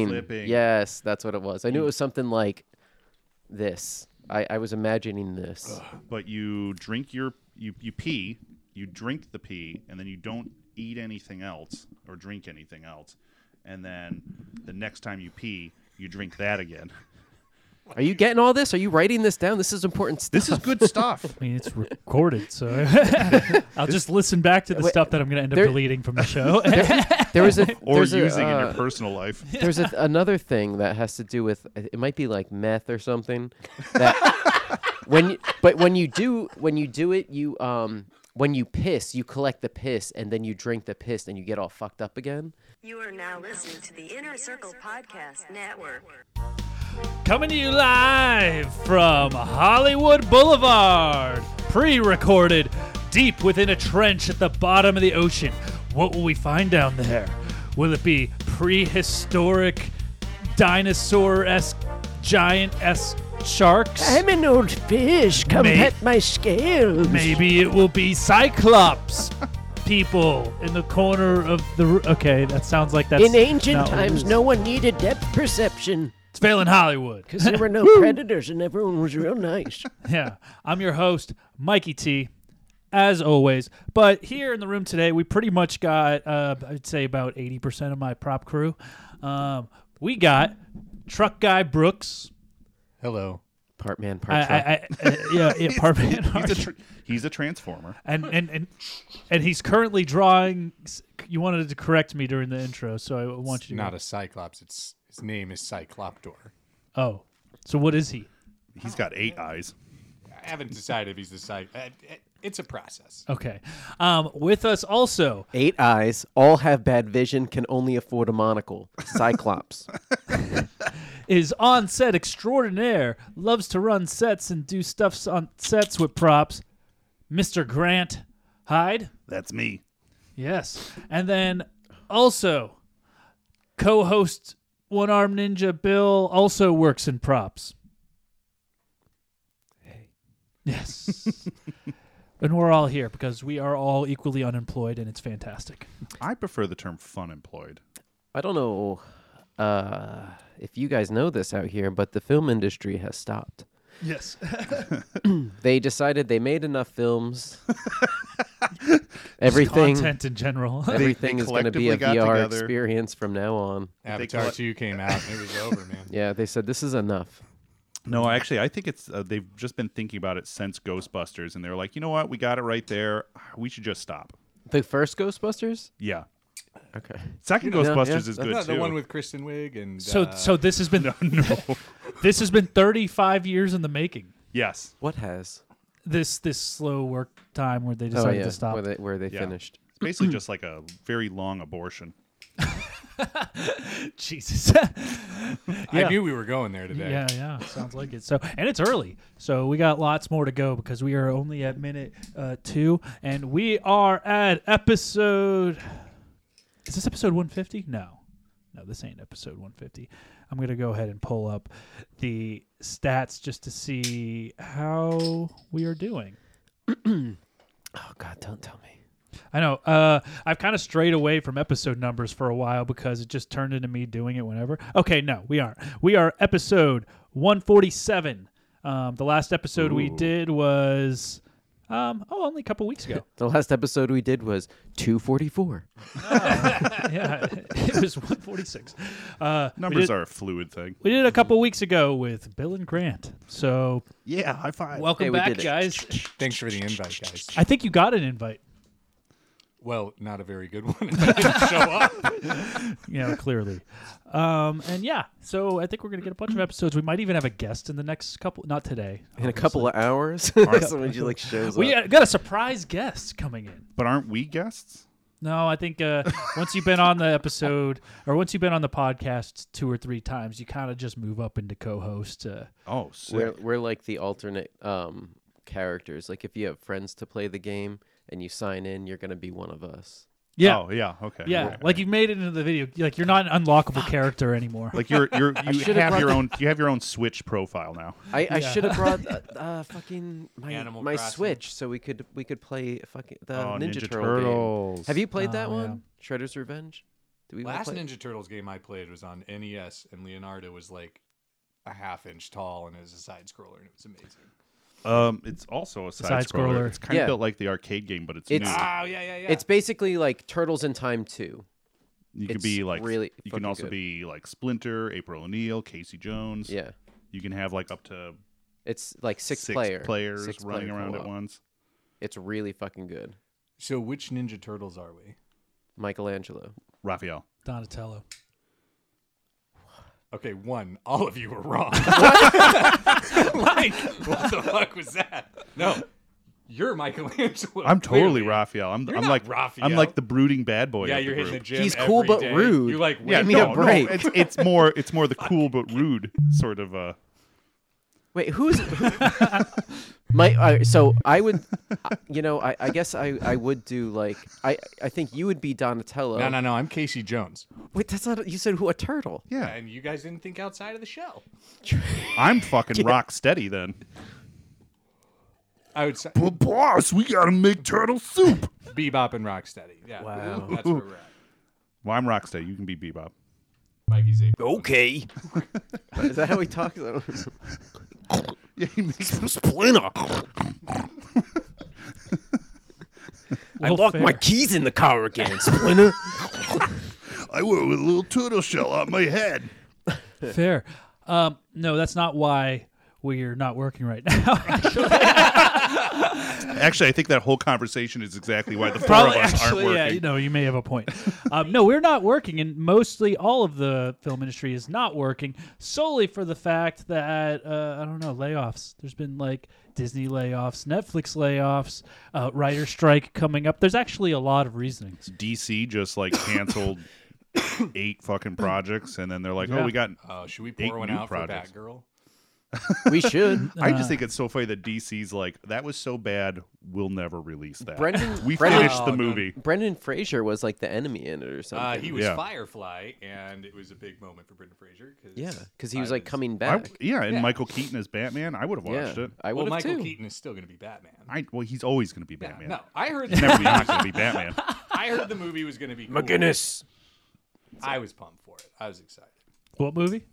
Flipping. Yes, that's what it was. I knew it was something like this. I, I was imagining this. but you drink your you you pee, you drink the pee, and then you don't eat anything else or drink anything else, and then the next time you pee, you drink that again. Are you getting all this? Are you writing this down? This is important stuff. This is good stuff. I mean, it's recorded, so I'll just listen back to the Wait, stuff that I'm going to end up there- deleting from the show. there was a Or there's using a, in uh, your personal life. there's a, another thing that has to do with it might be like meth or something that when you, but when you do when you do it you um when you piss you collect the piss and then you drink the piss and you get all fucked up again You are now listening to the Inner Circle Podcast Network. Coming to you live from Hollywood Boulevard, pre recorded, deep within a trench at the bottom of the ocean. What will we find down there? Will it be prehistoric, dinosaur esque, giant esque sharks? an old fish come Mate. pet my scales Maybe it will be Cyclops people in the corner of the. ro- Okay, that sounds like that's not what it is. one needed depth perception It's failing Hollywood. because there were no predators and everyone was real nice yeah. I'm your host, Mikey T, as always. But here in the room today, we pretty much got, uh, I'd say, about 80% of my prop crew. Um, we got truck guy Brooks. Hello. part man I, part I, truck. I, uh, yeah, yeah Parman He's a, Arch. tr- he's a transformer. and, and, and, and he's currently drawing. s- You wanted to correct me during the intro, so I want you to. Not a cyclops. It's his name is Cycloptor. oh, so what is he? He's got eight eyes. I haven't decided if he's the cy. Uh, it's a process. Okay. Um, with us also, Eight eyes, all have bad vision, can only afford a monocle. Cyclops. is on set extraordinaire, loves to run sets and do stuffs on sets with props, Mr. Grant Hyde. That's me. Yes. And then also co host One Arm Ninja Bill also works in props. Hey. Yes. and we're all here because we are all equally unemployed and it's fantastic. I prefer the term fun employed. I don't know uh, if you guys know this out here, but the film industry has stopped. Yes. They decided they made enough films. everything Content in general. everything They- is they going to be collectively a got VR together. experience from now on. Avatar collect- 2 came out and it was over, man. Yeah, they said this is enough. No, actually, I think it's uh, they've just been thinking about it since Ghostbusters, and they're like, you know what, we got it right there. We should just stop. The first Ghostbusters? Yeah, Okay. second Yeah, Ghostbusters yeah. is good Not too. the one with Kristen Wiig and So uh, so this has been this has been 35 years in the making. yes, What has? This this slow work time where they Oh, decided yeah. to stop. Where they, where they Yeah. finished. it's basically just like a very long abortion. Jesus. I knew we were going there today. yeah, yeah, sounds like it. So and it's early. So we got lots more to go because we are only at minute uh, 2 and we are at episode Is this episode 150? No. No, this ain't episode 150. I'm going to go ahead and pull up the stats just to see how we are doing. Oh, God, don't tell me. I know. Uh, I've kind of strayed away from episode numbers for a while because it just turned into me doing it whenever. Okay, no, we aren't. We are episode 147. Um, the last episode we did was, um, oh, only a couple weeks ago. The last episode we did was 244. yeah, it was 146. Uh, we Numbers did, are a fluid thing. We did a couple weeks ago with Bill and Grant. So Yeah, high five. welcome Hey, we back, did it. guys. Thanks for the invite, guys. I think you got an invite. well, not a very good one. I didn't show up. Yeah, clearly. Um, and yeah, so I think we're gonna get a bunch of episodes. We might even have a guest in the next couple. Not today. In a couple of hours, somebody just, like shows We up. uh, got a surprise guest coming in. but aren't we guests? No, I think uh, once you've been on the episode or once you've been on the podcast two or three times, you kind of just move up into co-host. Uh, Oh, sick. We're, we're like the alternate um, characters. Like if you have friends to play the game and you sign in, you're gonna be one of us. yeah, Oh, yeah. Okay. yeah. Okay. Like you've made it into the video. Like you're not an unlockable character anymore. like you're you're you have your own you have your own Switch profile now. I, I should have brought uh, uh, fucking my Animal my Crossing. Switch so we could we could play fucking the oh, Ninja, Ninja Turtle game. Turtles. Have you played Oh, that yeah. one? Shredder's Revenge. Did we Last play- Ninja Turtles game I played was on NES, and Leonardo was like a half inch tall, and it was a side scroller, and it was amazing. Um, it's also a side, scroller. side-scroller. It's kind Yeah. of built like the arcade game, but it's, It's- new. Oh yeah, yeah, yeah. It's basically like Turtles in Time 2. You can it's be like really You fucking can also good. be like Splinter, April O'Neil, Casey Jones. Yeah. You can have like up to It's like six, six, player, players six running player around at co-op. once. It's really fucking good. so which Ninja Turtles are we? Michelangelo. Raphael. Donatello. Okay, one. All of you were wrong. like, what the fuck was that? No, you're Michelangelo. I'm totally clearly. Raphael. I'm, You're I'm not like Raphael. I'm like the brooding bad boy. Yeah, of you're the hitting the group. gym. He's cool every but day. rude. You're like, Yeah, wait, me a no, no, break. it's, it's more it's more the cool but rude sort of. Uh, Wait, who's who- my? Uh, so I would, I- you know, I, I guess I, I would do like I I think you would be Donatello. No, no, no. I'm Casey Jones, Wait, that's not. You said who a turtle? yeah, and you guys didn't think outside of the shell. I'm fucking rock steady then. I would say But boss, we gotta make turtle soup. Bebop and Rocksteady. Yeah, Wow. that's where we're at. well, I'm rock steady. You can be bebop. Mikey's eight. Okay. Is that how he talks? I don't know. Yeah, he makes Splinter. I locked my keys in the car again, Splinter. I wear a little turtle shell on my head. Fair. Um, no, that's not why we're not working right now. Actually, I think that whole conversation is exactly why the four Probably, of us aren't actually, working. yeah, you know, you may have a point. Um, no, we're not working, and mostly all of the film industry is not working solely for the fact that uh, I don't know layoffs. There's been like Disney layoffs, Netflix layoffs, uh, writer strike coming up. There's actually a lot of reasonings. DC just like canceled eight fucking projects, and then they're like, Yeah. "Oh, we got." Uh, should we Eight pour one new out projects. for Batgirl? we should. I Uh. just think it's so funny that DC's like, "That was so bad, we'll never release that." Brendan- we Brendan- finished Oh, the no. movie. Brendan Fraser was like the enemy in it or something. Uh, he was Yeah. Firefly, and it was a big moment for Brendan Fraser. Cause yeah, because he I was like coming I- back. yeah, and Yeah. Michael Keaton as Batman, I would have yeah, watched it. I Well, would have Michael too. Keaton is still going to be Batman. I well, he's always going to be Yeah, Batman. No, I heard. He's never not going to be Batman. I heard the movie was going to be. Cool. McGinnis. I was pumped for it. I was excited. What movie?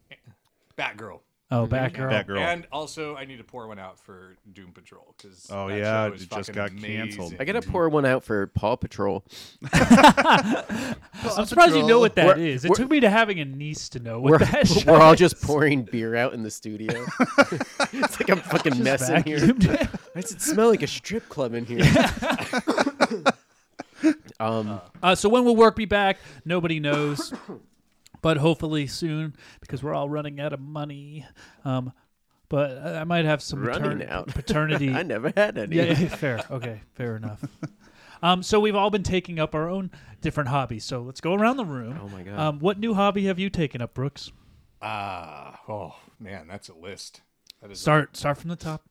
Batgirl. Oh, Batgirl. Batgirl. And also, I need to pour one out for Doom Patrol because Oh, that yeah, show is it just fucking got amazing. canceled. I gotta pour one out for Paw Patrol. I'm surprised you know what that We're- is. It we're- took me to having a niece to know We're, what that show we're all just pouring beer out in the studio. it's like I'm fucking mess in here. vacuumed. Why does it smell like a strip club in here? um, Uh, so when will work be back? Nobody knows, but hopefully soon because we're all running out of money. Um, but I I might have some Running patern- out. paternity. I never had any. yeah, yeah, fair. Okay, fair enough. Um, so we've all been taking up our own different hobbies. So let's go around the room. Oh my God. Um, what new hobby have you taken up, Brooks? Ah, oh man, that's a list. That is a- Start start from the top.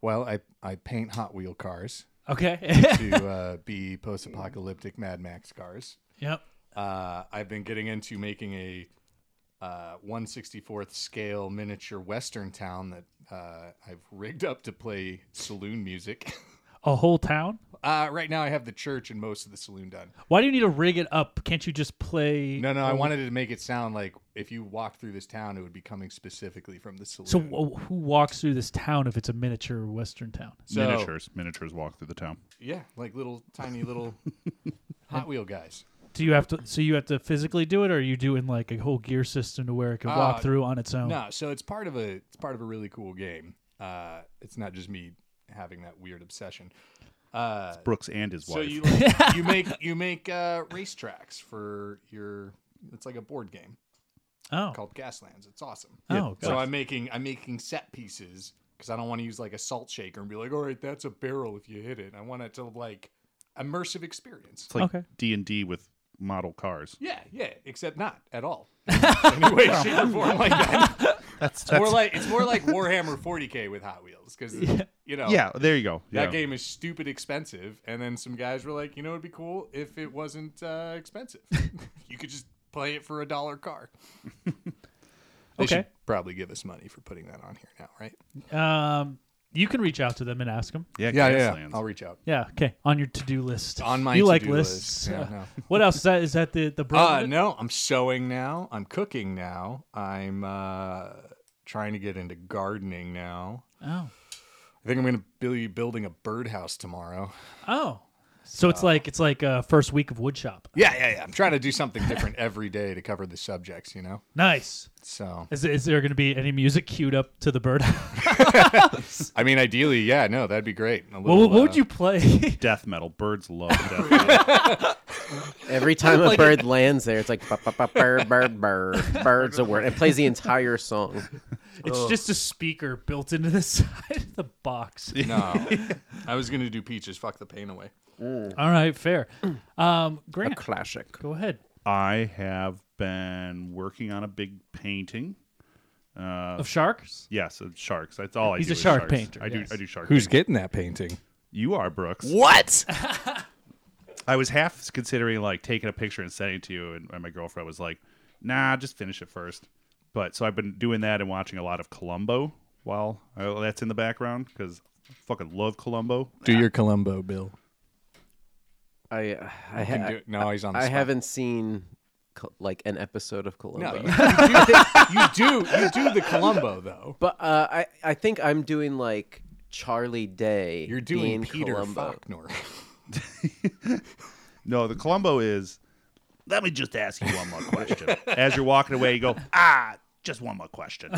well, I I paint Hot Wheel cars Okay. to uh, be post-apocalyptic Mad Max cars. yep. Uh, I've been getting into making a uh, 164th scale miniature western town that uh, I've rigged up to play saloon music. A whole town. Uh, right now, I have the church and most of the saloon done. Why do you need to rig it up? Can't you just play? No, no, I wanted to make it sound like if you walked through this town, it would be coming specifically from the saloon. So w- who walks through this town if it's a miniature western town? So, Miniatures, miniatures walk through the town. Yeah, like little tiny little Hot Wheel guys. Do you have to? So you have to physically do it, or are you doing like a whole gear system to where it can Uh, walk through on its own? No, so it's part of a it's part of a really cool game. Uh, it's not just me having that weird obsession. Uh, Brooks and his wife. So you like, you make you make uh, racetracks for your. It's like a board game Oh, called Gaslands. It's awesome. oh, So God. I'm making I'm making set pieces because I don't want to use like a salt shaker and be like, all right, that's a barrel if you hit it. I want it to like immersive experience. it's like okay. D and D with model cars. Yeah, yeah, except not at all. anyway, shape or form like that. That's, It's more like it's more like Warhammer 40k with Hot Wheels because you know yeah. There you go. That Yeah. game is stupid expensive, and then some guys were like, "You know, it'd be cool if it wasn't uh, expensive. you could just play it for a dollar car." They Okay. should probably give us money for putting that on here now, right? um, You can reach out to them and ask them. Yeah, Yeah, yeah, yeah. Gaslands. I'll reach out. Yeah. Okay. On your to-do list. On my You like to-do lists. list, yeah, Uh, no. What else is that? Is that the the Uh, broad- no, I'm sewing now. I'm cooking now. I'm uh, trying to get into gardening now. Oh. I think I'm going to be building a birdhouse tomorrow. Oh. So it's like it's like uh, first week of woodshop. Yeah, yeah, yeah. I'm trying to do something different every day to cover the subjects, you know? Nice. So, Is, is there going to be any music queued up to the bird? I mean, ideally, yeah, no, that'd be great. A what, little, what uh, would you play? Death metal. Birds love death metal. Every time a bird lands there, it's like "Ba, ba, ba, bird, bird, bird, birds a word. It plays the entire song. it's just a speaker built into the side of the box. No. I was going to do peaches. Fuck the pain away. All right, fair. Um, Grant, Classic. go ahead. I have been working on a big painting. Uh, of sharks. Yes, of sharks. That's all I He's do. a is shark sharks. painter, I do. yes. I do shark. painting. getting that painting? you are Brooks? What? I was half considering like taking a picture and sending it to you, and, and my girlfriend was like, "Nah, just finish it first. But so I've been doing that and watching a lot of Columbo while uh, that's in the background because fucking love Columbo. Do your Columbo, Bill. I uh, I, Can ha- do, no, he's on the I spot. haven't seen co- like an episode of No, Columbo. you, you, do, you do. You do the Columbo, though. But uh, I I think I'm doing like Charlie Day. You're doing being Peter Columbo. Faulkner. No, the Columbo is. Let me just ask you one more question. As you're walking away, you go, ah, just one more question.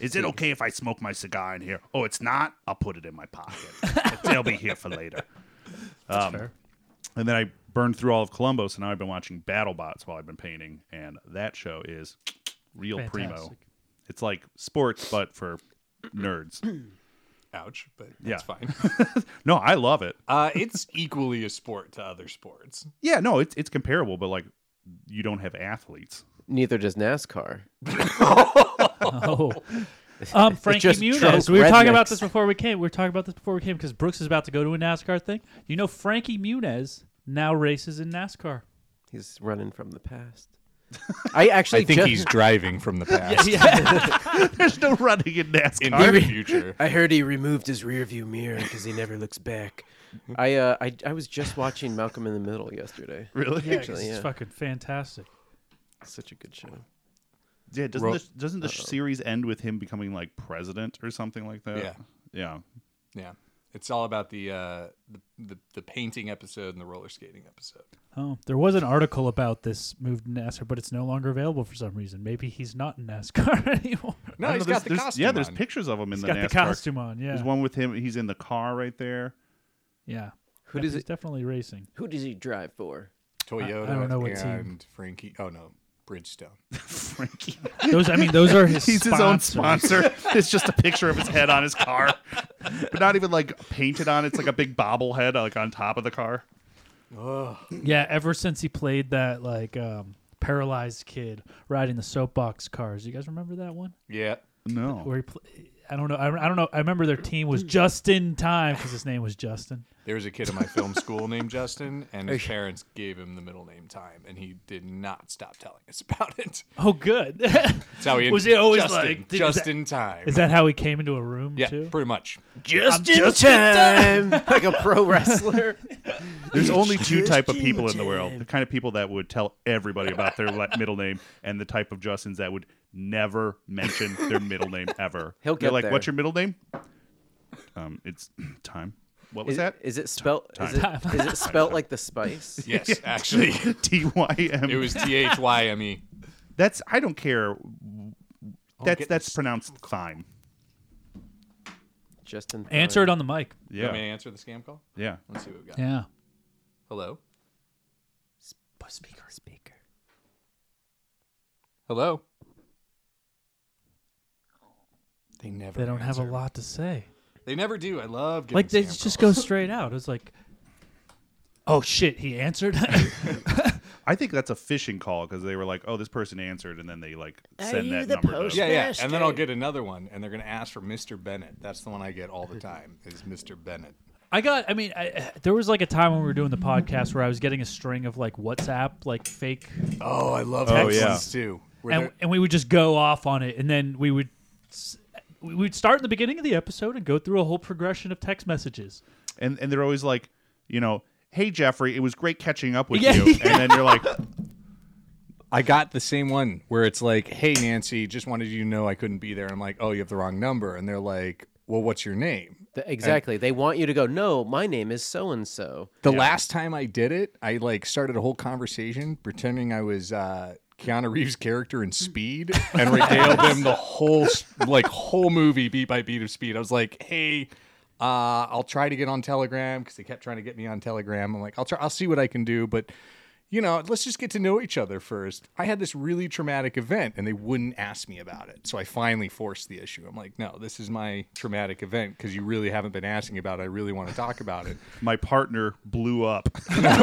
Is it okay if I smoke my cigar in here? Oh, it's not. I'll put it in my pocket. They'll be here for later. Um, fair. And then I burned through all of Columbo, so now I've been watching BattleBots while I've been painting, and that show is real primo. Fantastic. It's like sports, but for nerds. Ouch, but Yeah. that's fine. No, I love it. Uh, it's equally a sport to other sports. Yeah, no, it's it's comparable, but like you don't have athletes. Neither does NASCAR. Oh, um, Frankie just Muniz. drunk We were talking about rednecks. this before we came. We were talking about this before we came because Brooks is about to go to a NASCAR thing. You know, Frankie Muniz now races in NASCAR. He's running from the past. I actually just, driving from the past There's no running in NASCAR. in the future. I heard he removed his rearview mirror because he never looks back. I, uh, I I was just watching Malcolm in the Middle yesterday. really? Yeah, Actually, it's yeah. fucking fantastic. Such a good show. Yeah, doesn't Ro- the, doesn't the series end with him becoming like president or something like that? Yeah. yeah. Yeah, it's all about the, uh, the the the painting episode and the roller skating episode. Oh, there was an article about this move to NASCAR, but it's no longer available for some reason. Maybe he's not in NASCAR anymore. No, I don't know, he's got the there's- there's- costume. Yeah, there's on. pictures of him in He's the got the NASCAR. costume on. Yeah, There's one with him. He's in the car right there. yeah. Who Yep, does he's it- definitely racing. Who does he drive for? Toyota. I- I don't know what team. and Frankie. Oh no, Bridgestone. Frankie. Those, I mean, those are his. He's his own sponsors. sponsor. it's just a picture of his head on his car, but not even like painted on. It's like a big bobblehead like on top of the car. Yeah, ever since he played that like um, paralyzed kid riding the soapbox cars. You guys remember that one Yeah, No, where he? Pl- I don't know. I, I don't know. I remember their team was just in time because his name was Justin. there was a kid in my film school named Justin, and his parents gave him the middle name Time, and he did not stop telling us about it. Oh, good. That's how he Was he always Justin, like- did- was that- Justin Time? Is that how he came into a room yeah, too? pretty much. Just in time, like a pro wrestler. there's only two type of people in the world: the kind of people that would tell everybody about their le- middle name, and the type of Justins that would never mention their middle name ever. He'll They're get like, there. "What's your middle name?" Um, it's time. What was Is, that? is it spelt? Is it, Time. is it spelt like the spice? Yes, actually, T Y it M. was T H Y M E. That's I don't care. That's Oh, get that's this- pronounced fine. Just in time. Answer it on the mic. Yeah. You want me Yeah, to answer the scam call? yeah. Let's see what we got. Yeah. Hello? speaker. Speaker. Hello? They never They don't have a answer. lot to say. They never do. I love getting Like they scam just go calls. straight out. It's like, oh shit, he answered. I think that's a phishing call because they were like, "Oh, this person answered," and then they like send that number. to- Yeah, yeah. And then I'll get another one and they're going to ask for Mr. Bennett. That's the one I get all the time is Mr. Bennett. I got. I mean, I, there was like a time when we were doing the podcast where I was getting a string of like WhatsApp, like fake Oh, I love Oh, text yeah. ones too. Where and, they're- and we would just go off on it, and then we would s- we- we'd start in the beginning of the episode and go through a whole progression of text messages. and and they're always like, you know, hey Jeffrey, it was great catching up with Yeah, you, and then you're like, I got the same one where it's like, "Hey Nancy, just wanted you to know I couldn't be there." And I'm like, "Oh, you have the wrong number." And they're like, "Well, what's your name?" Th- exactly. they want you to go. No, my name is so and so. The last time I did it, I like started a whole conversation pretending I was uh, Keanu Reeves' character in Speed, and regaled them the whole s- like whole movie beat by beat of Speed. I was like, "Hey, uh, I'll try to get on Telegram because they kept trying to get me on Telegram." I'm like, "I'll try, I'll see what I can do, but." You know, let's just get to know each other first. I had this really traumatic event and they wouldn't ask me about it. So I finally forced the issue. I'm like, no, this is my traumatic event because you really haven't been asking about it. I really want to talk about it. my partner blew up.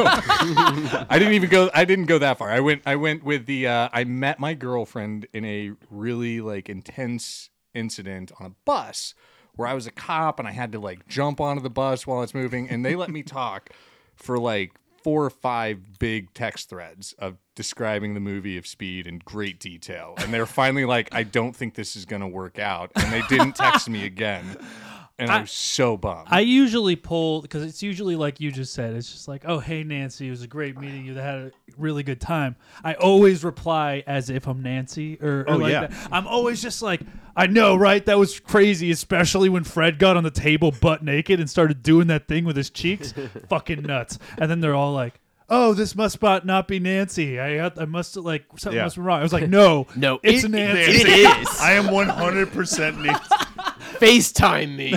I didn't even go. I didn't go that far. I went. I went with the. Uh, I met my girlfriend in a really like intense incident on a bus where I was a cop and I had to like jump onto the bus while it's moving, and they let me talk for like four or five big text threads of describing the movie of Speed in great detail, and they're finally like, "I don't think this is gonna work out," and they didn't text me again, and I, was so bummed. I usually pull because it's usually like you just said. It's just like, oh, hey, Nancy, it was a great meeting you. That had a really good time. I always reply as if I'm Nancy or, or Oh, like yeah. that. I'm always just like, I know, right? That was crazy, especially when Fred got on the table butt naked and started doing that thing with his cheeks. Fucking nuts. And then they're all like, oh, this must not not be Nancy. I had- I must have like something Yeah. must be wrong. I was like, no, No, it's it- Nancy. It is. I am 100 percent FaceTime me.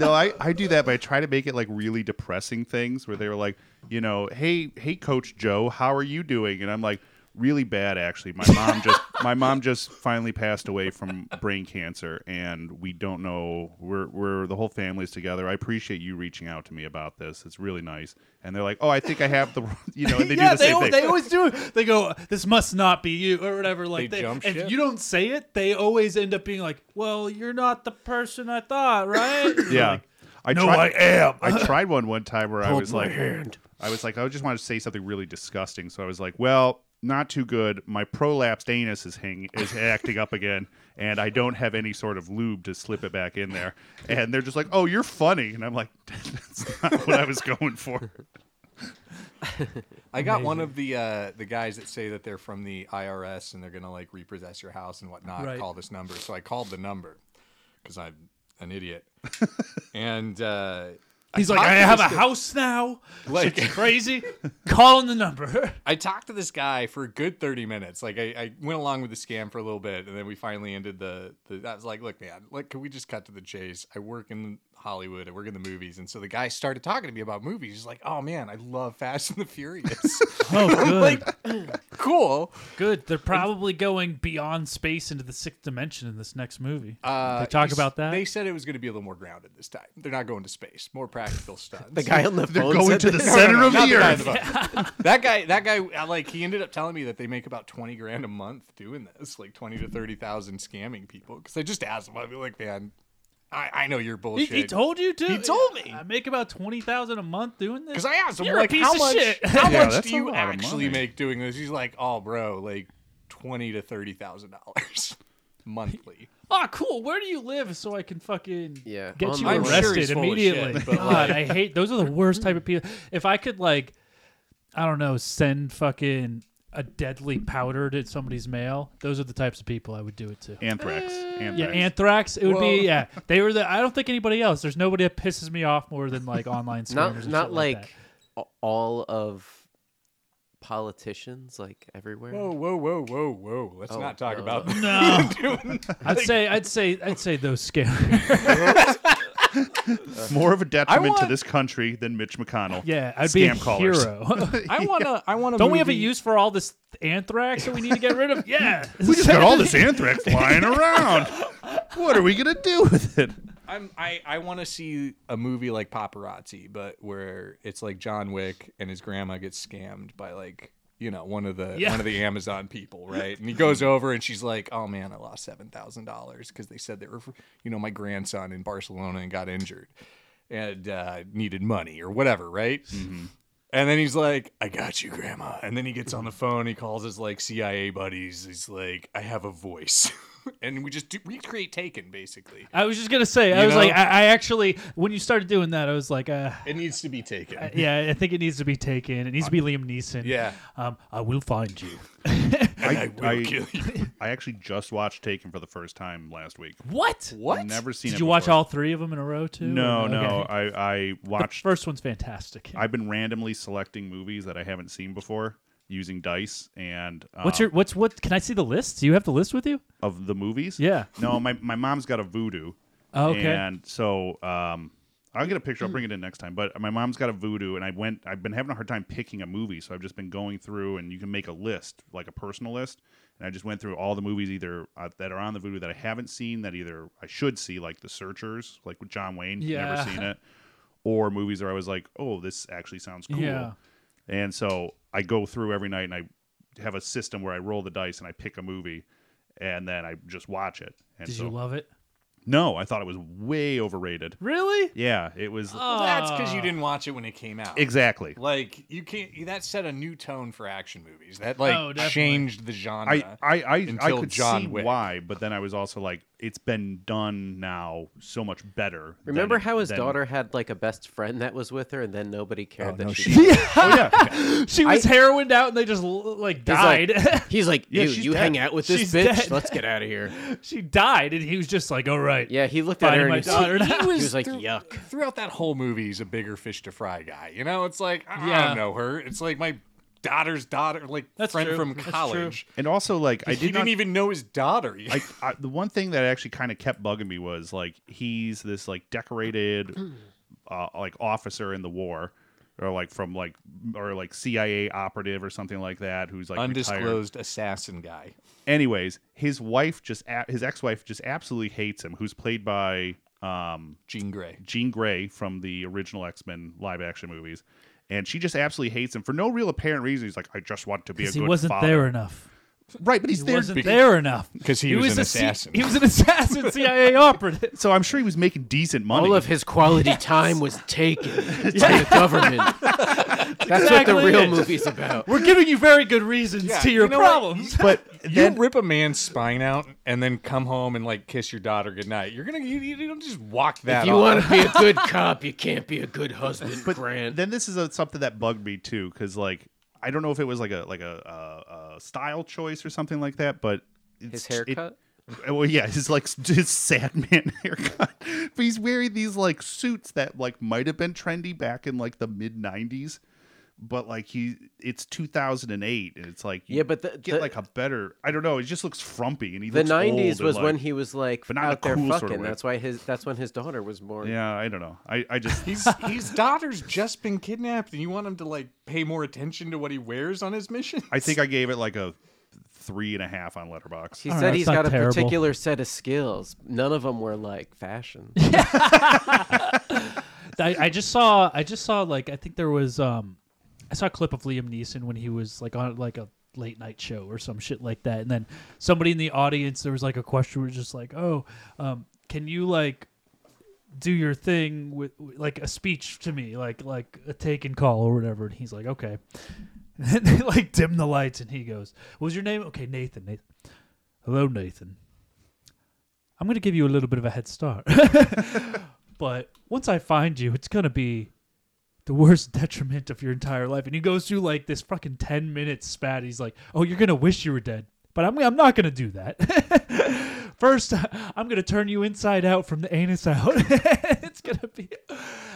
No, I I do that, but I try to make it like really depressing things where they were like, you know, hey hey Coach Joe, how are you doing? And I'm like. Really bad, actually. My mom just my mom just finally passed away from brain cancer, and we don't know. We're we're the whole family's together. I appreciate you reaching out to me about this. It's really nice. And they're like, oh, I think I have the, you know, and they do the they, same al- thing. they always do. it. They go, "This must not be you," or whatever. Like, They jump if ship. you don't say it, they always end up being like, "Well, you're not the person I thought, right?" Yeah. I "No, tried, I am." I tried one one time where I was my like, hand. I was like, I just wanted to say something really disgusting. So I was like, well, not too good. My prolapsed anus is hang is acting up again, and I don't have any sort of lube to slip it back in there. And they're just like, oh, you're funny, and I'm like, that's not what I was going for. I got one of the uh, the guys that say that they're from the IRS and they're gonna like repossess your house and whatnot. Right. Call this number. So I called the number because I'm an idiot. and uh, He's like, talked "I to have a this guy- house now. Like- Shit's crazy. Calling the number." I talked to this guy for a good thirty minutes. Like I, I went along with the scam for a little bit, and then we finally ended the. the I was like, "Look, man, like, can we just cut to the chase? I work in Hollywood. I work in the movies." And so the guy started talking to me about movies. He's like, "Oh man, I love Fast and the Furious. Oh, good, cool." good. They're probably going beyond space into the sixth dimension in this next movie. Uh, they talk he's- about that. They said it was going to be a little more grounded this time. They're not going to space. More practical stunts. The guy on the They're phone. going said to the that- center of Not the the guy in earth. the boat. that guy, that guy, I like he ended up telling me that they make about twenty grand a month doing this, like twenty to thirty thousand scamming people. Because I just asked him, I'd be like, man, I, I know you're he, bullshit. he told you to. He told me. I make about twenty thousand a month doing this. because I asked him, You're a like, piece how of much, shit. how Yeah, much that's do a you lot of actually money. make doing this? He's like, oh, bro, like twenty to thirty thousand dollars monthly. Ah, cool. Where do you live so I can fucking Yeah, get you online. I'm sure he's arrested full of immediately? shit, but, God, I hate those are the worst type of people. If I could like, I don't know, send fucking a deadly powder to somebody's mail. Those are the types of people I would do it to. Anthrax. Anthrax. Yeah, anthrax. It would Well- be yeah. They were the. I don't think anybody else. There's nobody that pisses me off more than like online scammers. Not and shit not like, like a- all of politicians like everywhere. Whoa, whoa, whoa, whoa, whoa! Let's Oh, not talk uh, about that. I'd say I'd say I'd say those scammers. More of a I detriment want- to this country than Mitch McConnell. Yeah, I'd be a Scam callers. hero. I want to. I want to. Don't we have a use for all this anthrax that we need to get rid of? Yeah, We just got all this anthrax lying around. What are we gonna do with it? I'm, I I want to see a movie like Paparazzi, but where it's like John Wick and his grandma gets scammed by like you know one of the Yeah. one of the Amazon people, right? And he goes over and she's like, "Oh man, I lost seven thousand dollars because they said they were you know my grandson in Barcelona and got injured and uh, needed money or whatever, right?" And then he's like, I got you, grandma. And then he gets on the phone, he calls his like CIA buddies. He's like, I have a voice. and we just do, recreate Taken, basically. I was just gonna say. I You was like, know? I, I actually, when you started doing that, I was like, uh, It needs to be taken. yeah, I think it needs to be taken. It needs to be Liam Neeson. yeah. Um, I will find you. And I, will kill you. I actually just watched Taken for the first time last week. What? What? Never seen it. Did you watch before. all three of them in a row too? No, Okay. no. I I The watched. first one's fantastic. I've been randomly selecting movies that I haven't seen before using dice and um, what's your what's what? Can I see the list? Do you have the list with you? of the movies. Yeah. No, my my mom's got a voodoo. Oh, okay. And so um, I'll get a picture. I'll bring it in next time. But my mom's got a voodoo, and I went. I've been having a hard time picking a movie, so I've just been going through, and you can make a list, like a personal list. And I just went through all the movies either uh, that are on the voodoo that I haven't seen, that either I should see, like The Searchers, like with John Wayne, Yeah. never seen it, or movies where I was like, oh, this actually sounds cool. Yeah. And so I go through every night and I have a system where I roll the dice and I pick a movie and then I just watch it. And Did so, you love it? No, I thought it was way overrated. Really? Yeah, it was Well, that's because you Ah. didn't watch it when it came out. exactly. Like you can't. That set a new tone for action movies. That like Oh, definitely. changed the genre. I I I, I Until could John see Wick. why, but then I was also like, it's been done now so much better. than Remember it- how his than- daughter had like a best friend that was with her, and then nobody cared that no she. Oh yeah, She was heroined out and they just l- like He's like- died. He's like, Yeah, you, she's you dead. hang out with this She's bitch. dead." Let's get out of here. she died and he was just like, all right. Yeah, he looked at Finding her my and he, daughter. he was like, through- yuck. Throughout that whole movie, he's a bigger fish to fry guy. You know, it's like I Yeah. don't know her. It's like my daughter's daughter, like That's friend true. from That's true. college. and also like I he did didn't not even know his daughter. yet. I, I the one thing that actually kind of kept bugging me was like he's this like decorated uh, like officer in the war or like from like or like CIA operative or something like that who's like retired. Undisclosed assassin guy. Anyways, his wife just a- his ex-wife just absolutely hates him who's played by um Jean Grey. Jean Grey from the original X-Men live action movies. And she just absolutely hates him for no real apparent reason. He's like, I just want to be a Because good he wasn't father. there enough. right? But he's He there. wasn't be- there enough. 'Cause he was an a C- assassin. he was an assassin CIA operative. So I'm sure he was making decent money. All of his quality time was taken by the government. That's what exactly the real it. movie's about. We're giving you very good reasons to your you know what? problems. but You then, rip a man's spine out and then come home and like kiss your daughter goodnight. You're gonna you, you don't just walk that. If you off. want to be a good cop, you can't be a good husband, Grant. then this is a, something that bugged me too because like i don't know if it was like a like a, a, a style choice or something like that but His it's- haircut? it, well yeah his like s- his sad man haircut but he's wearing these like suits that like might have been trendy back in like the mid 90s but like he it's 2008 and it's like you Yeah, but the- get the- like a better i don't know it just looks frumpy and he the looks old '90s and, was when like- he was like but not in a out there cool sort of fucking. way. that's why his. That's when his daughter was born. yeah i don't know i i just He's, his daughter's just been kidnapped, and you want him to like pay more attention to what he wears on his mission. i think i gave it like a three and a half on letterbox He All right, said that's he's not got a terrible. particular set of skills. None of them were like fashion. I, I just saw I just saw like I think there was um I saw a clip of Liam Neeson when he was like on like a late night show or some shit like that and then somebody in the audience there was like a question was just like oh um can you like do your thing with like a speech to me like like a take and call or whatever and he's like okay and they like dim the lights and he goes what was your name okay Nathan Nathan hello Nathan I'm gonna give you a little bit of a head start but once I find you, it's gonna be the worst detriment of your entire life. And he goes through like this fucking ten minute spat. He's like, "Oh, you're gonna wish you were dead." But I'm, I'm not going to do that. First, I'm going to turn you inside out from the anus out. it's going to be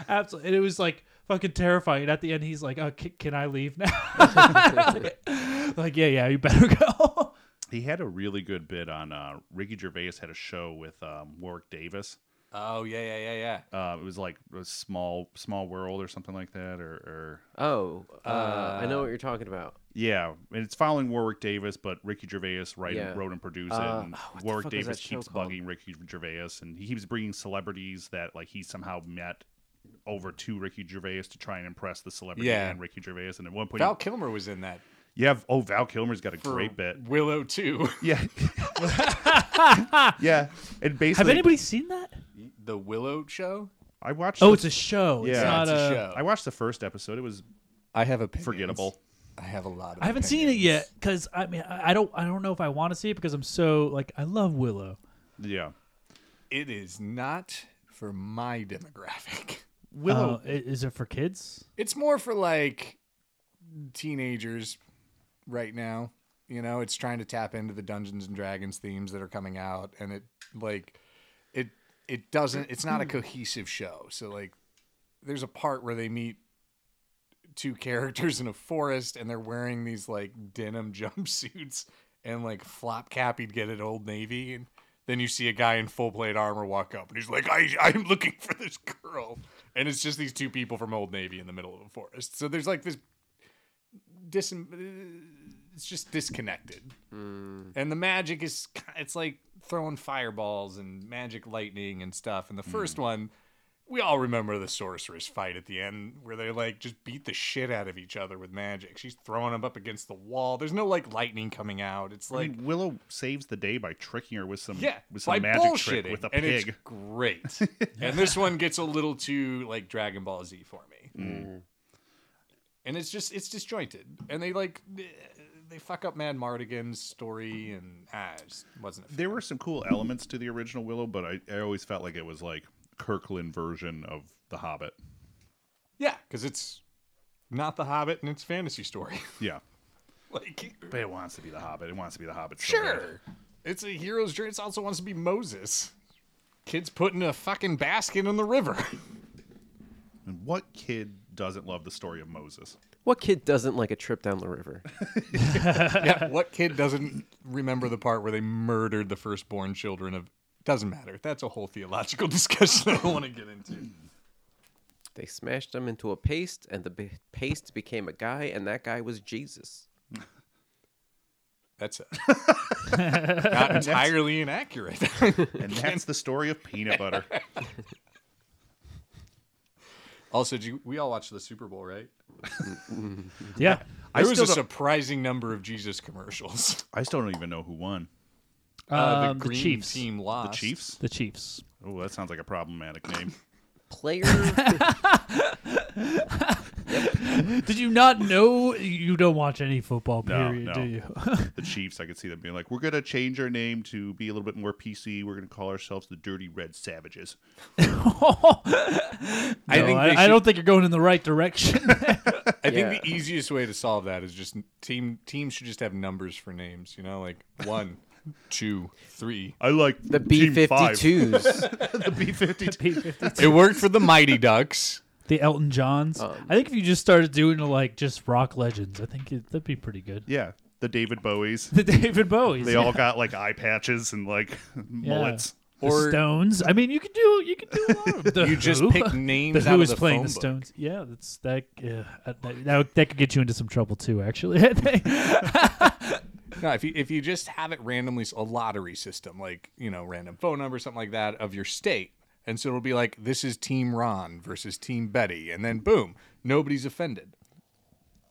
absolutely. And it was like fucking terrifying. And at the end, he's like, oh, c- Can I leave now? like, like, yeah, yeah, you better go. He had a really good bit on uh, Ricky Gervais had a show with um, Warwick Davis. Oh yeah, yeah, yeah, yeah. Uh, it was like a small small world or something like that, or, or Oh, uh, I know what you're talking about. yeah, and it's following Warwick Davis, but Ricky Gervais write Yeah. wrote and Uh, produced it. And oh, what the Warwick fuck was Davis that show keeps called? bugging Ricky Gervais, and he keeps bringing celebrities that like he somehow met over to Ricky Gervais to try and impress the celebrity Yeah. and Ricky Gervais. And at one point, Val Kilmer was in that. you have oh Val Kilmer's got a for great bit, Willow too. yeah, yeah, and basically, Have anybody seen that? the Willow show. I watched. Oh, the- it's a show. Yeah, it's not it's a a, show. I watched the first episode. It was I have opinions. Forgettable. I have a lot of. I haven't seen it yet because I mean I I don't I don't know if I want to see it because I'm so like I love Willow. Yeah. It is not for my demographic. Willow Uh, is it for kids? It's more for like teenagers right now. You know, it's trying to tap into the Dungeons and Dragons themes that are coming out and it like it it doesn't it's not a cohesive show. So like there's a part where they meet two characters in a forest and they're wearing these like denim jumpsuits and like flop cap he'd get at Old Navy and then you see a guy in full plate armor walk up and he's like, I I'm looking for this girl. And it's just these two people from Old Navy in the middle of a forest. So there's like this dis it's just disconnected. And the magic is it's like throwing fireballs and magic lightning and stuff. And the first one we all remember the sorceress fight at the end where they like just beat the shit out of each other with magic. She's throwing them up against the wall. There's no like lightning coming out. It's like And Willow saves the day by tricking her with some yeah, with by some magic trick bullshitting, with a and pig. It's great. and this one gets a little too like Dragon Ball Z for me. Mm. And it's just it's disjointed, and they like they fuck up Mad Mardigan's story, and ah, it just wasn't. A There were some cool elements to the original Willow, but I, I always felt like it was like Kirkland version of The Hobbit. yeah, because it's not The Hobbit and it's fantasy story. Yeah. like But it wants to be The Hobbit. It wants to be The Hobbit. so bad. sure, it's a hero's journey. It also wants to be Moses. Kids putting a fucking basket in the river. And what kid doesn't love the story of Moses? What kid doesn't like a trip down the river? yeah, what kid doesn't remember the part where they murdered the firstborn children of? Doesn't matter. That's a whole theological discussion I don't want to get into. They smashed them into a paste, and the b- paste became a guy, and that guy was Jesus. That's not entirely inaccurate. And that's the story of peanut butter. also, do you, we all watched the Super Bowl, right? Yeah. I There was still a don't- surprising number of Jesus commercials. I still don't even know who won. Uh, Um, the Chiefs. team lost. Chiefs? The Chiefs. Oh, that sounds like a problematic name. Player, Did you not know you don't watch any football No, period, no. do you? The Chiefs, I could see them being like, we're going to change our name to be a little bit more PC. We're going to call ourselves the Dirty Red Savages. I No, think I, they I should- don't think you're going in the right direction. I think Yeah. the easiest way to solve that is just team teams should just have numbers for names. You know, like one, two, three. I like the B fifty twos. The B 52. It worked for the Mighty Ducks. the Elton Johns. Um, I think if you just started doing like just rock legends, I think it, that'd be pretty good. Yeah. The David Bowies. The David Bowies, They all got like eye patches and like mullets. the or- Stones. I mean, you could do you could do a lot of them. The You just Who. pick names The out Who of is the playing phone the book. Stones? Yeah, that's that, yeah, uh, that, that. would- That could get you into some trouble too. Actually, I think. No, if you if you just have it randomly, a lottery system, like you know, random phone number, something like that, of your state, and so it'll be like this is Team Ron versus Team Betty, and then boom, nobody's offended.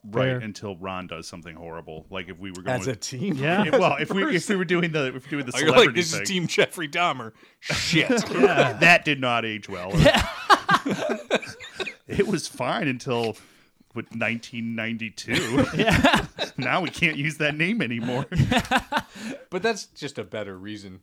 Right. Fair. Until Ron does something horrible. Like if we were going. As a team, Yeah, If- well, if we if we were doing the if we were doing the Oh, you're like celebrity this thing, is Team Jeffrey Dahmer. Shit, that did not age well. it was fine until with 1992. now we can't use that name anymore. but that's just a better reason.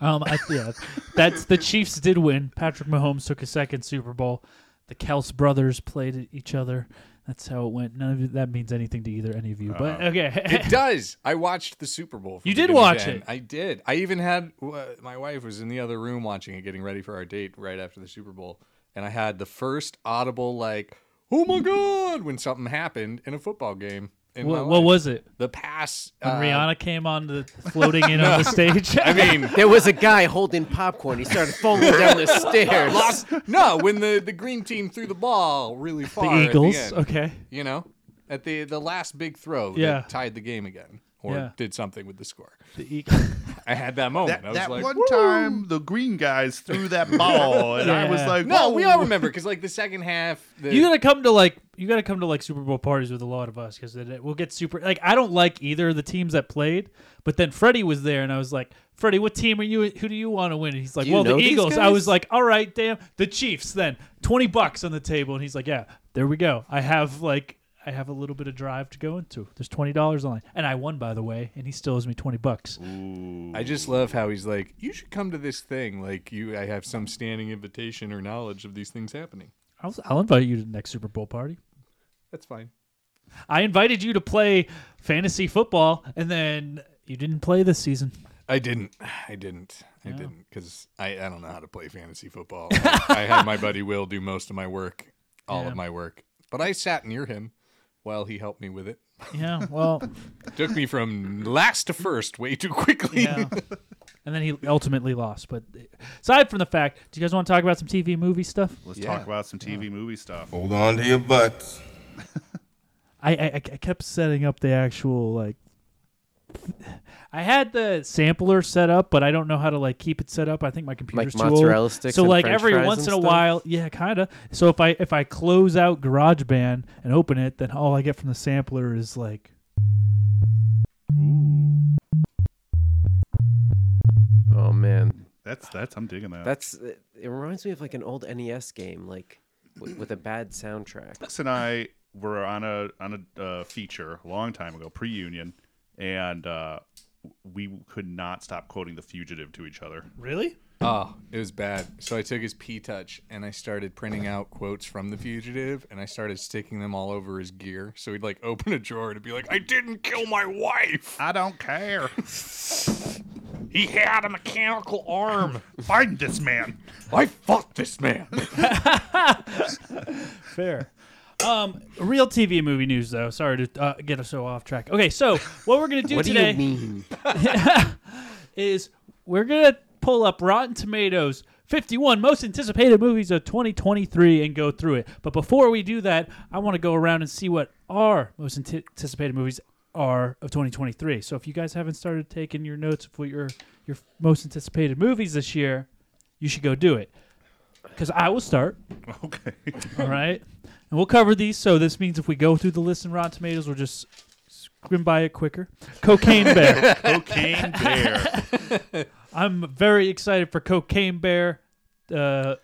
um, I, yeah, that's the Chiefs did win. Patrick Mahomes took his second Super Bowl. The Kels brothers played each other. That's how it went. None of it- that means anything to either any of you, but Uh, okay. It does. I watched the Super Bowl. from You did beginning watch to end. it. I did. I even had uh, my wife was in the other room watching it, getting ready for our date right after the Super Bowl, and I had the first audible like, "Oh my god!" when something happened in a football game. In my what, what life. was it? the pass? When uh, Rihanna came on the floating in on the stage. I mean, there was a guy holding popcorn. He started falling down the stairs. lost. No, when the the green team threw the ball really far. at the Eagles. end, okay. You know, at the the last big throw Yeah. that tied the game again, or Yeah. did something with the score. The Eagles. I had Oh, that moment. That, I was that like, one "Woo!" time the green guys threw that ball, and I was Yeah. like, No, "Whoa." we all remember because like the second half, the, You gotta come to like you gotta come to like Super Bowl parties with a lot of us because we'll get super like I don't like either of the teams that played, but then Freddie was there and I was like, Freddie, what team are you? Who do you want to win? And he's like, you Well, the know these Eagles. I was guys? like, All right, damn, the Chiefs. Then twenty bucks on the table, and he's like, Yeah, there we go. I have like I have a little bit of drive to go into. There's twenty dollars online, and I won by the way, and he still owes me twenty bucks. I just love how he's like, you should come to this thing. Like you, I have some standing invitation or knowledge of these things happening. I'll, I'll invite you to the next Super Bowl party. That's fine. I invited you to play fantasy football, and then you didn't play this season. I didn't. I didn't. I didn't because I, I don't know how to play fantasy football. I had my buddy Will do most of my work, all Yeah. of my work. But I sat near him while he helped me with it. Yeah, well, Took me from last to first way too quickly. yeah. And then he ultimately lost. But aside from the fact, do you guys want to talk about some TV movie stuff? Let's Yeah. talk about some TV movie stuff. Hold on to your butts. I, I I kept setting up the actual like. I had the sampler set up, but I don't know how to like keep it set up. I think my computer's too mozzarella old. sticks so and like french every fries once in and a stuff? while, yeah, kind of. So if I if I close out GarageBand and open it, then all I get from the sampler is like Oh man, That's that's I'm digging that. that's it, it reminds me of like an old NES game, like w- with a bad soundtrack. Alex and I were on a on a uh, feature a long time ago, pre-union, and uh, we could not stop quoting The Fugitive to each other. really. Oh, it was bad. So I took his P touch and I started printing out quotes from The Fugitive and I started sticking them all over his gear. So he'd like open a drawer to be like, I didn't kill my wife. I don't care. He had a mechanical arm. Find this man. I fucked this man. Fair. Um, real TV movie news though. Sorry to uh, get us so off track. Okay, so what we're gonna do What today. do you mean? is we're gonna pull up Rotten Tomatoes 51 most anticipated movies of 2023 and go through it. But before we do that, I want to go around and see what our most anti- anticipated movies are of 2023. So if you guys haven't started taking your notes of what your your most anticipated movies this year, you should go do it. Because I will start. Okay. All right. And we'll cover these. So this means if we go through the list in Rotten Tomatoes, we'll just scrim by it quicker. Cocaine Bear. Cocaine Bear. I'm very excited for Cocaine Bear. Uh,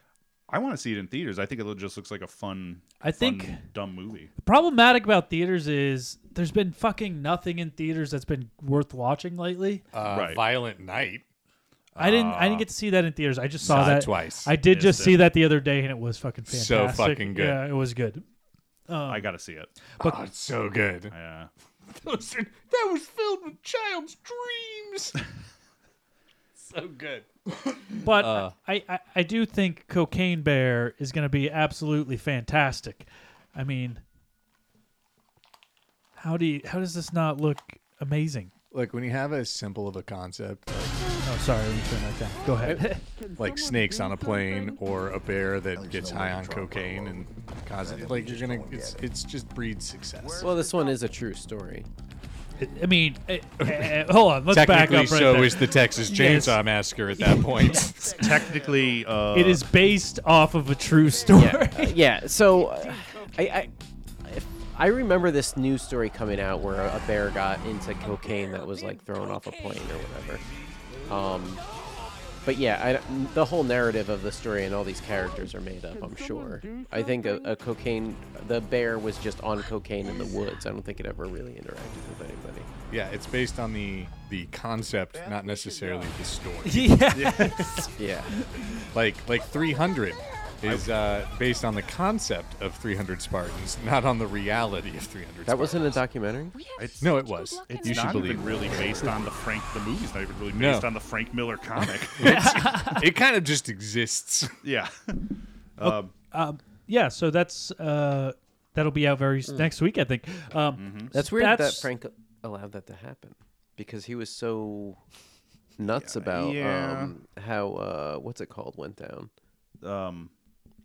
I want to see it in theaters. I think it just looks like a fun, I think- fun, dumb movie. problematic about theaters is there's been fucking nothing in theaters that's been worth watching lately. Uh, Right. Violent Night. I didn't. I didn't get to see that in theaters. I just saw, Saw it that Uh, twice. I did just Missed see that the other day, and it was fucking So fantastic. fucking good. Yeah, it was good. I gotta see it. oh, it's so good. Yeah. Those are- that was filled with child's dreams. so good. But I, I, I do think Cocaine Bear is going to be absolutely fantastic. I mean, how do you, how does this not look amazing? Look, when you have as simple of a concept Oh, sorry, let me turn that down. Go ahead. like snakes on a plane or a bear that gets high on cocaine and causes like you're gonna it's it's just breeds success. Well, this one is a true story. I mean, eh, eh, hold on, let's back up right there. the Texas Yes. Chainsaw Massacre at that point. Technically, uh, it is based off of a true story. yeah. So, uh, I, I, if- I remember this news story coming out where a bear got into cocaine that was like thrown off a plane or whatever. Um, but yeah, I don't- the whole narrative of the story and all these characters are made up. I'm sure. I think a, a cocaine, the bear was just on cocaine in the woods. I don't think it ever really interacted with anybody. yeah, it's based on the the concept, not necessarily the story. yeah. Yeah. Like like 300 is uh, based on the concept of 300 Spartans, not on the reality of 300. That wasn't a documentary. It's, No, it was. It's you should not believe. even really based on the Frank. The movie's not even really No. based on the Frank Miller comic. it. It kind of just exists. yeah. Um, Yeah, so that's uh, that'll be out very Mm. s next week, I think. Um, That's weird that That's- Frank allowed that to happen because he was so nuts about yeah. um, how uh, what's it called went down. um,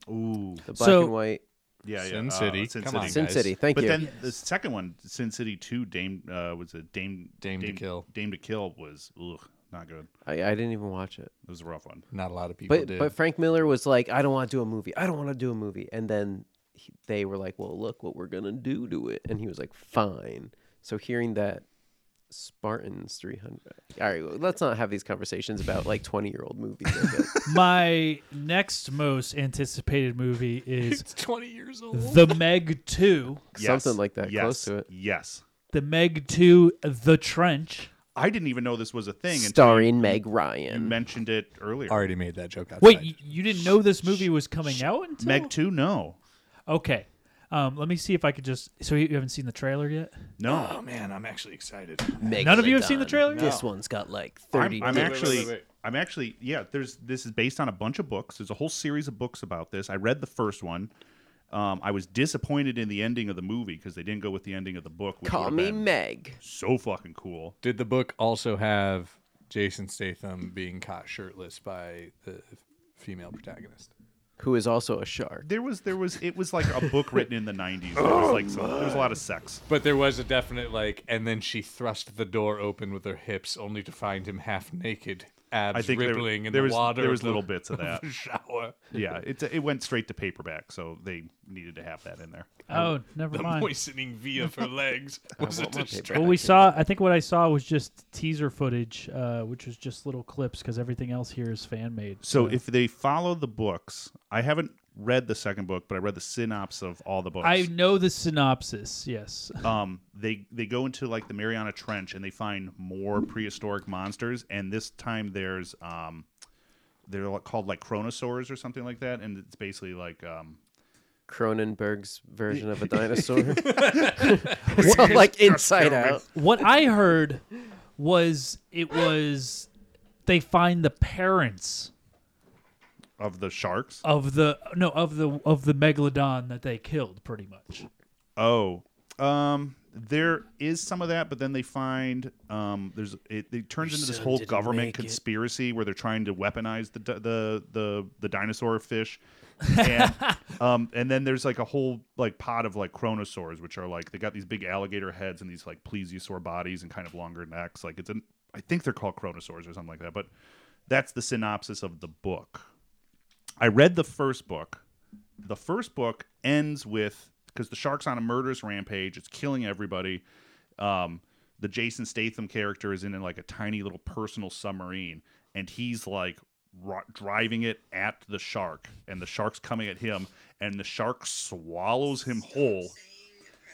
ooh. The black So- and white Yeah. yeah. Sin uh, City. Sin Come City. on, Sin guys. City. Thank but you. then the second one, Sin City Two, Dame uh, was it Dame Dame to Kill. Dame to Kill was ugh, not good. I, I didn't even watch it. It was a rough one. Not a lot of Oh, people But did. but Frank Miller was like, I don't want to do a movie. I don't want to do a movie. And then he, they were like, Well, look what we're gonna do to it. And he was like, Fine. So hearing that Spartans 300. All right, well, let's not have these conversations about like 20 year old movies. I guess. My next most anticipated movie is It's 20 years old. The Meg 2. Yes, Something like that, Yes. close to it. Yes. The Meg 2, The Trench. I didn't even know this was a thing until Starring Meg you Ryan. mentioned it earlier. Already made that joke. Outside. Wait, you, you didn't know this movie was coming out until Meg 2? No. Okay. Um, let me see if I could just. So you haven't seen the trailer yet? No. Oh man, I'm actually excited. None of you have seen the trailer? This one's got like I'm, 30. I'm dicks. actually, wait, wait, wait. I'm actually, yeah. There's this is based on a bunch of books. There's a whole series of books about this. I read the first one. Um, I was disappointed in the ending of the movie because they didn't go with the ending of the book. Which Call would've me been Meg. so fucking cool. Did the book also have Jason Statham being caught shirtless by the female protagonist? Who is also a shark. There was, there was, it was like a book written in the '90s. There was like, some, there was a lot of sex. But there was a definite like, and then she thrust the door open with her hips, only to find him half naked, abs I think there, rippling in there the was, water. there of was the- little bits of that. the shower. yeah, it it went straight to paperback, so they needed to have that in there. Oh, never The mind. moistening V of her legs was a want my paper. distraction. Well, we saw. I think what I saw was just teaser footage, uh, which was just little clips because everything else here is fan made. So if they follow the books, I haven't read the second book, but I read the synopsis of all the books. I know the synopsis. Yes. um, they they go into like the Mariana Trench and they find more prehistoric monsters, and this time there's um, they're like- called like chronosaurs or something like that, and it's basically like um, Cronenberg's version of a dinosaur. it's all like inside out. what I heard was it was they find the parents of the sharks. of the no of the of the megalodon that they killed pretty much. Oh, um, there is some of that, but then they find um, there's it, it turns into this son whole didn't government make it. conspiracy where they're trying to weaponize the di- the the, the dinosaur fish. and, um, and then there's like a whole like pot of like chronosaurs, which are like they got these big alligator heads and these like plesiosaur bodies and kind of longer necks. Like it's an I think they're called chronosaurs or something like that. But that's the synopsis of the book. I read the first book. The first book ends with because the shark's on a murderous rampage, it's killing everybody. Um, the Jason Statham character is in like a tiny little personal submarine, and he's like ro- driving it at the shark, and the shark's coming at him, and the shark swallows him whole,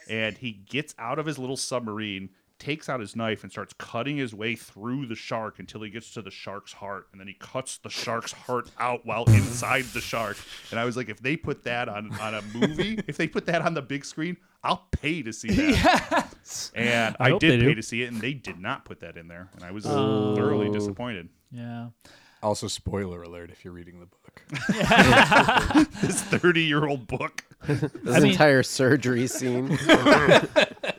and he gets out of his little submarine. Takes out his knife and starts cutting his way through the shark until he gets to the shark's heart, and then he cuts the shark's heart out while inside the shark. And I was like, if they put that on on a movie, if they put that on the big screen, I'll pay to see that. And I, I hope they did do. pay to see it, and they did not put that in there, and I was thoroughly disappointed. Yeah. Also, spoiler alert if you're reading the book. This thirty-year-old book. This mean- entire surgery scene.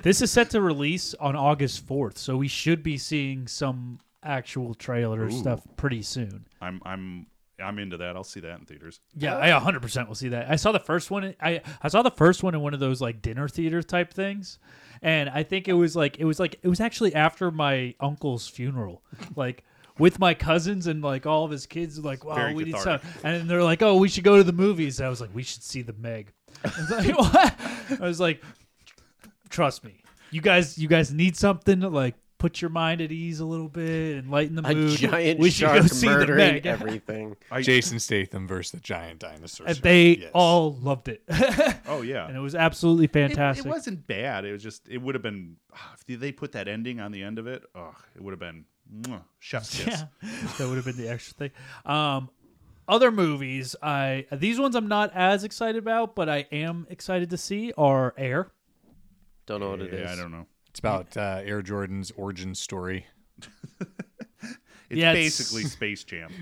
This is set to release on August 4th, so we should be seeing some actual trailer stuff pretty soon. I'm I'm I'm into that. I'll see that in theaters. Oh. Yeah, I 100% will see that. I saw the first one I I saw the first one in one of those like dinner theater type things. And I think it was like it was like it was actually after my uncle's funeral. Like with my cousins and like all of his kids like, "Wow, Very we need some." cathartic. And they're like, "Oh, we should go to the movies." I was like, "We should see the Meg." I was like, "What?" I was like, trust me. You guys, you guys need something to like put your mind at ease a little bit and lighten the A mood. giant we should shark go see the murdering Meg. everything. Jason Statham versus the giant dinosaur. And shark. they Yes. all loved it, and Oh yeah, it was absolutely It- fantastic. It, wasn't bad. It was just it would have been ah, if they put that ending on the end of it. Oh, it would have been mwah, chef's kiss. yeah, that would have been the extra thing. Um, other movies, I these ones I'm not as excited about, but I am excited to see are Air. Don't know what it Yeah, is. I don't know. It's about uh, Air Jordan's origin story. It's Yeah, it's- basically Space Jam.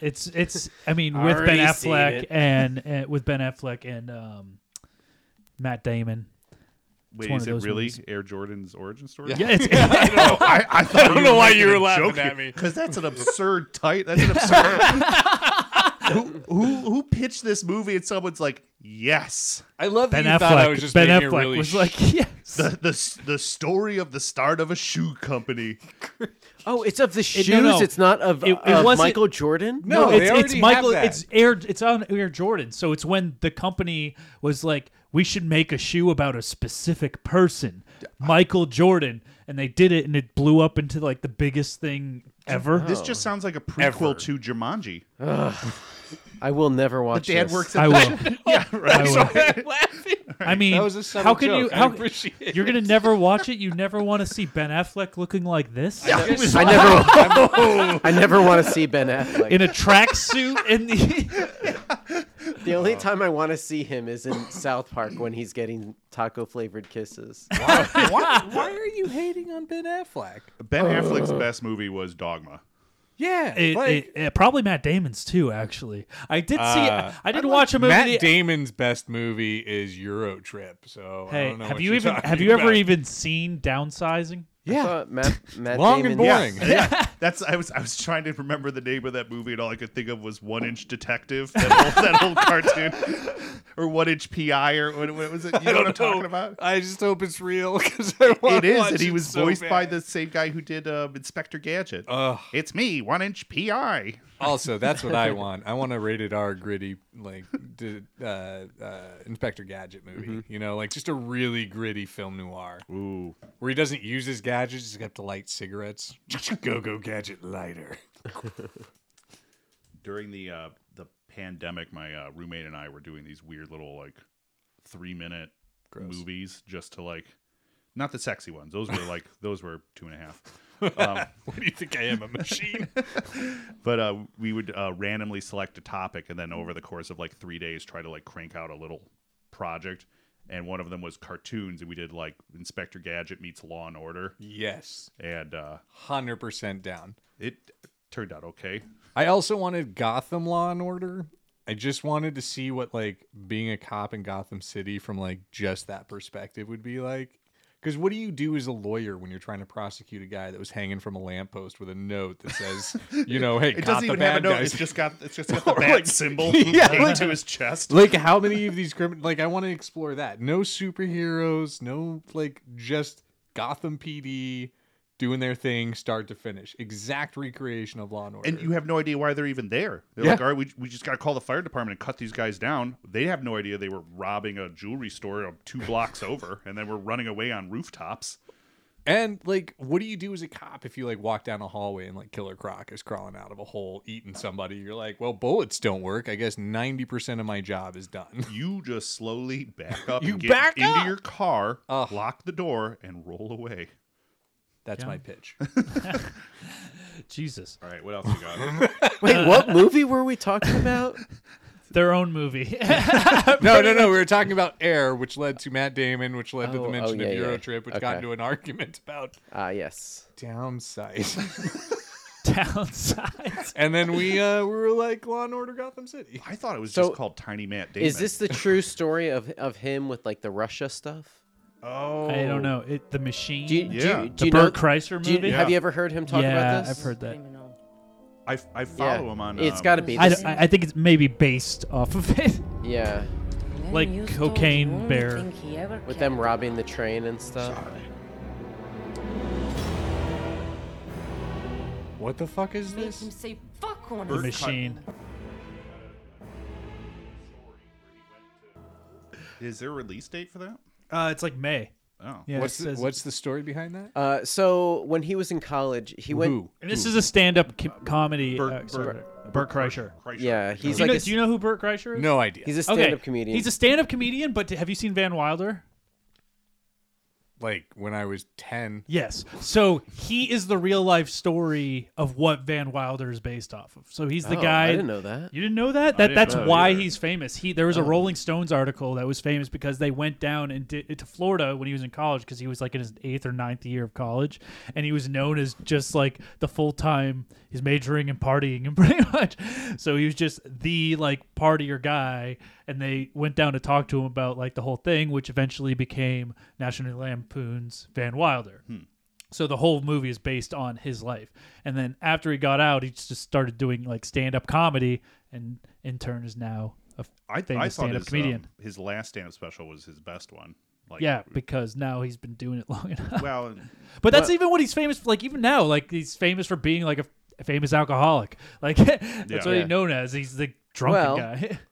It's it's I mean with Ben Already seen Affleck it. and, and with Ben Affleck and um, Matt Damon. Wait, one is of it those really movies. Air Jordan's origin story? Yeah, it's, no, I, I, thought don't know why you were laughing at me. because that's an absurd tight. That's an absurd. who, who who pitched this movie and someone's like, yes, I love Ben that you thought I was Affleck. just Ben making a Affleck really was sh- like, yes. the the s- the story of the start of a shoe company. Oh, it's of the shoes. no, no. It's not of, It- it of wasn't- Michael Jordan. No, they it's, it's already have Michael. that. It's Air. It's on Air Jordan. So it's when the company was like, we should make a shoe about a specific person, Michael Jordan, and and they did it, and it blew up into like the biggest thing ever. This just sounds like a prequel Ever. to Jumanji. I will never watch Dad this. works at Oh. I will. yeah, right. I will. laughing. I mean, That was a subtle how can you? joke. I How, appreciate it. you're gonna never watch it. You never want to see Ben Affleck looking like this I never, I never want to see Ben Affleck. in a tracksuit. And the the only time I want to see him is in South Park when he's getting taco flavored kisses. why, why are you hating on Ben Affleck? Ben Uh. Affleck's best movie was Dogma. Yeah, it, like, it- it- probably Matt Damon's too. Actually, I did see. Uh, I did watch a movie. Matt the- Damon's best movie is Euro Trip. So I hey, don't know have what you you're even talking have you ever about. even seen Downsizing? I Yeah, thought Matt, Matt long and Damon- boring. That's I was I was trying to remember the name of that movie and all I could think of was One Inch Detective, that whole, that whole cartoon, or One Inch PI, or what, what was it? You know what I'm talking about? I just hope it's real because I want It is, watch and he was so voiced by bad. the same guy who did uh, Inspector Gadget. Ugh. It's me, One Inch PI. Also, that's what I want. I want a rated R gritty like d- uh, uh, Inspector Gadget movie. You know, like just a really gritty film noir Ooh, where he doesn't use his gadgets; he's got to light cigarettes. go go gadget lighter. during the uh, the pandemic, my uh, roommate and I were doing these weird little like three minute Gross. movies just to like, not the sexy ones. Those were like those were two and a half. Um, What do you think I am, a machine? but uh, we would uh, randomly select a topic and then over the course of like three days try to like crank out a little project and one of them was cartoons and we did like inspector gadget meets law and order yes, and uh, hundred percent down. it turned out okay I also wanted Gotham Law and Order. I just wanted to see what like being a cop in Gotham City from like just that perspective would be like. Because what do you do as a lawyer when you're trying to prosecute a guy that was hanging from a lamppost with a note that says, you know, hey, it caught doesn't the even bad have a note guys. it's just got it's just got the bat symbol yeah, taken like- to his chest like how many of these criminals? Like I want to explore that. No superheroes. No like just Gotham PD doing their thing, start to finish. Exact recreation of Law and Order. and you have no idea why they're even there. They're Yeah. like, all right, we, we just got to call the fire department and cut these guys down. They have no idea they were robbing a jewelry store of two blocks over and then were running away on rooftops. And like, what do you do as a cop if you like walk down a hallway and like Killer Croc is crawling out of a hole eating somebody? You're like, well, bullets don't work. I guess ninety percent of my job is done. you just slowly back up You and get back into up! your car Ugh. lock the door and roll away That's Yeah. my pitch. Jesus, all right what else you got Wait, what Uh, movie were we talking about? their own movie. no, no, no. We were talking about Air, which led to Matt Damon, which led to Oh, the oh, mention yeah, of Euro yeah. Trip, which Okay. got into an argument about Ah, yes. downside. Downsizing. and then we uh, we were like Law and Order Gotham City. i thought it was So, just called tiny matt Damon. Is this the true story of of him with like the Russia stuff? oh I don't know. It, the machine. Do you, do Yeah. you, the do you know? Burt Kreischer do you- movie. Have you ever heard him talk yeah, about this? I've heard that. i, I follow him on It's um, got to be. I, This, I- I think it's maybe based off of it. yeah, Like Cocaine Bear. with them robbing the train and stuff. What the fuck is Make this? him say fuck on The us. machine. is there a release date for that Uh, it's like May. oh Yeah, What's it the, says- what's the story behind that? Uh, so when he was in college, he went. Who? And this is a stand-up com- comedy. Bert- uh, sorry, Bert- Burt Kreischer. Kreischer. Yeah, he's Do like. you, know, a, do you know who Burt Kreischer is? No idea. He's a Okay. stand-up comedian. He's a stand-up comedian, but have you seen Van Wilder? like when I was ten. Yes. So he is the real life story of what Van Wilder is based off of. So he's the Oh, guy. I didn't know that. You didn't know that? That didn't that's know why either. he's famous. He there was a Rolling Stones article that was famous because they went down and did, to Florida when he was in college because he was like in his eighth or ninth year of college, and he was known as just like the full time. He's majoring and partying and pretty much, so he was just the like partier guy. And they went down to talk to him about like the whole thing, which eventually became National Lampoon's Van Wilder. Hmm. So the whole movie is based on his life. And then after he got out, he just started doing like stand up comedy, and in turn is now a i, I famous thought stand up his, comedian. um, his last stand-up special was his best one like yeah, because now he's been doing it long enough. well But that's even what he's famous for. Like even now, like he's famous for being like a, f- a famous alcoholic. Like that's what Yeah. he's known as. He's the drunken Well, guy.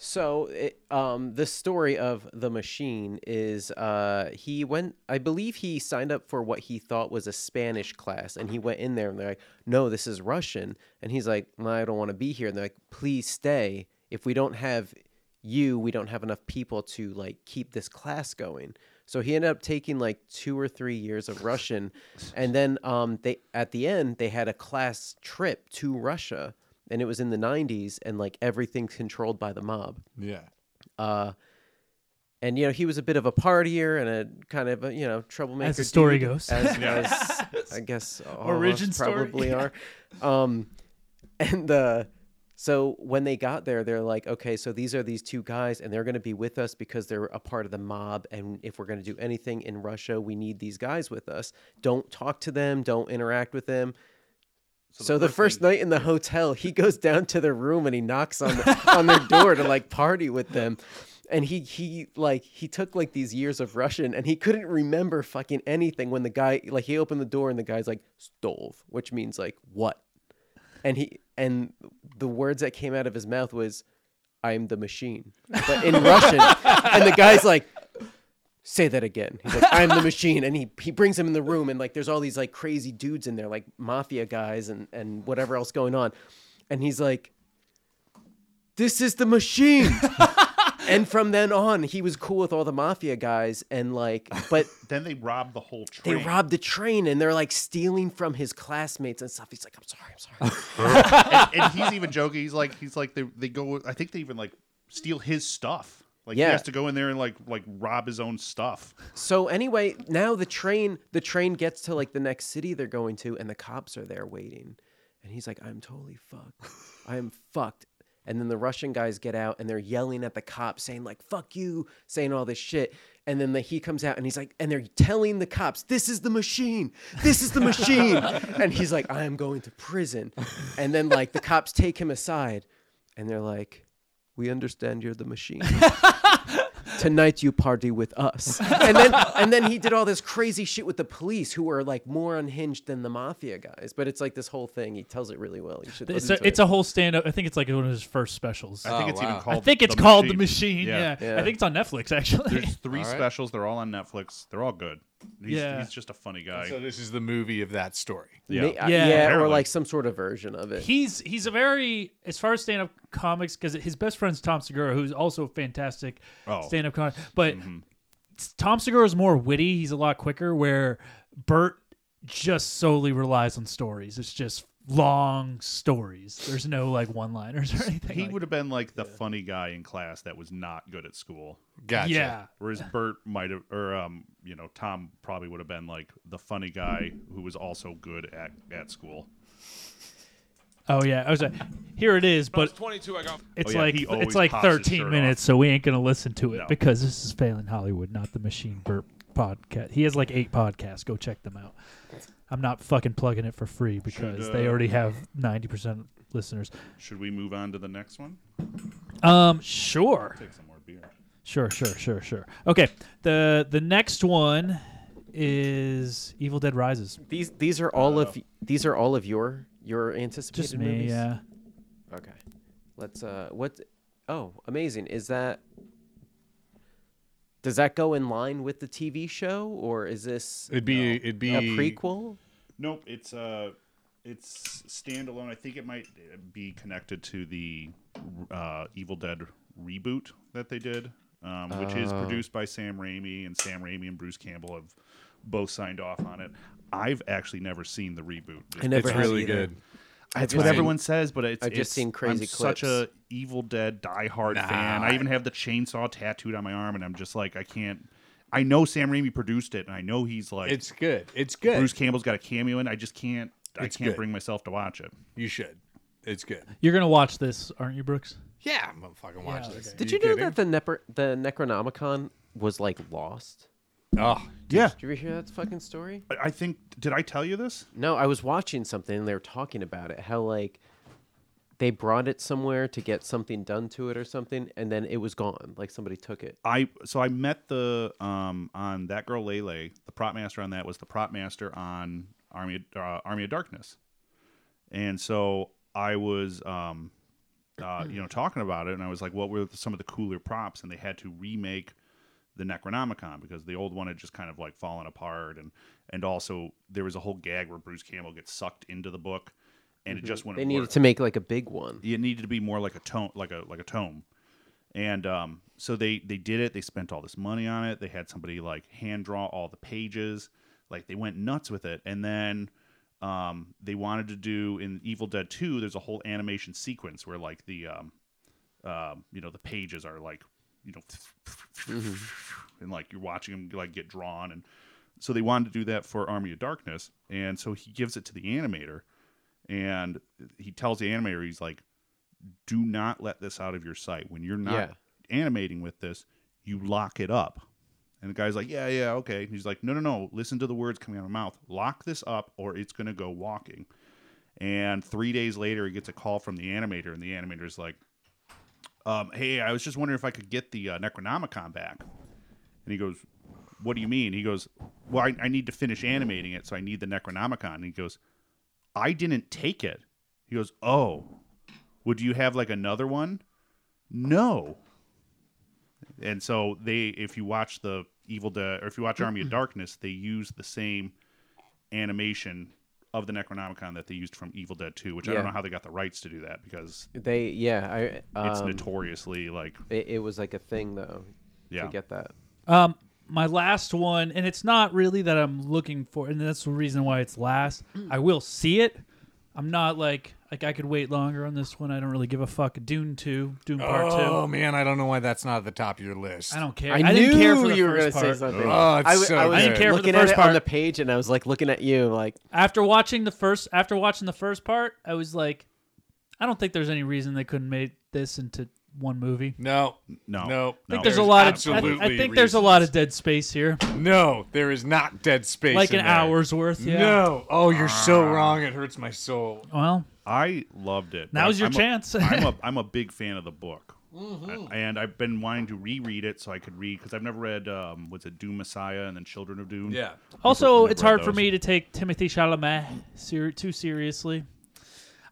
So, it, um, the story of the machine is uh, he went, I believe he signed up for what he thought was a Spanish class, and he went in there and they're like, no, this is Russian. And he's like, "No, I don't want to be here. And they're like, please stay. If we don't have you, we don't have enough people to like keep this class going. So he ended up taking like two or three years of Russian, and then um, they at the end they had a class trip to Russia, and it was in the '90s, and like everything's controlled by the mob Yeah. and you know he was a bit of a partier and a kind of a, you know troublemaker. As the story dude, goes. as, as I guess all Origin of us story, probably are. Um, and uh, so when they got there, they're like, okay, so these are these two guys, and they're going to be with us because they're a part of the mob. And if we're going to do anything in Russia, we need these guys with us. Don't talk to them. Don't interact with them. So the, first, night in the hotel, he goes down to their room and he knocks on the, on their door to like party with them. And he he like he took like these years of Russian and he couldn't remember fucking anything when the guy like he opened the door and the guy's like stove, which means like what? And he and the words that came out of his mouth was I'm the machine. But in Russian. And the guy's like say that again. He's like, I'm the machine. And he, he brings him in the room and like, there's all these like crazy dudes in there, like mafia guys and, and whatever else going on. And he's like, this is the machine. and from then on, he was cool with all the mafia guys. And like, but Then they robbed the whole they train. robbed the train and they're like stealing from his classmates and stuff. He's like, I'm sorry, I'm sorry. and, and he's even joking. He's like, he's like, they, they go. I think they even like steal his stuff. Like Yeah. he has to go in there and like like rob his own stuff. so anyway, now the train, the train gets to like the next city they're going to, and the cops are there waiting. And he's like, I'm totally fucked. I am fucked. And then the Russian guys get out and they're yelling at the cops, saying, like, fuck you, saying all this shit. And then the, he comes out and he's like, and they're telling the cops, this is the machine. This is the machine. and he's like, I am going to prison. And then, like, the cops take him aside and they're like, we understand you're the machine tonight you party with us. And then and then he did all this crazy shit with the police who are like more unhinged than the mafia guys. But it's like this whole thing. He tells it really well. You should It's listen a, to it's it. a whole stand up. I think it's like one of his first specials. I think Oh, it's wow. even I called. I think it's called The Machine. Yeah. Yeah. I think it's on Netflix actually. There's three All right. specials. They're all on Netflix. They're all good. He's, Yeah. he's just a funny guy. So this is the movie of that story. yeah. Ma- uh, Yeah. or Apparently. like some sort of version of it. he's he's a very as far as stand up comics because his best friend's Tom Segura, who's also a fantastic Oh. Mm-hmm. stand up comic. But s- Tom Segura is more witty. He's a lot quicker. Where Bert just solely relies on stories. It's just long stories. There's no like one liners or anything. he like- would have been like the funny guy in class that was not good at school. Gotcha. Yeah. Whereas Bert might have, or um, you know, Tom probably would have been like the funny guy who was also good at at school. Oh yeah. I was like, here it is, But but 22, I got it's Oh, yeah, like he always it's like pops his shirt 13 off. minutes, so we ain't gonna listen to it No. because this is failing Hollywood, not the Machine Burp podcast. He has like eight podcasts. Go check them out. I'm not fucking plugging it for free because Should, they uh, already have 90% listeners. Should we move on to the next one? Um, sure, Take some more beer. sure, sure, sure, sure. Okay, the the next one is Evil Dead Rises. These these are all of these are all of your your anticipated Just me, movies. yeah. Okay. Let's uh what oh, amazing. Is that does that go in line with the TV show or is this It'd be it'd be a prequel? Nope, it's uh it's standalone. I think it might be connected to the uh, Evil Dead reboot that they did, um, which is Oh. produced by Sam Raimi, and Sam Raimi and Bruce Campbell have both signed off on it. I've actually never seen the reboot. It's have really either. good. That's just what seen- everyone says, but it's I've just it's- seen crazy I'm such a clips. Evil Dead diehard fan. I even have the chainsaw tattooed on my arm, and I'm just like, I can't. I know Sam Raimi produced it, and I know he's like It's good. It's good. Bruce Campbell's got a cameo in. I just can't. I It's can't good. bring myself to watch it. you should. It's good. You're gonna watch this, aren't you, Brooks? Yeah, I'm gonna fucking watch Yeah, this. okay. Did you, know that the Nepr- the Necronomicon was like lost? Oh, Yeah, Did you hear that fucking story? I I think. Did I tell you this? No, I was watching something and they were talking about it. How like they brought it somewhere to get something done to it or something, and then it was gone. Like somebody took it. I so I met the um on that girl Lele. The prop master on that was the prop master on Army uh, Army of Darkness, and so I was um uh, you know, talking about it, and I was like, "What were some of the cooler props?" And they had to remake the Necronomicon because the old one had just kind of like fallen apart, and and also there was a whole gag where Bruce Campbell gets sucked into the book, and it just wouldn't. Mm-hmm. They needed work to make like a big one. it needed to be more like a tome like a like a tome and um, so they they did it they spent all this money on it they had somebody like hand draw all the pages like they went nuts with it and then um, they wanted to do in evil dead 2 there's a whole animation sequence where like the um, um, you know the pages are like you know and like you're watching them like get drawn and so they wanted to do that for army of darkness and so he gives it to the animator and he tells the animator he's like do not let this out of your sight when you're not Yeah. animating with this you lock it up and the guy's like yeah yeah okay he's like no no no listen to the words coming out of my mouth lock this up or it's going to go walking and three days later he gets a call from the animator and the animator's like um, hey, I was just wondering if I could get the uh, Necronomicon back. And he goes, what do you mean? He goes, well, I, I need to finish animating it, so I need the Necronomicon. And he goes, I didn't take it. He goes, oh, would you have like another one? No. And so they, if you watch the Evil Dead, or if you watch Army Mm-hmm. of Darkness, they use the same animation of the Necronomicon that they used from Evil Dead 2, which I don't Yeah. know how they got the rights to do that because They yeah, I it's um, notoriously like it, it was like a thing though Yeah. to get that. Um, my last one, and it's not really that I'm looking for, and that's the reason why it's last. Mm. I will see it. I'm not like like I could wait longer on this one. I don't really give a fuck. Dune two, Dune part Oh two. man, I don't know why that's not at the top of your list. I don't care. I, didn't knew care for the you were first going to say part. something. Oh, it's I, w- so I was good. I didn't care for the looking first at it on part. the page and I was like looking at you like After watching the first, after watching the first part, I was like, I don't think there's any reason they couldn't make this into one movie. No, No. no. I think there's a lot of I, I absolutely. think there's a reasons. lot of dead space here, No, there is not dead space. like in an there. hour's worth. Yeah. Ah. No. Oh, you're so wrong. It hurts my soul. Well, I loved it. But Now's your I'm a- chance. Mm-hmm. I'm a I'm a big fan of the book, A- and I've been wanting to reread it so I could read because I've never read um, what's it Doom Messiah and then Children of Doom. Also, never it's read hard for those. me to take Timothy Chalamet ser- too seriously.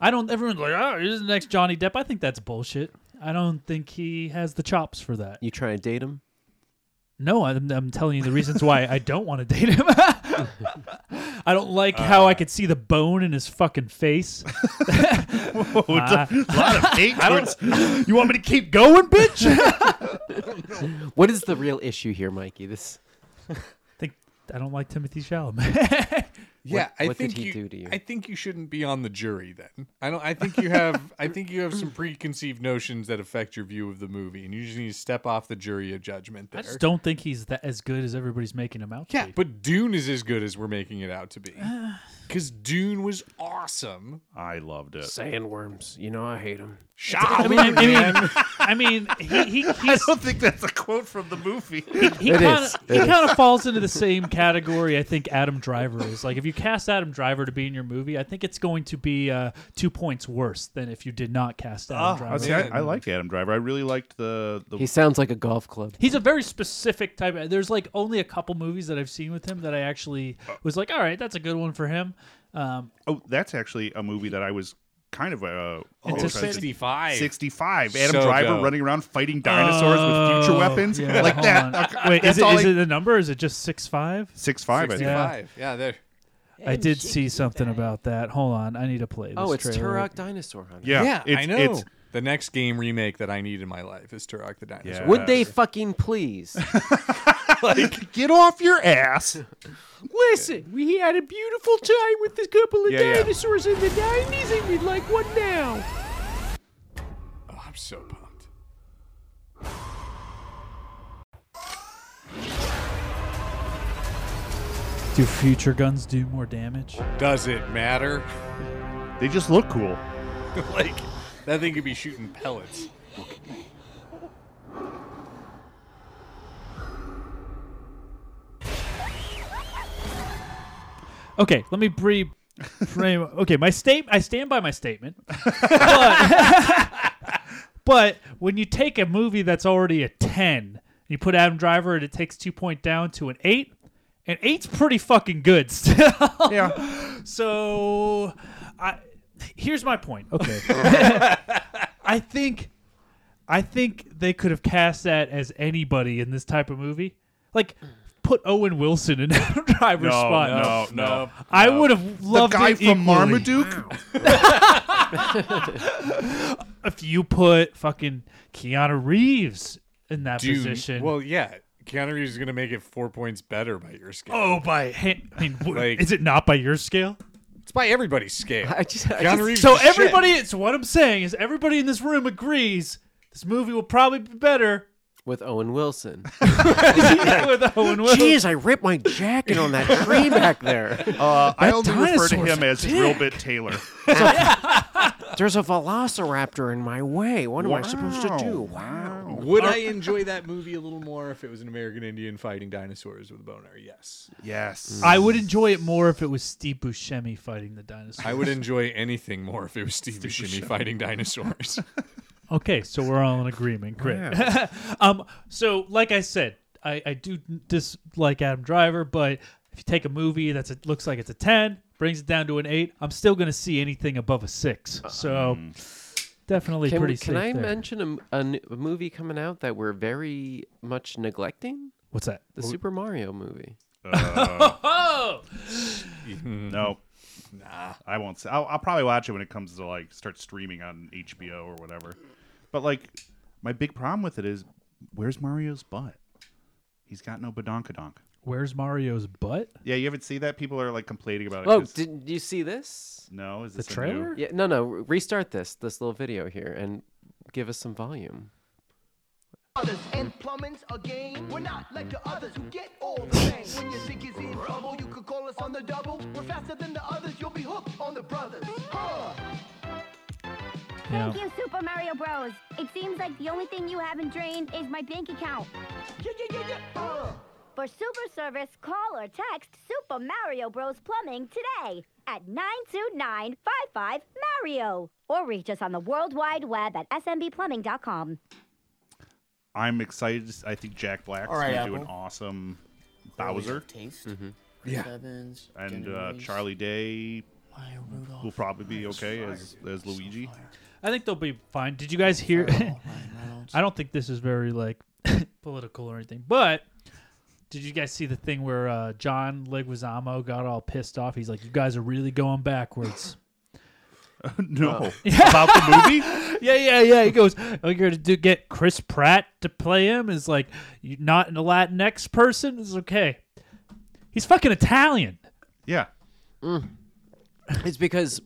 I don't. Everyone's like, "Oh, he's the next Johnny Depp." I think that's bullshit. I don't think he has the chops for that. you try and date him. No, I'm, I'm telling you the reasons why I don't want to date him. I don't like how I could see the bone in his fucking face. Oh, it's a lot of hate. towards- you want me to keep going, bitch? What is the real issue here, Mikey? This I think I don't like Timothy Chalamet. Yeah, I what did think he you, do to you? I think you shouldn't be on the jury then. I don't. I think you have. I think you have some preconceived notions that affect your view of the movie, and you just need to step off the jury of judgment I there. just don't think he's that as good as everybody's making him out to yeah, be. but Dune is as good as we're making it out to be, because Dune was awesome. I loved it. Sandworms. You know I hate them. Shot, mean, I mean- man. I mean, he, he, I he's don't think that's a quote from the movie. he It kind is. of he kind of falls into the same category I think Adam Driver is. Like if you cast Adam Driver to be in your movie, I think it's going to be uh, two points worse than if you did not cast Adam Driver. See, I, I liked Adam Driver. I really liked the the. he sounds like a golf club. He's a very specific type. Of, there's like only a couple movies that I've seen with him that I actually was like, all right, that's a good one for him. Um, oh, that's actually a movie that I was kind of uh, interested in. Sixty-five. 65 Adam So Driver dope. running around fighting dinosaurs with future weapons yeah, like hold that. on. Wait, is That's it all is I- it the number? Or is it just six five? Six five, I think. Sixty-five. Yeah, there. I did see something about that. Hold on, I need to play. This Oh, it's trailer. Turok Dinosaur Hunter. Yeah, Yeah, it's, I know. It's, the next game remake that I need in my life is Turok the Dinosaur. Yeah. Would they fucking please? like, get off your ass. Listen, we had a beautiful time with this couple of Yeah, yeah. dinosaurs in the 90s and we'd like one now. Oh, I'm so pumped. Do future guns do more damage? Does it matter? They just look cool. like that thing could be shooting pellets. Okay, let me pre frame. Okay, my state. I stand by my statement. But, but when you take a movie that's already a ten, and you put Adam Driver, and it takes two point down to an eight, and eight's pretty fucking good still. Yeah. So, I here's my point. Okay. I think, I think they could have cast that as anybody in this type of movie. Like, put Owen Wilson in Adam Driver's spot. no, no, no. I would have The loved guy it from equally. Marmaduke. If you put fucking Keanu Reeves in that Dude, position, Well, yeah. Keanu Reeves is going to make it four points better by your scale. oh, by hand, I mean, w- Like- is it not by your scale? It's by everybody's scale. I just, I Keanu just- Reeves So is shit. everybody, so what I'm saying is everybody in this room agrees this movie will probably be better with Owen Wilson. with Owen Wilson. Jeez, I ripped my jacket on that tree back there. Uh, I only refer to dinosaur's him a as Drillbit Taylor. There's a velociraptor in my way. What am I supposed to do? Wow. Would I enjoy that movie a little more if it was an American Indian fighting dinosaurs with a boner? Yes. Yes. I would enjoy it more if it was Steve Buscemi fighting the dinosaurs. I would enjoy anything more if it was Steve Buscemi fighting dinosaurs. Okay, so we're all in agreement. Great. um, so, like I said, I, I do dislike Adam Driver, but if you take a movie that's it looks like it's a ten, brings it down to an eight, I'm still going to see anything above a six. So, definitely Can, pretty we- can safe I there. mention a m- a, n- a movie coming out that we're very much neglecting? What's that? The Super Mario movie. Oh, no. Nah. I won't. Say, I'll, I'll probably watch it when it comes to like start streaming on HBO or whatever. But like, my big problem with it is, where's Mario's butt? He's got no badonkadonk. where's Mario's butt? Yeah, you haven't seen that. People are like complaining about it. Oh, 'cause- did you see this? no, is The this a new- trailer? Yeah, no, no. re- Restart this this little video here and give us some volume. others and plumbing's a game. We're not like the others who get all the fame. When you think is in trouble, you could call us on the double. We're faster than the others, you'll be hooked on the brothers. Huh. Yeah. Thank you, Super Mario Bros. It seems like the only thing you haven't drained is my bank account. Yeah, yeah, yeah, yeah. Uh. Huh. For super service, call or text Super Mario Bros. Plumbing today at 929 55 Mario. Or reach us on the World Wide Web at smbplumbing.com. I'm excited. I think Jack Black is All right, going to do an Apple. awesome Bowser, Taste. Mm-hmm. Yeah. Evans, and Jenna uh, Reese, Charlie Day Maya Rudolph, will probably be Max okay Fire, as as Luigi. I think they'll be fine. Did you guys hear? Carol, Ryan Reynolds. I don't think this is very like political or anything, but did you guys see the thing where uh, John Leguizamo got all pissed off? He's like, "You guys are really going backwards." no, about the movie. yeah, yeah, yeah. He goes, "Oh, you're gonna do, get Chris Pratt to play him?" Is like, "You not a Latinx person?" Is okay. He's fucking Italian. Yeah. It's because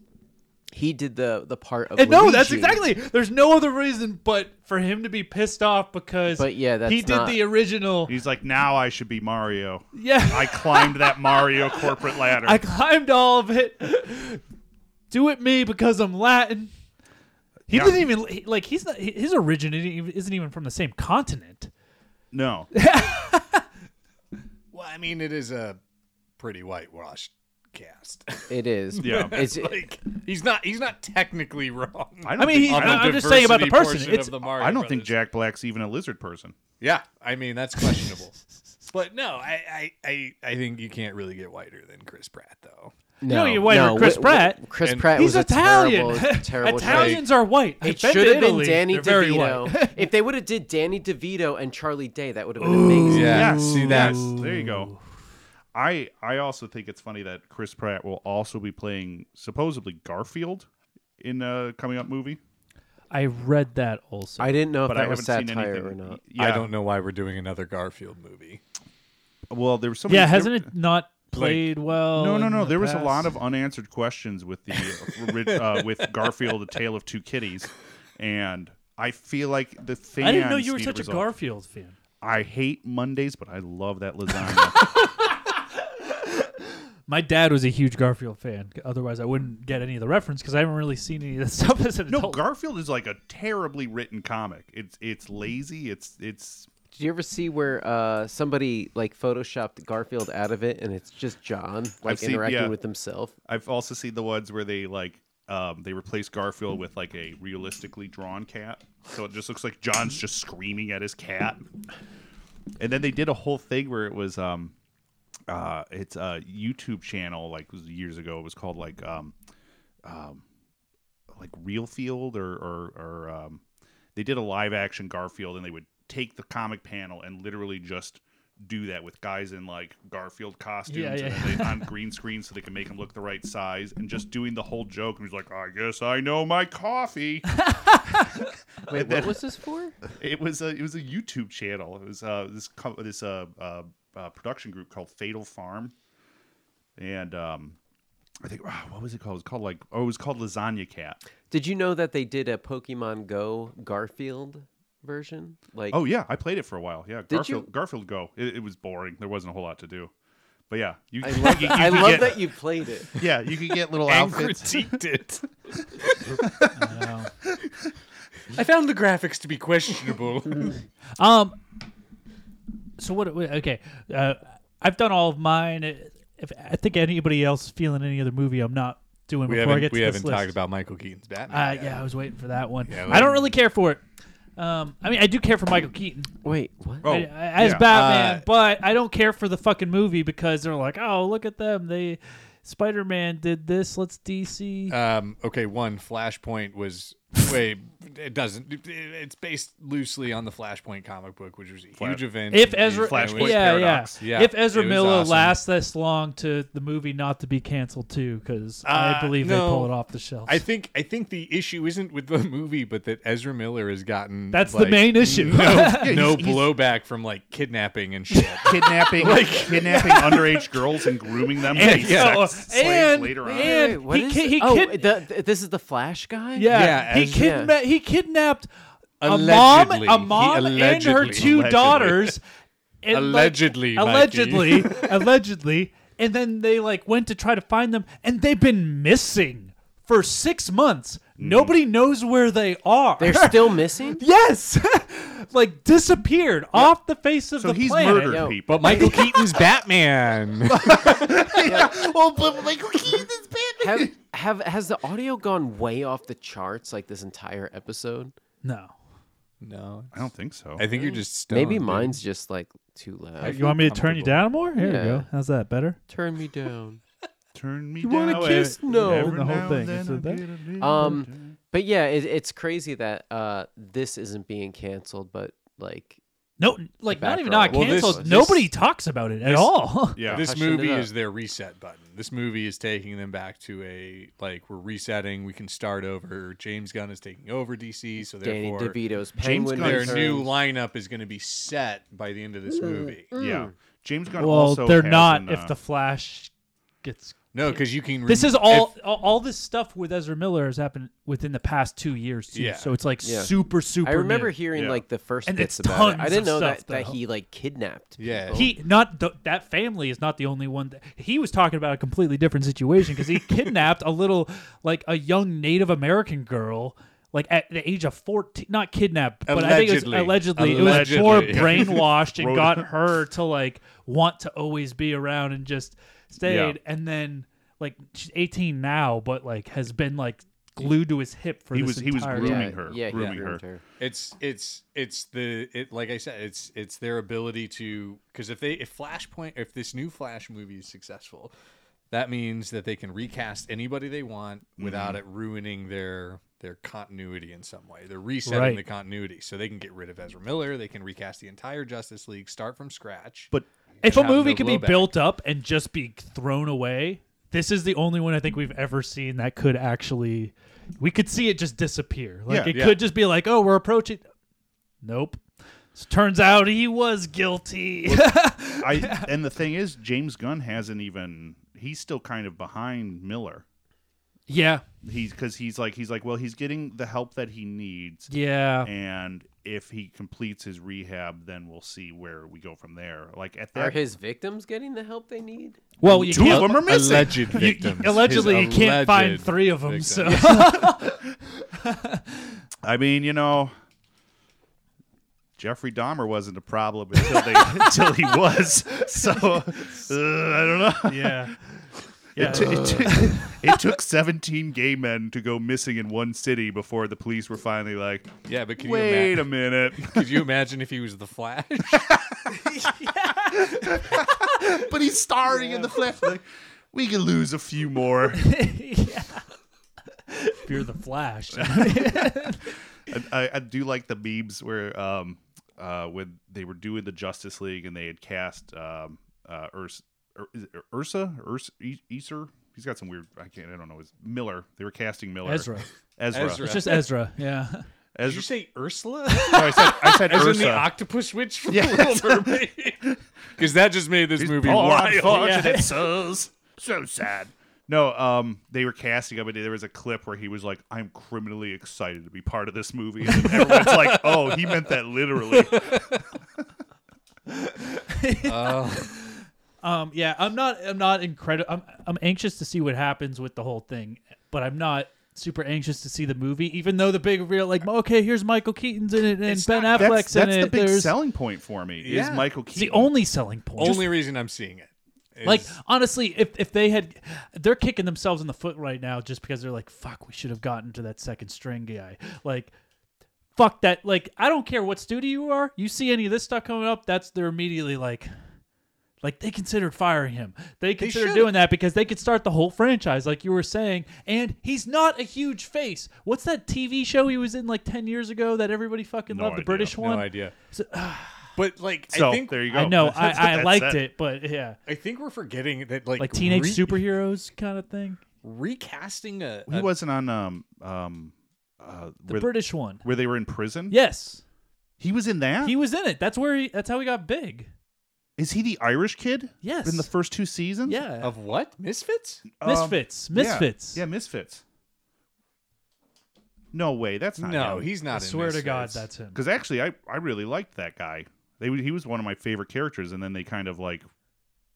he did the the part of And Eh, no, that's Luigi. exactly. There's no other reason but for him to be pissed off because. But yeah, that's he did not- the original. He's like, now I should be Mario. yeah, I climbed that Mario corporate ladder. I climbed all of it. Do it me because I'm Latin. He Yeah. doesn't even he- like he's not he- his origin isn't even- isn't even from the same continent. no. Well, I mean, it is a pretty whitewashed cast. It is. Yeah. It's, like he's not he's not technically wrong. I, don't I mean, think, he- I don't, I- I'm just saying about the diversity person. portion It's- of the Mario I don't think Brothers. Jack Black's even a lizard person. Yeah, I mean that's questionable. but no, Oh, I, I I I think you can't really get whiter than Chris Pratt though. no, you went no, with Chris wh- wh- Pratt. Chris And- Pratt He's was Italian. a terrible, terrible choice. Italians are white. I've It been should to have been Italy. Danny They're very white. DeVito. if they would have did Danny DeVito and Charlie Day, that would have been amazing. Yeah, Yes, see that? Yes, there you go. I I also think it's funny that Chris Pratt will also be playing supposedly Garfield in a coming up movie, I read that also. I didn't know if but I that haven't was seen satire anything. or not. Yeah. I don't know why we're doing another Garfield movie. Well, there was somebody. yeah, there- hasn't it not played well? No, no, in no. the There was a past? lot of unanswered questions with the uh, ri- uh, with Garfield, the Tale of Two Kitties, and I feel like the fans. I didn't know you were need such a resolve. Garfield fan. I hate Mondays, but I love that lasagna. My dad was a huge Garfield fan. Otherwise, I wouldn't get any of the reference because I haven't really seen any of this stuff as an no, adult. Garfield is like a terribly written comic. It's it's lazy. It's it's Did you ever see where uh, somebody like photoshopped Garfield out of it, and it's just John like seen- interacting yeah. with himself? I've also seen the ones where they like um, they replace Garfield with like a realistically drawn cat, so it just looks like John's just screaming at his cat. And then they did a whole thing where it was um, uh, it's a YouTube channel like was years ago. It was called like um, um, like Real Field or or, or um, they did a live action Garfield, and they would take the comic panel and literally just do that with guys in like Garfield costumes Yeah, and yeah. then they- on green screen so they can make them look the right size and just doing the whole joke and he's like I guess I know my coffee Wait, what was this for? it was a it was a YouTube channel. It was uh, this co- this uh, uh, uh, production group called Fatal Farm, and um, I think ah, what was it called? It was called like oh, it was called Lasagna Cat. Did you know that they did a Pokemon Go Garfield version? Like, Oh yeah, I played it for a while. Yeah, Did Garfield you- Garfield Go. It, it was boring. There wasn't a whole lot to do, but yeah, you. I love, you- that, you I could love get- that you played it. Yeah, you could get little and outfits. critiqued it. No. I found the graphics to be questionable. Um. So what? what- Okay, uh, I've done all of mine. If I think anybody else feeling any other movie, I'm not doing we before I get haven't, to we this haven't list. talked about Michael Keaton's Batman. Uh, yeah. I was waiting for that one. Yeah, I don't like- really care for it. Um, I mean, I do care for Michael Keaton Wait, what? Oh, I- I- as yeah. Batman, Uh, but I don't care for the fucking movie because they're like, oh, look at them. They Spider-Man did this. Let's DC. Um, okay, one Flashpoint was wait, it doesn't. it- it's based loosely on the Flashpoint comic book, which was a huge event. if Ezra, Flashpoint yeah, Paradox. yeah, Yeah, if Ezra it was Miller awesome. lasts this long to the movie not to be canceled too, because I Uh, believe they no. pull it off the shelves. I think I think the issue isn't with the movie, but that Ezra Miller has gotten That's the like, main issue. No, no he's- he's- blowback from like kidnapping and shit. Kidnapping, kidnapping underage girls and grooming them to be yeah. sex slaves and later on. Wait, and what he is ki- it? he oh, kid- the- th- this is the Flash guy. yeah, Yeah, he as- kidna- he kidnapped a mom, Allegedly. a He mom and her allegedly- two Allegedly. daughters. and, like, Allegedly, Mikey. allegedly, allegedly, and then they like went to try to find them, and they've been missing for six months. Hmm. Nobody knows where they are. they're still missing. yes, like disappeared off the face of So the he's planet. murdered Yo. people. But Michael Keaton's Batman. well, but Michael Keaton's Have, have has the audio gone way off the charts? Like this entire episode. No, no, I don't think so. I think you're just stoned, Maybe dude. mine's just like too loud. I you want me to turn you comfortable. down more? Here Yeah. we go. How's that better? Turn me down. Turn me You down. wanna kiss? every- No. every The whole now thing. and It's then a I bit- get a little bit- Um, but yeah, it, it's crazy that uh this isn't being canceled, but like No, like not even not background. Well, this- canceled. this- Nobody talks about it at all. yeah. This Hushing it movie up. is their reset button. This movie is taking them back to a like we're resetting. We can start over. James Gunn is taking over DC, so Danny therefore DeVito's James Penguin. Gunn- their returns. new lineup is going to be set by the end of Mm, this movie. yeah. Hmm. James Gunn Well, also they're has not. an, if uh, the Flash gets No, because you can. This rem- is all, if- all all this stuff with Ezra Miller has happened within the past two years too. Yeah. So it's like Yeah. super super. I remember new. hearing Yeah. like the first And bits it's about it. tons I didn't of know stuff, that, that though. he like kidnapped. Oh, yeah. he not th- that family is not the only one. That, he was talking about a completely different situation because he kidnapped a little like a young Native American girl. Like at the age of fourteen, not kidnapped, but I think it was Allegedly. allegedly, it was more Allegedly. brainwashed and Wrote- got her to like want to always be around and just stayed. Yeah. And then like she's eighteen now, but like has been like glued to his hip for He this was- he was entire grooming time. yeah, her, Yeah, he grooming groomed her. it's it's it's the it like I said it's it's their ability to because if they if Flashpoint if this new Flash movie is successful, that means that they can recast anybody they want without it ruining their their continuity in some way. They're resetting Right. the continuity, so they can get rid of Ezra Miller. They can recast the entire Justice League, start from scratch. But If a Have no movie could be blowback. built up and just be thrown away, this is the only one I think we've ever seen that could actually. We could see it just disappear. Like Yeah, it yeah. could just be like, oh, we're approaching. Nope. So turns out he was guilty. I and the thing is, James Gunn hasn't even. He's still kind of behind Miller. yeah. He's because he's like he's like well he's getting the help that he needs, Yeah. and if he completes his rehab, then we'll see where we go from there. Like at Are that, his victims getting the help they need? Well, you two can't. of them are missing. alleged you- you- victims. allegedly, His you can't find alleged three of them. victims. So I mean, you know, Jeffrey Dahmer wasn't a problem until they until he was. So uh, I don't know. yeah. It, t- it, t- it took 17 gay men to go missing in one city before the police were finally like, Yeah, but can wait you a imagine? minute. Could you imagine if he was the Flash? but he's starring in the flesh. Like, we could lose a few more. yeah. fear the Flash. I, I do like the memes where um, uh, when they were doing the Justice League and they had cast um, uh, Urs, Ur, is it Ursa, Urs, E, Easer. He's got some weird. I can't. I don't know. His Miller. They were casting Miller. Ezra. Ezra. Ezra. it's just Ezra. Yeah. Did you Ezra. say Ursula? No, I said, I said As Ursa. in the octopus witch from Yeah. Little Mermaid? Because that just made this movie wild. it sucks. So sad. No, um, they were casting him, and there was a clip where he was like, "I'm criminally excited to be part of this movie," and then everyone's like, "Oh, he meant that literally." Um, yeah, I'm not. I'm not incredible. I'm. I'm anxious to see what happens with the whole thing, but I'm not super anxious to see the movie. Even though the big reveal, like, okay, here's Michael Keaton's in it and Ben That's, Affleck's in that's it. the big There's selling point for me. Is Yeah. Michael it's Keaton the only selling point. Only reason I'm seeing it. is- like honestly, if if they had, they're kicking themselves in the foot right now just because they're like, fuck, we should have gotten to that second string guy. Like, fuck that. Like, I don't care what studio you are. You see any of this stuff coming up, that's they're immediately like. Like they considered firing him. They considered should. doing that because they could start the whole franchise, like you were saying. And he's not a huge face. What's that TV show he was in like ten years ago that everybody fucking No loved? The idea. British no one. idea. but like, So I think there you go. I know. That's- I, I that's liked it, but yeah, I think we're forgetting that like like teenage re- superheroes kind of thing. recasting a, He a- wasn't on um um uh, The where, British one. where they were in prison. Yes. he was in that. He was in it. That's where he that's how he got big. Is he the Irish kid? Yes. In the first two seasons. Yeah. of what Misfits. Um, Misfits. yeah. Misfits. Yeah, misfits. No way. That's not No, him. he's not. I in swear to God Misfits. that's him. because actually I, I really liked that guy they he was one of my favorite characters and then they kind of like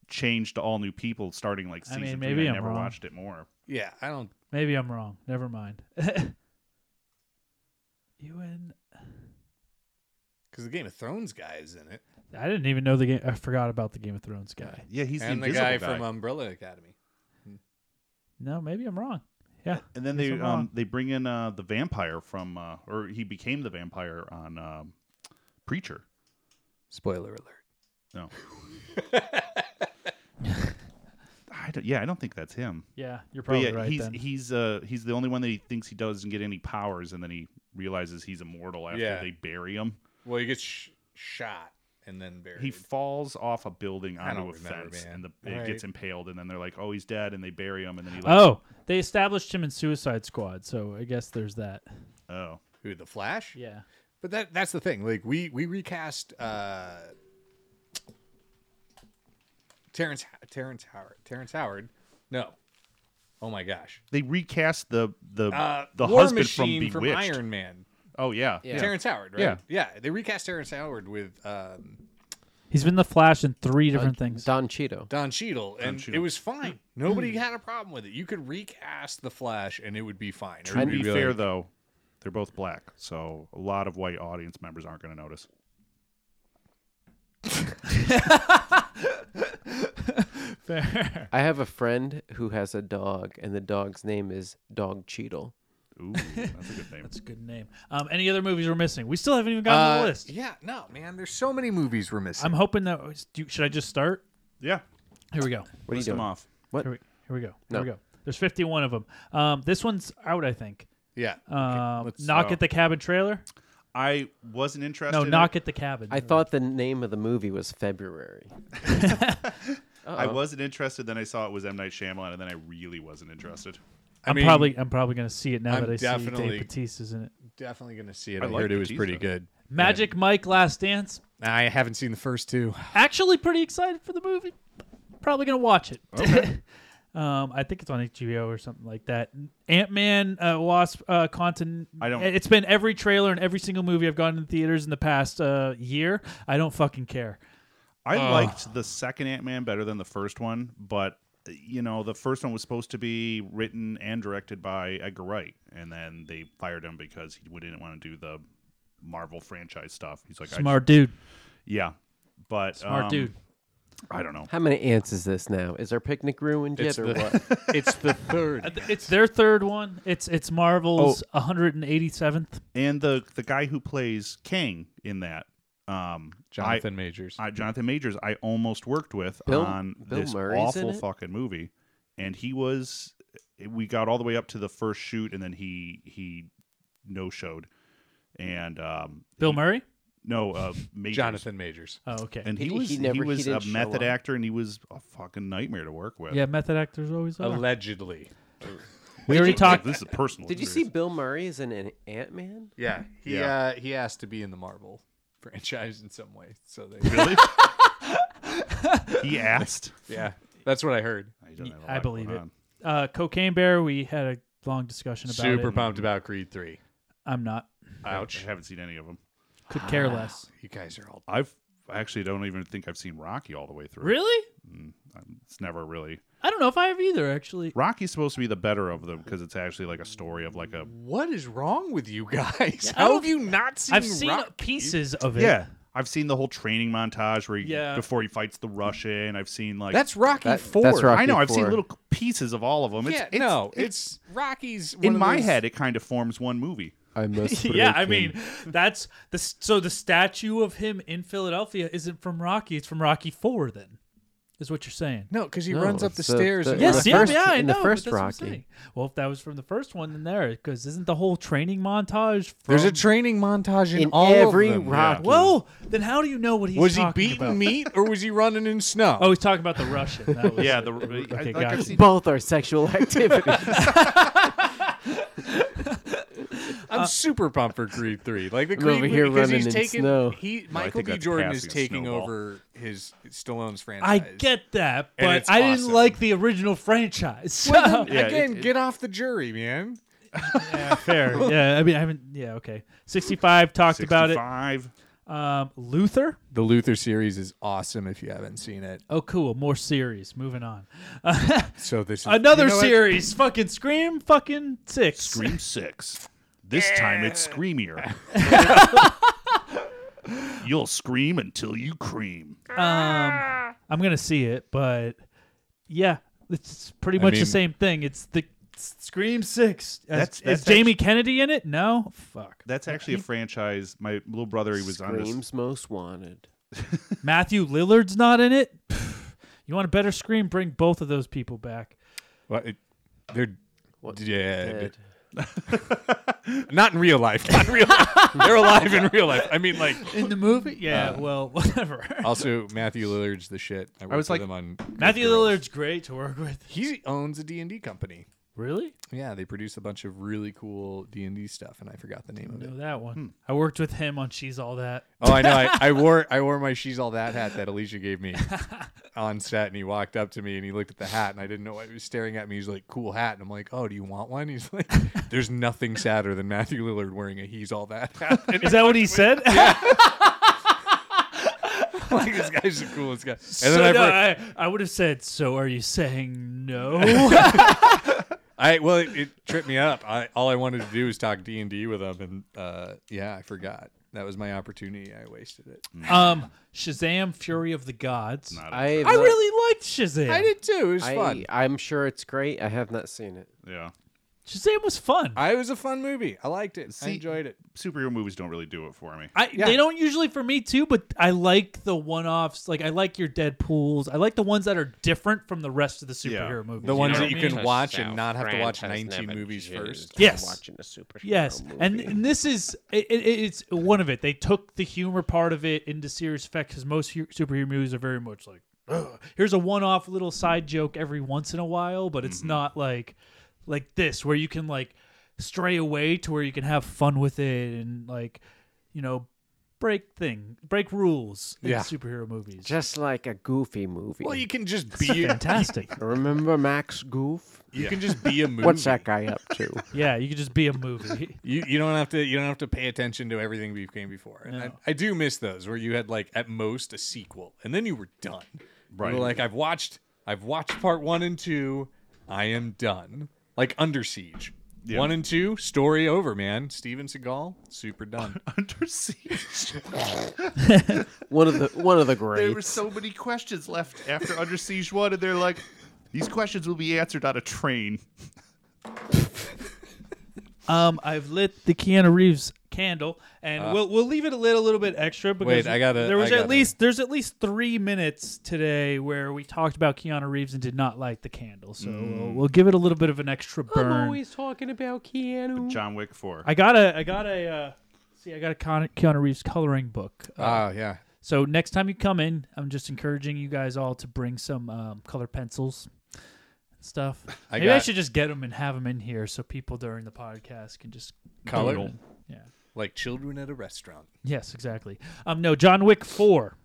changed to all new people starting like I season mean, three maybe and I I'm never wrong. watched it more yeah. I don't. Maybe I'm wrong. Never mind. Ewan Because the Game of Thrones guy is in it, I didn't even know the game I forgot about the Game of Thrones guy. yeah he's and the, the invisible guy, from um, Umbrella Academy. No, maybe I'm wrong. Yeah. and then guess they I'm um wrong. they bring in uh the vampire from uh or he became the vampire on um preacher Spoiler alert. no I don't, yeah I don't think that's him Yeah, you're but probably yeah right he's then. he's uh he's the only one that he thinks he doesn't get any powers and then he realizes he's immortal after Yeah. they bury him Well, he gets sh- shot and then buried. he falls off a building I onto a don't remember, fence man. and the, it Right. gets impaled and then they're like oh he's dead and they bury him and then he like oh, they established him in Suicide Squad, so I guess there's that. oh, Who the Flash? Yeah. But that that's the thing. Like we we recast uh Terrence Terrence Howard. Terrence Howard. No. Oh my gosh. they recast the the Uh the War husband Machine from Bewitched Iron Man. oh yeah yeah, Terrence Howard, right? Yeah. Yeah, they recast Terrence Howard with um He's been the Flash in three different things. Don Cheeto. Don Cheadle, and Cheadle. Hmm. it was fine. Nobody had a problem with it. You could recast the Flash, and it would be fine. to Everybody be would fair like- though they're both black so a lot of white audience members aren't going to notice I have a friend who has a dog, and the dog's name is Dog Cheetle. ooh that's a good name That's a good name. Um, any other movies we're missing? We still haven't even gotten to Uh, the list. yeah, no, man. There's so many movies we're missing. I'm hoping that do- should I just start? yeah Here we go. What list are you them doing? off What? Here we, here we go. No. Here we go. There's 51 of them. Um, this one's out, I think. yeah, Um, let's- knock uh, at the cabin trailer. I wasn't interested No, in knock it. at the cabin. I thought the name of the movie was February. I wasn't interested then I saw it was M Night Shyamalan and then I really wasn't interested I I'm mean- probably I'm probably gonna see it now I'm that I see definitely- Dave Bautista's in it. definitely gonna see it. I I, like heard it was Batista. pretty good. Magic Mike Last Dance. I haven't seen the first two. Actually, pretty excited for the movie. Probably gonna watch it. um, I think it's on HBO or something like that. Ant Man, uh, Wasp, uh, content. I don't- It's been every trailer and every single movie I've gone to theaters in the past uh, year. I don't fucking care. I liked the second Ant Man better than the first one, but you know the first one was supposed to be written and directed by Edgar Wright, and then they fired him because he didn't want to do the Marvel franchise stuff. He's like, I Smart dude. just- yeah, but Smart um, dude. I don't know. How many ants is this now? Is our picnic ruined yet, It's or the- what? It's the third. It's their third one. It's it's Marvel's 187th. And the the guy who plays Kang in that, um, Jonathan Majors. I, I, Jonathan Majors, I almost worked with Bill- on Bill this Murray's in awful it? fucking movie, and he was it- we got all the way up to the first shoot, and then he he no showed, and um, Bill Murray? no, uh, Majors. Jonathan Majors. Oh, okay. and he He- was he he, never- he was a didn't show method up. actor, and he was a fucking nightmare to work with. yeah, method actors always are. Allegedly. we already talked. This is personal. Did you see experience. Bill Murray as an Ant Man? Yeah. He Yeah. Uh, he asked to be in the Marvel franchise in some way. So they Really? he asked. Yeah. That's what I heard. I, don't have a I lot believe going it. on. Uh, Cocaine Bear, we had a long discussion about Super it. pumped about Creed 3. I'm not. Ouch. I haven't seen any of them. Could care less. You guys are all I've I actually don't even think I've seen Rocky all the way through. Really? It's never really. I don't know if I have either, actually. Rocky's supposed to be the better of them because it's actually like a story of like a What is wrong with you guys? I How don't- have you not seen I've seen Rock? pieces of it. yeah. I've seen the whole training montage where he, Yeah. before he fights the Russian. I've seen like That's Rocky That- Four. that's Rocky I know I've seen IV. little pieces of all of them. It's, yeah, it's- no, it's, it's, Rocky's. one in of my those- head it kind of forms one movie. I must. yeah, I mean, that's the s- so the statue of him in Philadelphia isn't from Rocky; it's from Rocky Four. Then, is what you're saying? No, because he runs up the, stairs. and Yeah, Yes, runs- the yeah, first- yeah, I in know. the but first that's what I'm Rocky. saying. Well, if that was from the first one, then there, because isn't the whole training montage? From... There's a training montage in, In all of every them. Rocky. Whoa! Then how do you know what he's Was he talking beating about? meat or was he running in snow? Oh, he's talking about the Russian. That was Yeah, it. the I, okay, like, I've gotcha. seen- both are sexual activities. I'm uh, super pumped for Creed Three. Like the I'm Creed over here because he's running in taking, snow. He I Michael think B. that's Jordan is passing a taking snowball. over his Stallone's I franchise. get that, And but it's I didn't awesome. like the original franchise. Well, then, Yeah, again, it- it- get off the jury, man. yeah, fair. Yeah, I mean, I haven't. Yeah, okay. Sixty-five talked about it. 65. Um, Luther. The Luther series is awesome if you haven't seen it. Oh, cool. More series. Moving on. So this is Another you know what? series. Fucking Scream. Fucking Six. Scream Six. This time it's screamier. You'll scream until you cream. Um, I'm gonna see it, but yeah, it's pretty I much the mean- same thing. It's the it's Scream Six. As- That's- is that's Jamie Kennedy in it? No. Fuck. That's actually a franchise. My little brother, he was on this. Screams most wanted. Matthew Lillard's not in it. Pff, you want a better Scream? Bring both of those people back. Well, it, they're dead. Dead. Not in real life. Not in real. life. they're alive in real life. I mean, like In the movie? Yeah. well, whatever. also Matthew Lillard's the shit. I, worked was with like- him on Matthew Girls. Lillard's great to work with. He owns a D and D company. Really? Yeah, they produce a bunch of really cool D and D stuff, and I forgot the name of it. Know that Hmm. one. I worked with him on She's All That. Oh, I know. I, I wore I wore my she's all that hat that Alicia gave me on set, and he walked up to me and he looked at the hat, and I didn't know why he was staring at me. He's like, "Cool hat," and I'm like, "Oh, do you want one?" He's like, "There's nothing sadder than Matthew Lillard wearing a he's all that hat." And Is that what he said? I'm like, "This guy's the coolest guy." And so then I've no, heard- I, I would have said, "So are you saying no?" I well, it, it tripped me up. I all I wanted to do was talk D and D with him, and uh, yeah, I forgot. That was my opportunity. I wasted it. um, Shazam: Fury of the Gods. I, have I not- really liked Shazam. I did too. It was fun. I, I'm sure it's great. I have not seen it. Yeah. Shazam was fun. I, I it was a fun movie. I liked it. I See- enjoyed it. Superhero movies don't really do it for me. yeah. They don't usually for me too, but I like the one-offs. Like I like your Deadpool's. I like the ones that are different from the rest of the Yeah. superhero movies. The you ones know that what you I can mean? Touch watch and South not have to Grand watch has 19 never movies jizzed first. while Yes. watching Watching a superhero Yes, and, and this is it, it, it's one of it. They took the humor part of it into serious effect because most hu- superhero movies are very much like, "Ugh." here's a one-off little side joke every once in a while, but it's not like like this where you can like stray away to where you can have fun with it and like you know break thing break rules in Yeah. superhero movies. Just like a goofy movie. Well, you can just be Fantastic. Remember Max Goof? You can just be a movie. What's that guy up to? yeah, you could just be a movie. You, you don't have to you don't have to pay attention to everything we came before. And I, I do miss those where you had like at most a sequel and then you were done. Right. like I've watched I've watched part 1 and 2. I am done. Like Under Siege. 1 and 2 story over, man. Steven Seagal super done. Under Siege. One of the one of the there were greats. so many questions left after Under Siege 1, and they're like, these questions will be answered on a train. Um, I've lit the Keanu Reeves candle, and we'll we'll leave it a little, little bit extra because Uh, Wait, I gotta- there was I at gotta- least there's at least three minutes today where we talked about Keanu Reeves and did not light the candle, so we'll, Mm. we'll give it a little bit of an extra burn. talking about Keanu. John Wick 4. Mm. I got a I got a uh, see I got a Con- Keanu Reeves coloring book. Uh, Ah, yeah. so next time you come in, I'm just encouraging you guys all to bring some um, color pencils and stuff. I Maybe I got- should just get them and have them in here so people during the podcast can just Color? doodle. Yeah. Like children at a restaurant. Yes, exactly. Um, no, John Wick four.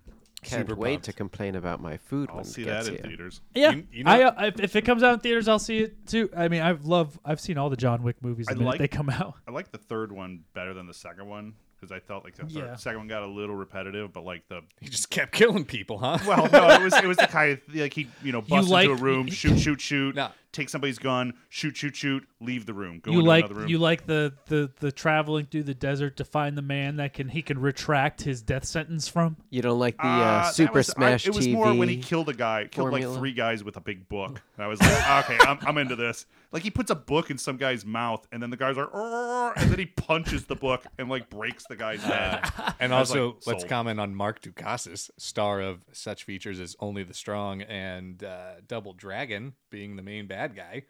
Can't Super wait pumped. to complain about my food I'll when see it that gets in here. theaters. Yeah, You- you I, know- uh, if, if it comes out in theaters, I'll see it too. I mean, I love I've seen all the John Wick movies the I minute like- they come out. I like the third one better than the second one because I felt like the third, Yeah. second one got a little repetitive, but like the He just kept killing people, huh? well, no, it was it was the kind of like he you know bust like- into a room, shoot, shoot, shoot, No. take somebody's gun, shoot, shoot, shoot, leave the room, go you into like another room. you like the, the the traveling through the desert to find the man that can he can retract his death sentence from. You don't like the uh, Ah, that Super was- I- Smash It was TV? more when he killed a guy, killed formula. like three guys with a big book. And I was like, okay, I'm, I'm into this. Like he puts a book in some guy's mouth, and then the guys are, "Arr," and then he punches the book and like breaks the guy's head. And I was also, like, let's sold. comment on Mark Ducasis, star of such features as Only the Strong and uh, Double Dragon, being the main bad guy.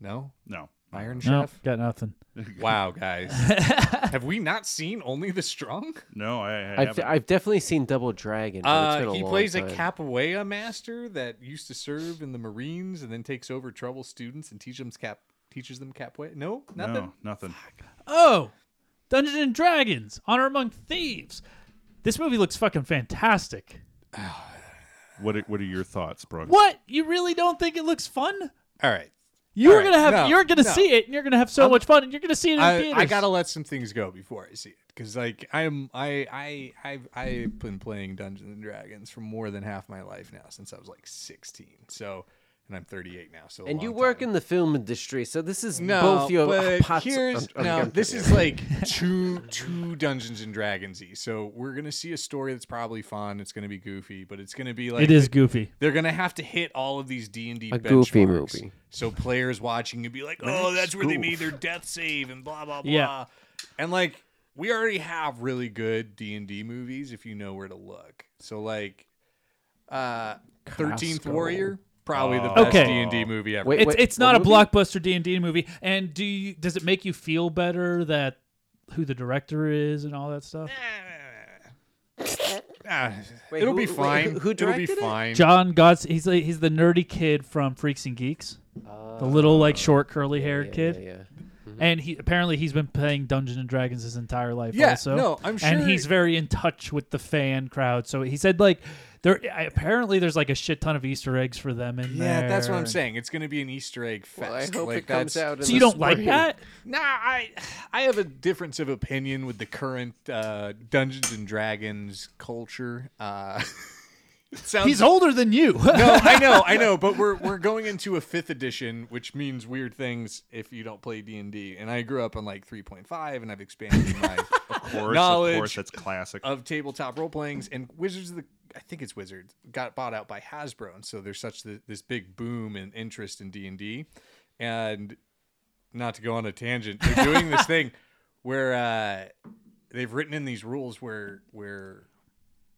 No? No, Iron No, Chef? got nothing. Wow, guys. Have we not seen Only the Strong? no, I, I I've, haven't. I've definitely seen Double Dragon. But it's been Uh, a he long plays a time. capoeira master that used to serve in the Marines and then takes over troubled students and teach them cap- teaches them capoeira. No, nothing. No, nothing. Oh, Dungeons and Dragons: Honor Among Thieves. This movie looks fucking fantastic. What are, what are your thoughts, Brooke? What? You really don't think it looks fun? All right. You're All right, gonna have no, you're gonna no. see it, and you're gonna have so much fun, and you're gonna see it in I, theaters. I gotta let some things go before I see it because like I'm I I I've I've been playing Dungeons and Dragons for more than half my life now since I was like 16. So and I'm 38 now. So a And you long work time. in the film industry, so this is no, both your but pots. here's I'm- I'm- no. I'm This kidding. is like two two Dungeons and Dragonsy. So we're gonna see a story that's probably fun. It's gonna be goofy, but it's gonna be like it is goofy. They're gonna have to hit all of these D and D A goofy movie. So players watching and be like, "Oh, that's where they made their death save," and blah blah blah. Yeah. And like, we already have really good D and D movies if you know where to look. So like, uh, Thirteenth Carrasco. Warrior, probably the Oh. best D Okay. and D movie ever. Wait, It's what- it's not a what movie? blockbuster D and D movie. And do you does it make you feel better that who the director is and all that stuff? Eh. Ah, Wait, it'll who- be wait, fine. who- who it'll be directed it? fine. John God's he's like, he's the nerdy kid from Freaks and Geeks, Oh. the little like short curly haired kid. Yeah, yeah. Mm-hmm. And he apparently he's been playing Dungeons and Dragons his entire life. Yeah, also. no, I'm And sure- he's very in touch with the fan crowd. So he said like there I- apparently there's like a shit ton of Easter eggs for them in yeah, that's what I'm there. saying. It's gonna be an Easter egg fest. Well, I hope like, it comes that's- out. In So you the don't like spring. that? Nah, I I have a difference of opinion with the current uh, Dungeons and Dragons culture. Uh, it sounds, He's older than you. no, I know, I know, but we're we're going into a fifth edition, which means weird things if you don't play D and D. And I grew up on like three point five, and I've expanded my Of course, Knowledge of course, that's classic. of tabletop role playings and Wizards of the I think it's Wizards got bought out by Hasbro, and so there's such the, this big boom and interest in D and D, and not to go on a tangent, they're doing this thing where uh, they've written in these rules where where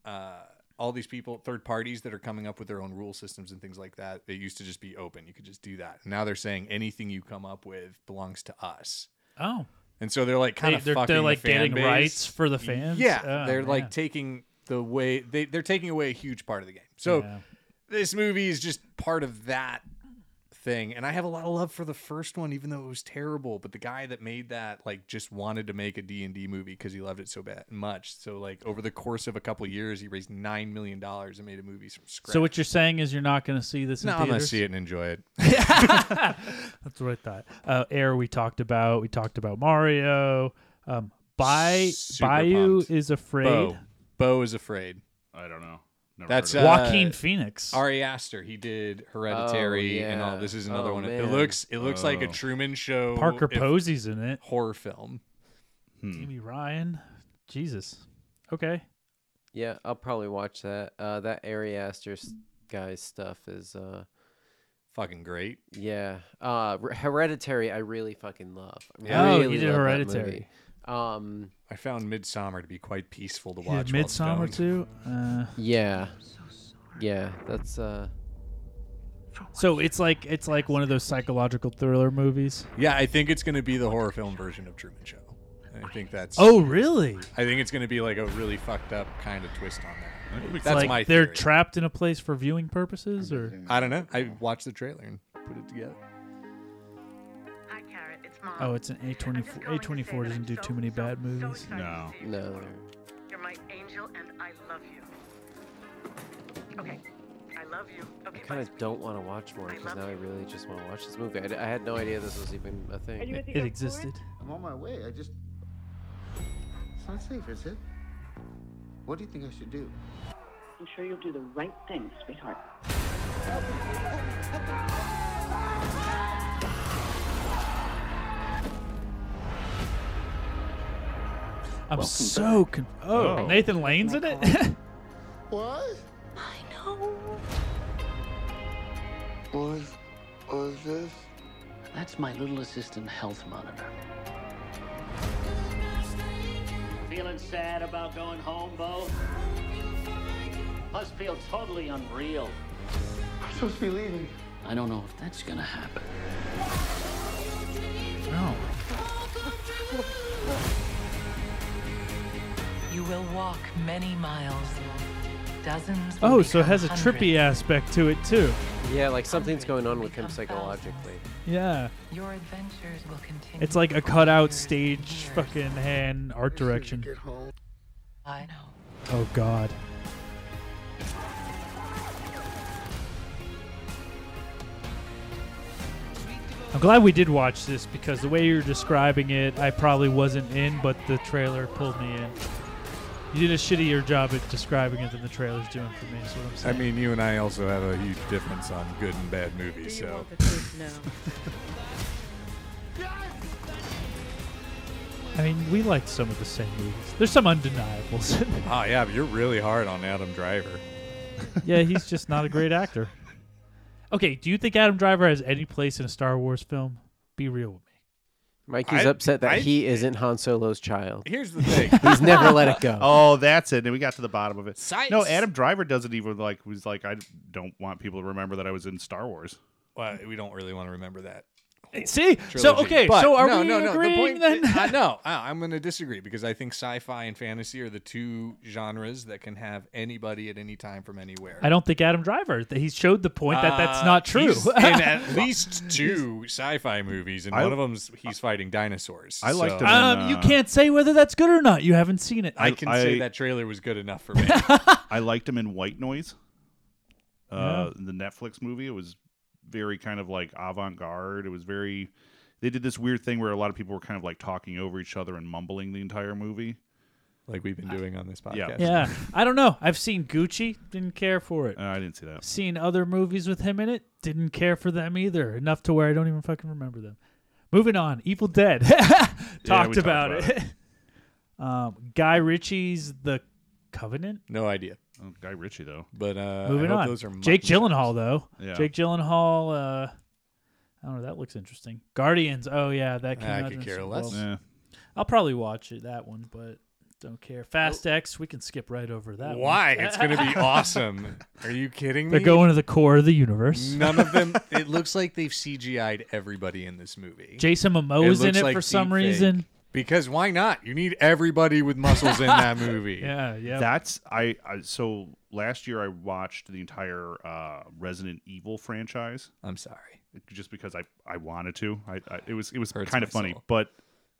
uh, all these people, third parties that are coming up with their own rule systems and things like that. It used to just be open; you could just do that. Now they're saying anything you come up with belongs to us, oh. and so they're like kind They, of they're, fucking they're the like fan getting base. rights for the fans. Yeah, Oh, they're yeah. like taking the way they they're taking away a huge part of the game. So Yeah. this movie is just part of that thing and I have a lot of love for the first one even though it was terrible, but the guy that made that like just wanted to make a D&D movie cuz he loved it so bad much. So like over the course of a couple of years he raised 9 million dollars and made a movie from scratch. So what you're saying is you're not going to see this in no, I'm theaters? going to see it and enjoy it. That's what I thought. Uh, Air we talked about. We talked about Mario. Um, Bai, Super Bayou pumped. is afraid. Bo. Bo is afraid. I don't know. Never That's, heard of uh, Joaquin Phoenix. Ari Aster, he did Hereditary Oh, and all. yeah. This is another Oh, one. It man. looks it looks like a Oh. Truman Show Parker if- Hmm. Posey's in it. horror film. Amy Ryan. Jesus. Okay. Yeah, I'll probably watch that. Uh, that Ari Aster s- guy's stuff is, uh, Fucking great. yeah. Uh, Re- Hereditary, I really fucking love. I Yeah. Oh, you really did love that Hereditary. movie. Um, I found Midsummer to be quite peaceful to You watch. did Midsummer too. too. Uh, yeah, yeah, that's uh, so it's like it's like one of those psychological thriller movies. Yeah, I think it's going to be the horror film version of Truman Show. I think that's. Oh, really? I think it's going to be like a really fucked up kind of twist on that. uh, That's like my they're theory. trapped in a place for viewing purposes, or I don't know. I watched the trailer and put it together. Hi, Carrot. It's Mom. oh, it's an A twenty four. A twenty four doesn't do too many bad movies. No. no. You're my angel, and I love you. Okay. I love you. Okay. I kind of don't want to watch more because now I really just want to watch this movie. I, d- I had no idea this was even a thing. It, it existed. I'm on my way. I just. It's not safe, is it? What do you think I should do? I'm sure you'll do the right thing, sweetheart. I'm so con- oh, Oh. Nathan Lane's in it. What? What was this? That's my little assistant health monitor. Feeling sad about going home, Bo? Must feel totally unreal. I'm supposed to be leaving. I don't know if that's gonna happen. no. You will walk many miles, dozens. Oh, so it has a trippy aspect to it too. Yeah, like something's going on with him psychologically. Yeah, Your adventures will continue. it's like a cutout stage, fucking hand art direction. Get home. I know. Oh God. I'm glad we did watch this because the way you're describing it, I probably wasn't in, but the trailer pulled me in. You did a shittier job at describing it than the trailer's doing for me. Is what I'm I saying. mean, you and I also have a huge difference on good and bad movies, so. I mean, we liked some of the same movies. There's some undeniables. Oh, yeah, but you're really hard on Adam Driver. yeah, he's just not a great actor. Okay, do you think Adam Driver has any place in a Star Wars film? Be real with me. Mikey's I- upset that I- he isn't Han Solo's child. Here's the thing. He's never let it go. Oh, that's it. And we got to the bottom of it. No, Adam Driver doesn't even like was like I don't want people to remember that I was in Star Wars. well, we don't really want to remember that. See, so trilogy. okay, But- so are no, we no, no, the agreeing point- then? uh, no, I- I'm going to disagree because I think sci-fi and fantasy are the two genres that can have anybody at any time from anywhere. I don't think Adam Driver. That he showed the point that that's Uh, not true. Um, he's in at least two sci-fi movies, and I- one of them's he's fighting dinosaurs. I liked so him. um, you can't say whether that's good or not. You haven't seen it. I can I- say that trailer was good enough for me. I liked him in White Noise, uh, the Netflix movie. It was very kind of like avant garde. It was very. They did this weird thing where a lot of people were kind of like talking over each other and mumbling the entire movie. like we've been doing on this podcast. Yeah. yeah, I don't know. I've seen Gucci. Didn't care for it. Uh, I didn't see that. seen other movies with him in it. Didn't care for them either. Enough to where I don't even fucking remember them. Moving on, Evil Dead. talked, talked about, about it. um, Guy Ritchie's The Covenant. No idea. Oh, Guy Ritchie though. But uh, Moving I hope on. those are mutton Jake chops. Gyllenhaal, though. Yeah. Jake Gyllenhaal. Uh, I don't know. That looks interesting. Guardians. Oh yeah, that came out I could during care Super less. Bowl. Yeah. I'll probably watch it, that one, but don't care. Fast X. We can skip right over that. one. Why? It's going to be awesome. Are you kidding me? They're going to the core of the universe. None of them. It looks like they've CGI'd everybody in this movie. Jason It Momoa's in looks it like for some deepfake. reason. Because why not? You need everybody with muscles in that movie. Yeah, yeah. That's I, I. So last year I watched the entire uh, Resident Evil franchise. I'm sorry. just because I, I wanted to. I, I it was it was Hurts kind my of funny, soul. but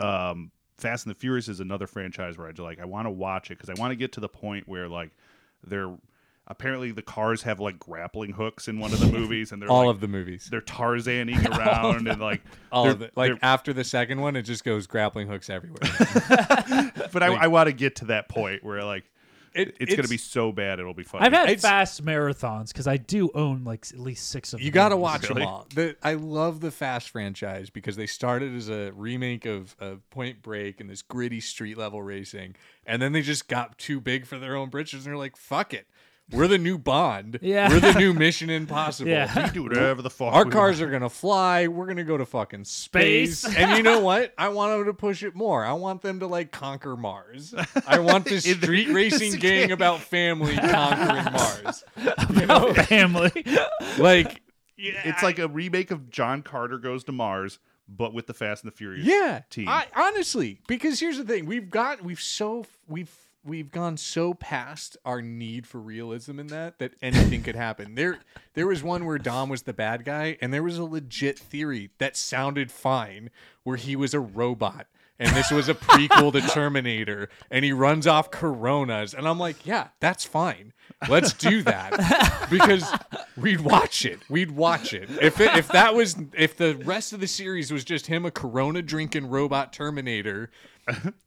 um, Fast and the Furious is another franchise where I just, like I want to watch it because I want to get to the point where like they're apparently the cars have like grappling hooks in one of the movies and they're All like, of the movies. they're Tarzaning around and like All they're- of it. Like they're- after the second one, it just goes grappling hooks everywhere. but I, I want to get to that point where like It- it's, gonna be so bad it'll be funny. I've had It's- fast marathons because I do own like s- at least six of them. You got to watch Really? them all. The, I love the Fast franchise because they started as a remake of, of Point Break and this gritty street level racing, and then they just got too big for their own britches, and they're like, "Fuck it, We're the new Bond. Yeah. We're the new Mission Impossible. Yeah. We do whatever the fuck Our we cars want. are gonna fly. We're gonna go to fucking space. Space. and you know what? I want them to push it more. I want them to like conquer Mars. I want this It- street racing it's a gang game. about family conquering Mars. You know? family. Like It's like a remake of John Carter Goes to Mars, but with the Fast and the Furious yeah team. I, honestly because here's the thing we've got we've so we've we've gone so past our need for realism in that that anything could happen there there was one where dom was the bad guy and there was a legit theory that sounded fine where he was a robot and this was a prequel to Terminator, and he runs off Coronas, and I'm like, yeah, that's fine. Let's do that because we'd watch it. We'd watch it if it, if that was if the rest of the series was just him a Corona drinking robot Terminator.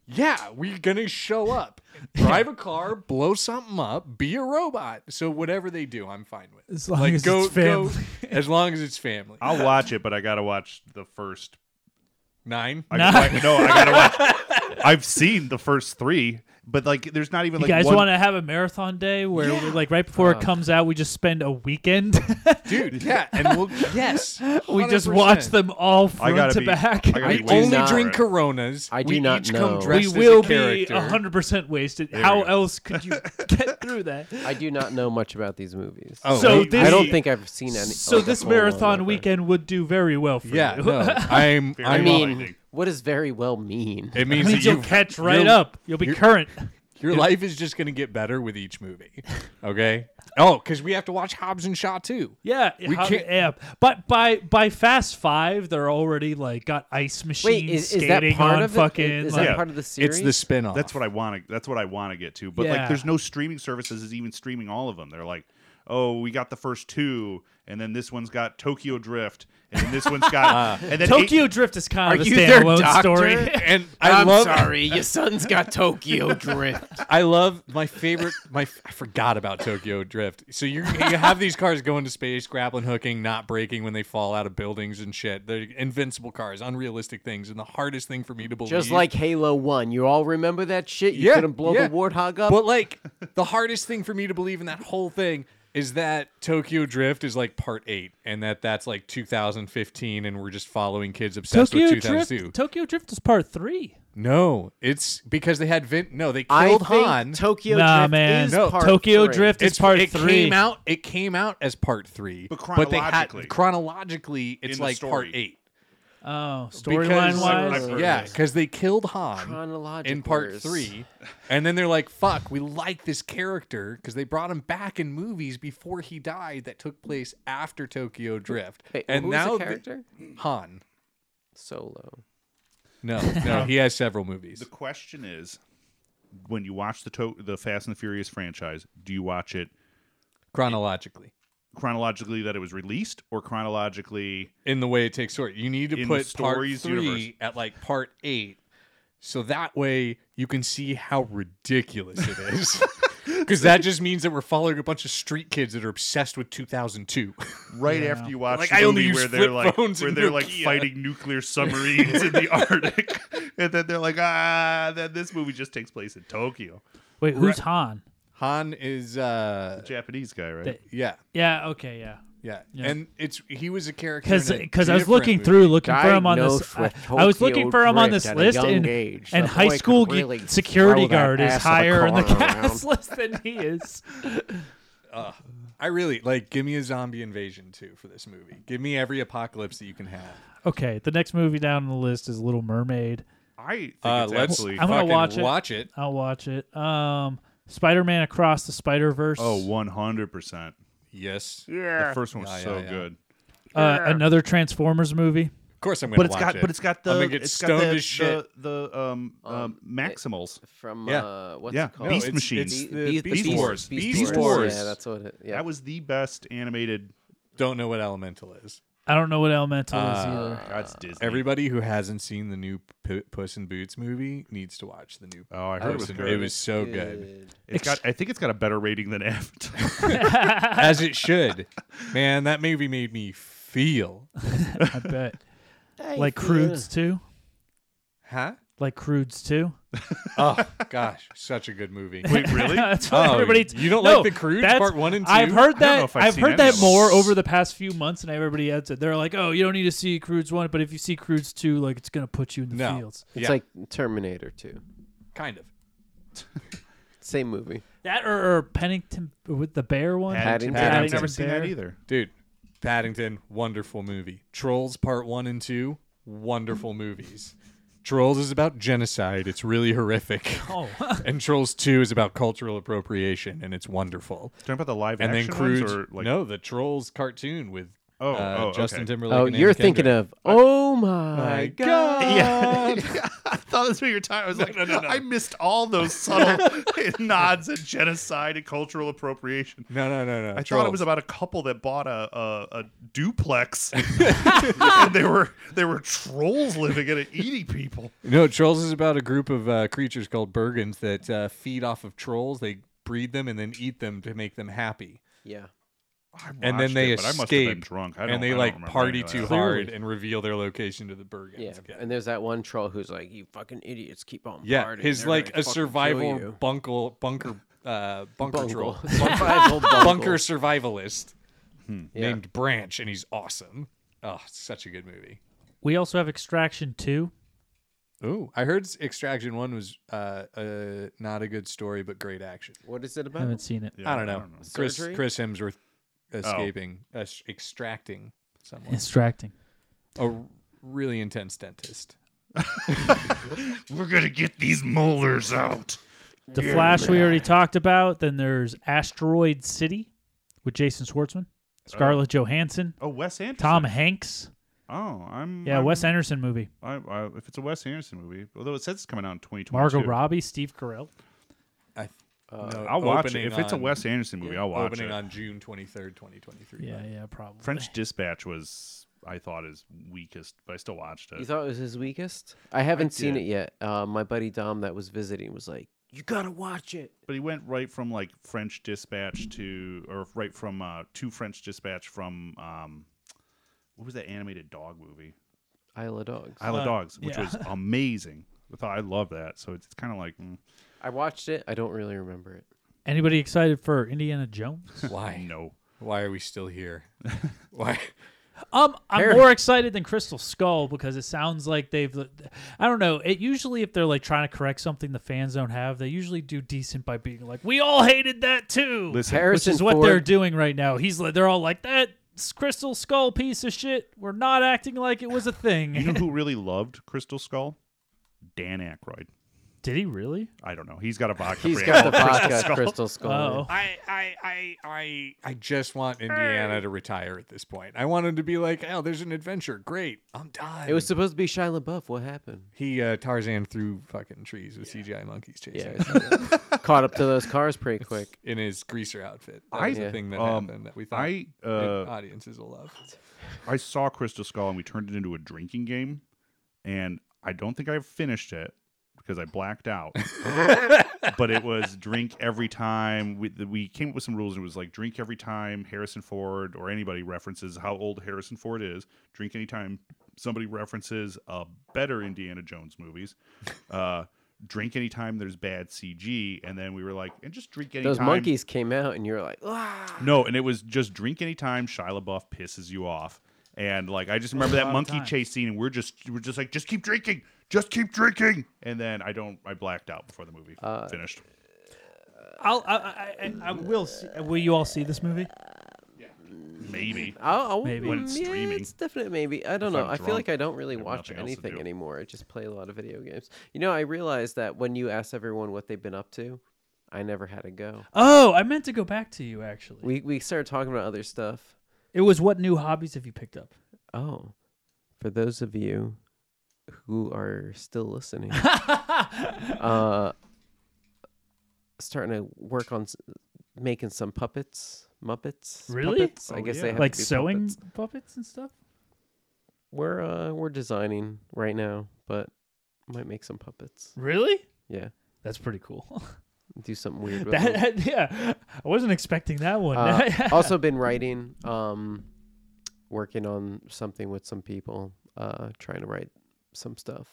Yeah, we're gonna show up, drive a car, blow something up, be a robot. So whatever they do, I'm fine with. As long as it's go family. as long as it's family. I'll watch it, but I gotta watch the first. Nine. I gotta- no, I gotta watch. I've seen the first three, but like, there's not even You like guys one. want to have a marathon day where, we, like, right before Uh. it comes out, we just spend a weekend. Dude, yeah, and we'll yes, we just 100%. watch them all I front gotta to be- back. I gotta We be only wasted. drink Coronas. I do we not each know. Come we dressed will as a be character. 100% wasted. How we go. else could you get through that? I do not know much about these movies. Oh, So wait, this- I don't think I've seen any. So like, a this full one marathon ever. weekend would do very well for Yeah, you. no, I'm. Very I'm I mean, Blinding. what does very well mean? it means, means that you'll you catch right you'll- up. You'll be you're- current. Your life is just going to get better with each movie. Okay. Oh, because we have to watch Hobbs and Shaw too. Yeah, We how- can't- yeah. But by by Fast Five, they're already like got ice machines Wait, is, is skating that part on of it? fucking. Is like, that Yeah. part of the series? It's the spin off. That's what I want to. That's what I want to get to. But Oh. Yeah. like, there's no streaming services is even streaming all of them. They're like, oh, we got the first two, and then this one's got Tokyo Drift, and then this one's got and then Tokyo eight- Drift is kind Are of a you their standalone doctor? story. And I love. your son's got Tokyo Drift. I love my favorite. My f- I forgot about Tokyo Drift. So you you have these cars going to space, grappling, hooking, not breaking when they fall out of buildings and shit. They're invincible cars, unrealistic things, and the hardest thing for me to believe. Just like Halo One, you all remember that shit? You couldn't blow the warthog up. But like the hardest thing for me to believe in that whole thing is that Tokyo Drift is like part eight, and that that's like 2015, and we're just following kids obsessed Tokyo with 2002. Drift. Tokyo Drift is part three. No, it's because they had Vin. No, they I killed think Han. Tokyo Nah, Drift man. is No. part Tokyo three. Drift is part it three. came out. It came out as part three, But they had- chronologically. chronologically, it's In the like part story. eight. Oh, Because- storyline wise, I've heard yeah, this. because they killed Han Chronological in part is- three, and then they're like, "Fuck, we like this character," because they brought him back in movies before he died that took place after Tokyo Drift, Wait, and who's now the the- character? Han. Solo. No, no, he has several movies. The question is, when you watch the to- the Fast and the Furious franchise, do you watch it chronologically chronologically that it was released, or chronologically? in the way it takes story. You need to In the put stories part three universe. at like part eight, so that way you can see how ridiculous it is. Because that just means that we're following a bunch of street kids that are obsessed with 2002. Right after you watch Like, the I only movie use where they're flip like phones where and they're like Nokia. fighting nuclear submarines in the Arctic, and then they're like ah, then this movie just takes place in Tokyo. wait, who's Han? Han is, uh, Japanese guy, right? That- yeah, Yeah, okay, yeah. yeah, Yeah. and it's he was a character in a because I was different looking movie. through looking for him on Diagnosed this. I, with I was looking Tokyo for him on Drift this at a list, young and, age. and The high boy could school ge- really security throw that guard is ass of a higher in the car cast list than he is. I really like. Give me a zombie invasion too for this movie. Give me every apocalypse that you can have. Okay, the next movie down on the list is Little Mermaid. I think Uh, it's let's absolutely. I'm gonna fucking watch it. Watch it. I'll watch it. Um, Spider Man Across the Spider Verse. Oh, 100 percent. Yes. The first one was Yeah, yeah, so yeah. good. uh, another Transformers movie. Of course, I'm gonna But it's watch got, it. but it's got the, I'm gonna get it's got stoned the, as shit. the, the um, um Maximals. From Yeah. uh, what's Yeah, it called? Beast Oh, it's- Machines. it's Be- the Be- Beast Wars. Beast, Beast Wars. Wars. Yeah, that's what it. Yeah. That was the best animated. Don't know what Elemental is. I don't know what Elemental Uh. is either. That's Disney. Everybody who hasn't seen the new P- Puss in Boots movie needs to watch the new. Oh, I Puss heard it was in- good. It was so good, It's got. I think it's got a better rating than Avatar. as it should. Man, that movie made me feel. I bet. Like Croods too. Huh? like Crudes too. oh gosh, such a good movie. Wait, really? that's what Oh, everybody. you don't no, like the Croods that's- part one and two? I've heard I don't know that. if I've I've, seen heard any that of them. more over the past few months, and everybody adds it. They're like, "Oh, you don't need to see Crudes one, but if you see Crudes two, like it's gonna put you in the No. fields." It's Yeah. like Terminator 2. kind of. Same movie. That or, or Pennington with the bear one. Paddington. Paddington. I've Paddington never seen Bear. that either. Dude, Paddington, wonderful movie. Trolls Part 1 and 2, wonderful movies. Trolls is about genocide. It's really horrific. Oh, and Trolls 2 is about cultural appropriation, and it's wonderful. Talking about the live And then action ones Crude. or like no, the Trolls cartoon with Oh, uh, oh, Justin okay. Timberlake. Oh, and you're Anna thinking Kendrick. of Oh my god. Yeah. I thought that's what you were talking. I was like, I missed all those subtle nods at genocide and cultural appropriation. No, no, no, no. I thought it was Trolls. about a couple that bought a a, a duplex, and there were there were trolls living in it, eating people. No, trolls is about a group of uh, creatures called Bergens that uh, feed off of trolls. They breed them and then eat them to make them happy. Yeah. I watched And then they it, but I escape. must have been drunk. I don't, and they I don't like remember party any of too that. hard and reveal their location to the Bergens. Yeah. Yeah. And there's that one troll who's like, "You fucking idiots, keep on Yeah, partying. his They're like gonna fucking a kill survival you." bunkle, bunker uh, bunker Bungle. troll. Survival bungle. bunker survivalist Hmm. Yeah. named Branch, and he's awesome. Oh, such a good movie. we also have Extraction two. Ooh, I heard Extraction One was uh, uh, not a good story, but great action. What is it I about? haven't seen it. Yeah, I don't know. Chris Surgery? Chris Hemsworth Oh. escaping, uh, extracting someone. Extracting. a really intense dentist. We're gonna get these molars out. The Flash we already talked about. Then there's Asteroid City with Jason Schwartzman, Scarlett Johansson, Oh, Wes Anderson. Tom Hanks. Oh, I'm. Yeah, I'm, Wes Anderson movie. I, I, if it's a Wes Anderson movie, although it says it's coming out in 2022. Margot Robbie, Steve Carell. I, no, I'll watch it opening if it's a on- Wes Anderson movie. I'll watch opening it. on June twenty third, twenty twenty three. Yeah, yeah, probably. French Dispatch was I thought his weakest, but I still watched it. You thought it was his weakest? I haven't seen it yet. Uh, my buddy Dom that was visiting was like, "You gotta watch it." but he went right from like French Dispatch to, or right from uh, to French Dispatch from um, what was that animated dog movie? Isle of Dogs. Isle of Dogs, which yeah. was amazing. I thought I love that. So it's, it's kind of like mm, I watched it. I don't really remember it. Anybody excited for Indiana Jones? Why? no. Why are we still here? Why? um, I'm Fair. more excited than Crystal Skull because it sounds like they've. I don't know. It usually if they're like trying to correct something the fans don't have, they usually do decent by being like, "We all hated that too," Listen, Harrison which is what Ford. they're doing right now. He's like, they're all like that. Crystal Skull piece of shit. We're not acting like it was a you thing. know who really loved Crystal Skull? Dan Aykroyd. Did he really? I don't know. He's got a vodka. He's brand got the called vodka crystal skull. Oh, I, I, I, I, I just want Indiana to retire at this point. I want him to be like, oh, there's an adventure. Great. I'm done. It was supposed to be Shia LaBeouf. What happened? he uh, Tarzan through fucking trees with CGI monkeys Yeah, chasing. it's- caught up to those cars pretty quick. In his greaser outfit. That I- was the thing that um, happened that we thought I the uh, audiences will love. I saw Crystal Skull and we turned it into a drinking game, and I don't think I finished it because I blacked out. but it was drink every time. We, the- we came up with some rules. It was like drink every time Harrison Ford or anybody references how old Harrison Ford is. Drink anytime somebody references uh, better Indiana Jones movies. Uh, drink anytime there's bad CG. And then we were like, and just drink anytime. Those monkeys came out, and you were like, "Ah." No, and it was just drink anytime Shia LaBeouf pisses you off. And like I just remember that monkey chase scene, and we're just we're just like just keep drinking, just keep drinking. And then I don't I blacked out before the movie Uh, finished. I'll, I, I, I, I will. See, uh, will you all see this movie? Maybe I'll, I'll, Maybe. When it's yeah, streaming. It's definitely maybe. I don't If know. I'm I feel like drunk, I don't really I have watch nothing else to anything do. anymore. I just play a lot of video games. You know, I realized that when you asked everyone what they've been up to, I never had a go. Oh, I meant to go back to you actually. We we started talking about other stuff. It was what new hobbies have you picked up? Oh, for those of you who are still listening, uh, starting to work on s- making some puppets, muppets. Really? Puppets. I Oh, guess yeah. they have to Like be sewing puppets. puppets. and stuff? We're uh, we're designing right now, but might make some puppets. Really? Yeah, That's pretty cool. Oh. do something weird. With that, them. yeah. I wasn't expecting that one. Uh, also been writing, um, uh, working on something with some people, uh, trying to write some stuff.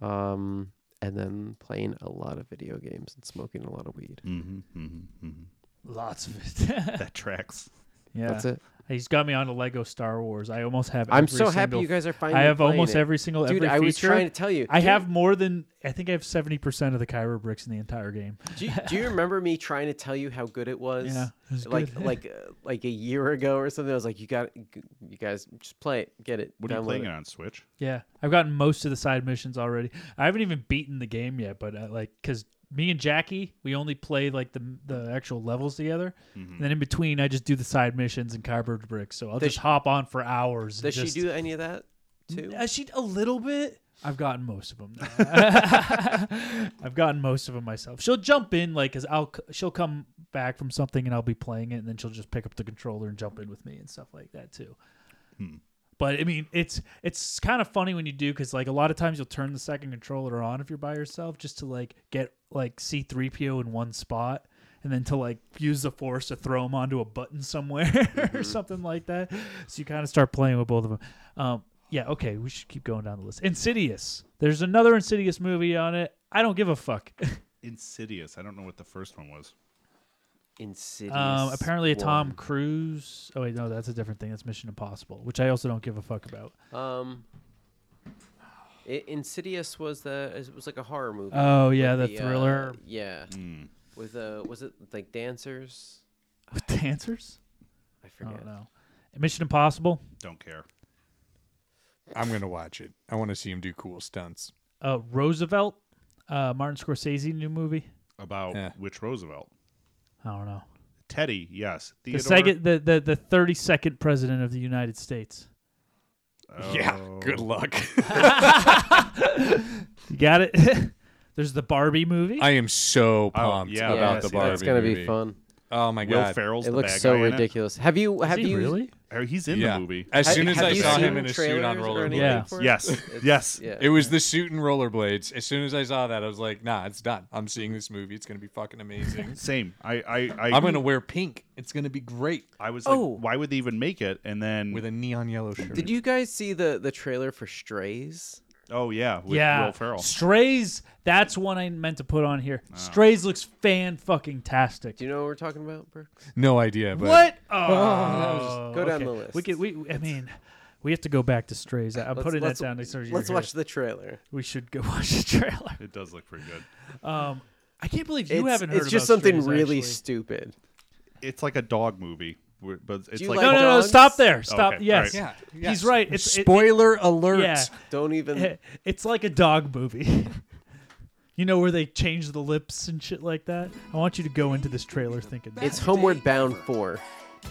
um, and then playing a lot of video games and smoking a lot of weed. Mm-hmm, mm-hmm, Lots of it. that tracks. Yeah, That's it. He's got me onto Lego Star Wars. I almost have. I'm every so happy single- you guys are finally I have playing almost it. every single Dude, every I was feature. trying to tell you. I Do you- have more than I think I have seventy percent of the Kyber bricks in the entire game. Do you, do you remember me trying to tell you how good it was? Yeah, it was like good. like uh, like a year ago or something. I was like, you got, you guys just play it, get it. What are you download playing it. it on Switch? Yeah, I've gotten most of the side missions already. I haven't even beaten the game yet, but uh, like because me and Jackie, we only play like the the actual levels together, Mm-hmm. and then in between, I just do the side missions and Kyber bricks. So I'll Does just hop on for hours. and Does just- she do any of that too? Uh, she a little bit. I've gotten most of them. now. I've gotten most of them myself. She'll jump in like as I'll c- she'll come back from something and I'll be playing it, and then she'll just pick up the controller and jump in with me and stuff like that too. But I mean, it's it's kind of funny when you do because like a lot of times you'll turn the second controller on if you're by yourself just to like get like C three PO in one spot, and then to like use the force to throw him onto a button somewhere or something like that. So you kind of start playing with both of them. Um, yeah, okay, we should keep going down the list. Insidious. There's another Insidious movie on it. I don't give a fuck. Um, Insidious. I don't know what the first one was. Insidious. Um, apparently, a Tom one. Cruise. Oh wait, no, that's a different thing. That's Mission Impossible, which I also don't give a fuck about. Um, I- Insidious was the it was like a horror movie. Oh, yeah, with the thriller. uh, yeah, with uh, was it like dancers? With dancers? I I forget. don't know. Mission Impossible. Don't care. I'm gonna watch it. I want to see him do cool stunts. Uh, Roosevelt. Uh, Martin Scorsese new movie. About Yeah. which Roosevelt? I don't know. Teddy, yes. The Theodore. second, the the the thirty second president of the United States. Yeah. Oh. Good luck. You got it. There's the Barbie movie. I am so pumped yeah, yeah, about the see, that's Barbie. That's gonna movie. be fun. Oh my Will god. Ferrell's It the looks bad so guy in it? ridiculous. Have you have Is he you really? Or He's in yeah. the movie. As ha- soon as have I you saw him seen in a suit on trailers or rollerblades, anything Yeah. for it? Yes. It's- Yes. Yeah. It was the suit and rollerblades. As soon as I saw that, I was like, "Nah, it's done. I'm seeing this movie. It's gonna be fucking amazing. Same. I I I, I'm gonna wear pink. It's gonna be great I was like, Oh. why would they even make it? And then with a neon yellow shirt." Did you guys see the the trailer for Strays? oh yeah, with yeah. Will Ferrell. Strays. That's one I meant to put on here. Strays looks fan fucking tastic. Do you know what we're talking about, Brooks? no idea, but What? Oh, go down okay. the list. We could. We. I mean, we have to go back to Strays. I- I'm Let's- putting let's- that down next time. you're Let's here. watch the trailer. We should go watch the trailer. It does look pretty good. Um, I can't believe you it's, haven't heard. It's just about something Strays, really actually. stupid. It's like a dog movie, where- but it's you like, like no, no, no! dogs? Stop there! Stop. Okay, Yes. all Yeah. He's right. It's it- Spoiler it- alert. yeah. Don't even. It- It's like a dog movie. you know where they change the lips and shit like that. I want you to go into this trailer thinking that. It's Homeward Bound 4.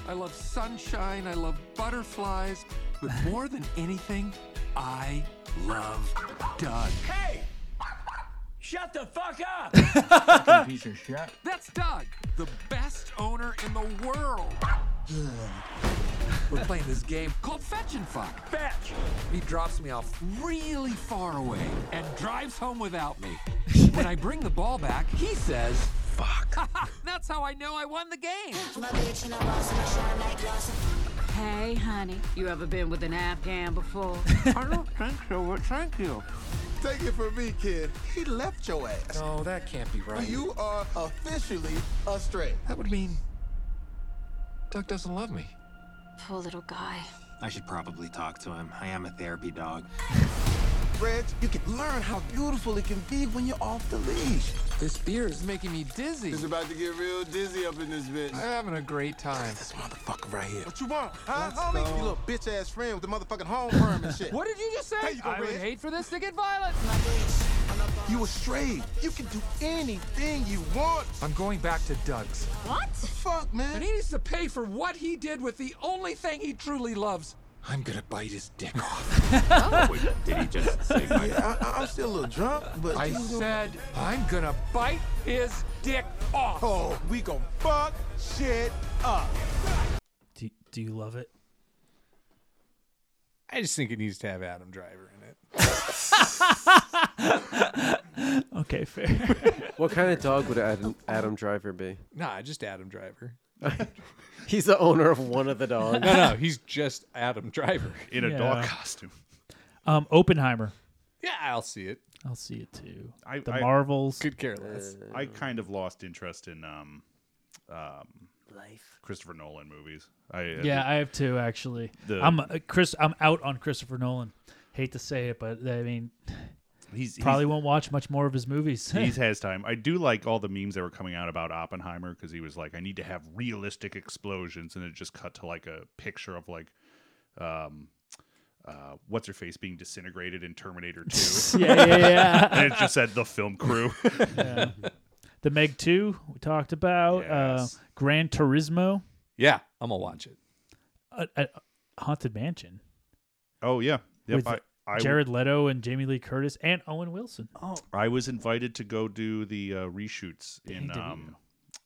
I love sunshine, I love butterflies, but more than anything, I love Doug. Hey! Shut the fuck up! That's Doug, the best owner in the world. We're playing this game called Fetch and Fuck. Fetch! He drops me off really far away and drives home without me. When I bring the ball back, he says, Fuck. That's how I know I won the game. Hey, honey, you ever been with an Afghan before? I don't think so, but thank you. Take it from me, kid. He left your ass. No, that can't be right. You are officially a stray. That would mean Doug doesn't love me. Poor little guy. I should probably talk to him. I am a therapy dog. Reg, you can learn how beautiful it can be when you're off the leash. This beer is making me dizzy. It's about to get real dizzy up in this bitch. I'm having a great time. This motherfucker right here. What you want, huh, homie? You little bitch ass friend with the motherfucking home perm and shit. What did you just say? There you go, I would Reg. hate for this to get violent. You a stray. You can do anything you want. I'm going back to Doug's. Fuck, And man. he needs to pay for what he did with the only thing he truly loves. I'm gonna bite his dick off. Did he just say my I, I- I'm still a little drunk, but I you gonna- said, I'm gonna bite his dick off. Oh, we gon' fuck shit up. Do, do you love it? I just think it needs to have Adam Driver in it. Okay, fair. What kind of dog would Adam, Adam Driver be? Nah, just Adam Driver. He's the owner of one of the dogs. No, no, he's just Adam Driver. in a dog Yeah. costume. Um, Oppenheimer. Yeah, I'll see it. I'll see it too. I, the I Marvels. I kind of lost interest in um, um, life Christopher Nolan movies. I, uh, I yeah, think I have two actually. The- I'm uh, Chris. I'm out on Christopher Nolan. Hate to say it, but I mean, He's- probably he's- won't watch much more of his movies. He's has time. I do like all the memes that were coming out about Oppenheimer because he was like, I need to have realistic explosions, and it just cut to like a picture of like, um, uh, what's her face being disintegrated in Terminator Two. Yeah, yeah, yeah. and it just said the film crew. Yeah. the Meg Two we talked about. Uh, Gran Turismo. Yeah, I'm gonna watch it. A, a Haunted Mansion. Oh yeah, yep. with I, I, Jared Leto and Jamie Lee Curtis and Owen Wilson. Oh, I was invited to go do the uh, reshoots in Dang, um,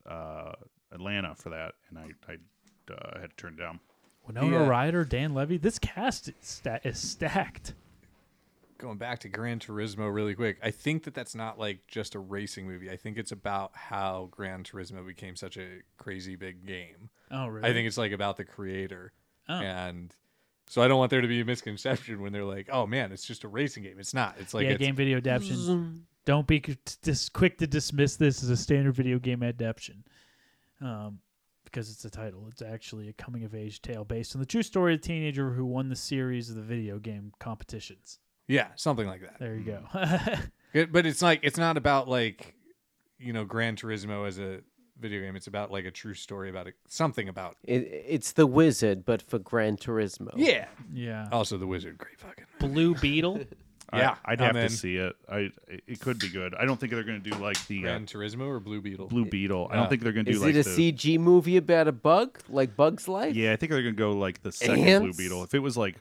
uh, Atlanta for that, and I, I uh, had to turn it down. Winona Ryder, Dan Levy. This cast is, sta- is stacked. Going back to Gran Turismo really quick, I think that that's not like just a racing movie. I think it's about how Gran Turismo became such a crazy big game. Oh, I really? think it's like about the creator. Oh. And so I don't want there to be a misconception when they're like, "Oh man, it's just a racing game." It's not. It's like yeah, it's- game video adaptation. Don't be c- t- dis- quick to dismiss this as a standard video game adaptation, um, because it's a title. It's actually a coming of age tale based on the true story of a teenager who won the series of the video game competitions. Yeah, something like that. There you go. It- but it's like it's not about like you know Gran Turismo as a video game. It's about like a true story about it, something about It, it's the wizard, but for Gran Turismo. yeah yeah. Also, the Wizard, great fucking Blue Beetle. Yeah, I, would I'm have in. to see it. I it could be good. I don't think they're going to do like the uh, Gran Turismo or Blue Beetle. Blue Beetle. I don't think they're going to do Is like it a the, CG movie about a bug, like Bug's Life? Yeah, I think they're going to go like the second Blue Ants? Beetle. If it was like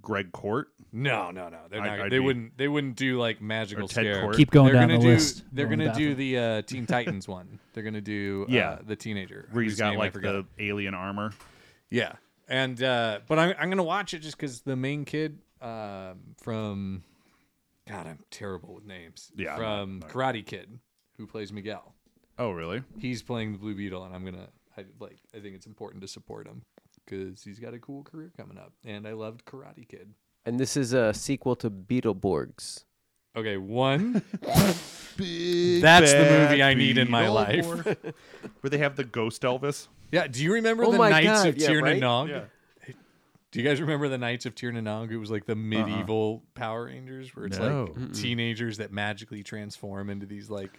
Greg Court, No, no, no. They're I- not, I'd they be- wouldn't. They wouldn't do like magical Or Ted scare. Kort. Keep going they're down gonna the do, list. They're I'm gonna going do the uh, Teen Titans one. They're gonna do uh, Yeah. the teenager where he's whose got name I like forgot. the alien armor. Yeah, and uh, but I'm I'm gonna watch it just because the main kid um, from God, I'm terrible with names. Yeah, I'm not- from Karate Kid, who plays Miguel. Oh, really? He's playing the Blue Beetle, and I'm gonna I like I think it's important to support him because he's got a cool career coming up, and I loved Karate Kid. And this is a sequel to Beetleborgs. Okay, one. Big That's the bad movie I need in my Beetle. life. where they have the ghost Elvis. Yeah. Do you remember Oh the my Knights God, of yeah, Tir right? Nanog? Yeah. Do you guys remember the Knights of Tir Nanog? It was like the medieval Power Rangers, where it's No. like Mm-mm. teenagers that magically transform into these like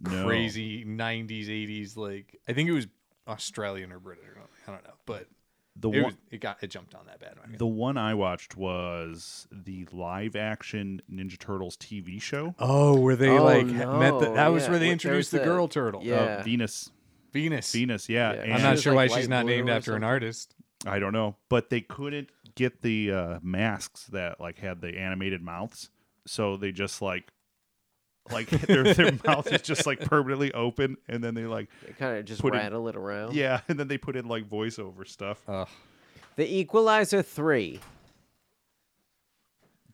No. crazy '90s, '80s. Like I think it was Australian or British. Or something. I don't know, but The it, one- was- it got it jumped on that bad. The one I watched was the live action Ninja Turtles TV show. Oh, where they, Oh, like, ha- met the- no, that was yeah. where they Wh- there introduced was the girl turtle. uh, Oh, Yeah. Venus. Venus. Venus, yeah. Yeah. I'm and- not She sure was, why like, she's light not blue named or after an something. artist. I don't know, but they couldn't get the uh, masks that like had the animated mouths, so they just like like their their mouth is just like permanently open and then they like They kinda just put in- rattle it around. Yeah, and then they put in like voiceover stuff. The Equalizer 3.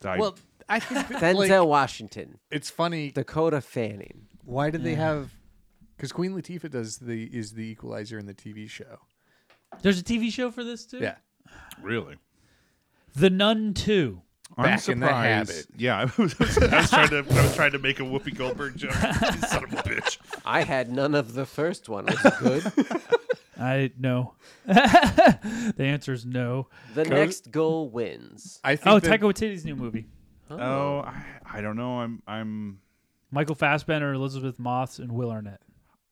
I- Well, I think that, Denzel like, Washington. It's funny. Dakota Fanning. Why do they Yeah. have? Because Queen Latifah does the is the equalizer in the TV show. There's a TV show for this too. Yeah. Really? The Nun Two. I'm surprised- Yeah, I was, I was trying to I was trying to make a Whoopi Goldberg joke. You son of a bitch. I had none of the first one. Was it good? I no. the answer is no. the next goal wins. I oh, Taika Waititi's new movie. Oh, I, I don't know. I'm I'm Michael Fassbender, Elizabeth Moss, and Will Arnett.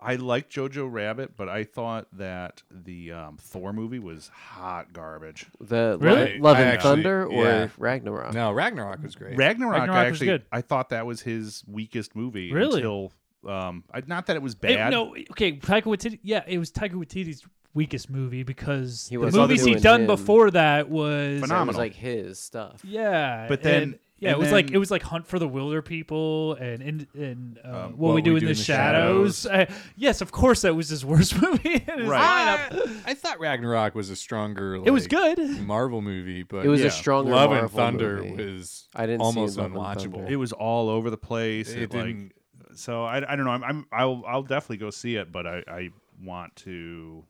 I liked Jojo Rabbit, but I thought that the um, Thor movie was hot garbage. The Lo- Really? Love and Thunder or Ragnarok? No, Ragnarok was great. Ragnarok, Ragnarok I was actually, good. I thought that was his weakest movie. Really? Until, um, I, not that it was It- bad. no, okay, Taika Waititi. Yeah, it was Taika Waititi's weakest movie because He the was movies he doing done him. before that was Phenomenal. It was like his stuff. Yeah, But then- and- yeah, and it was like then- it was like Hunt for the Wilder People and and, and um, Um, what, we do, in, the, shadows. Uh, yes, of course, that was his worst movie. in his Right. lineup. I thought Ragnarok was a stronger. It was like, good. Marvel movie, but It was a yeah, stronger Love and Marvel Thunder movie. was I didn't see almost Love and unwatchable. It was all over the place. It It, like, didn't- so I, I don't know. I'm, I'm I'll I'll definitely go see it, but I, I want to.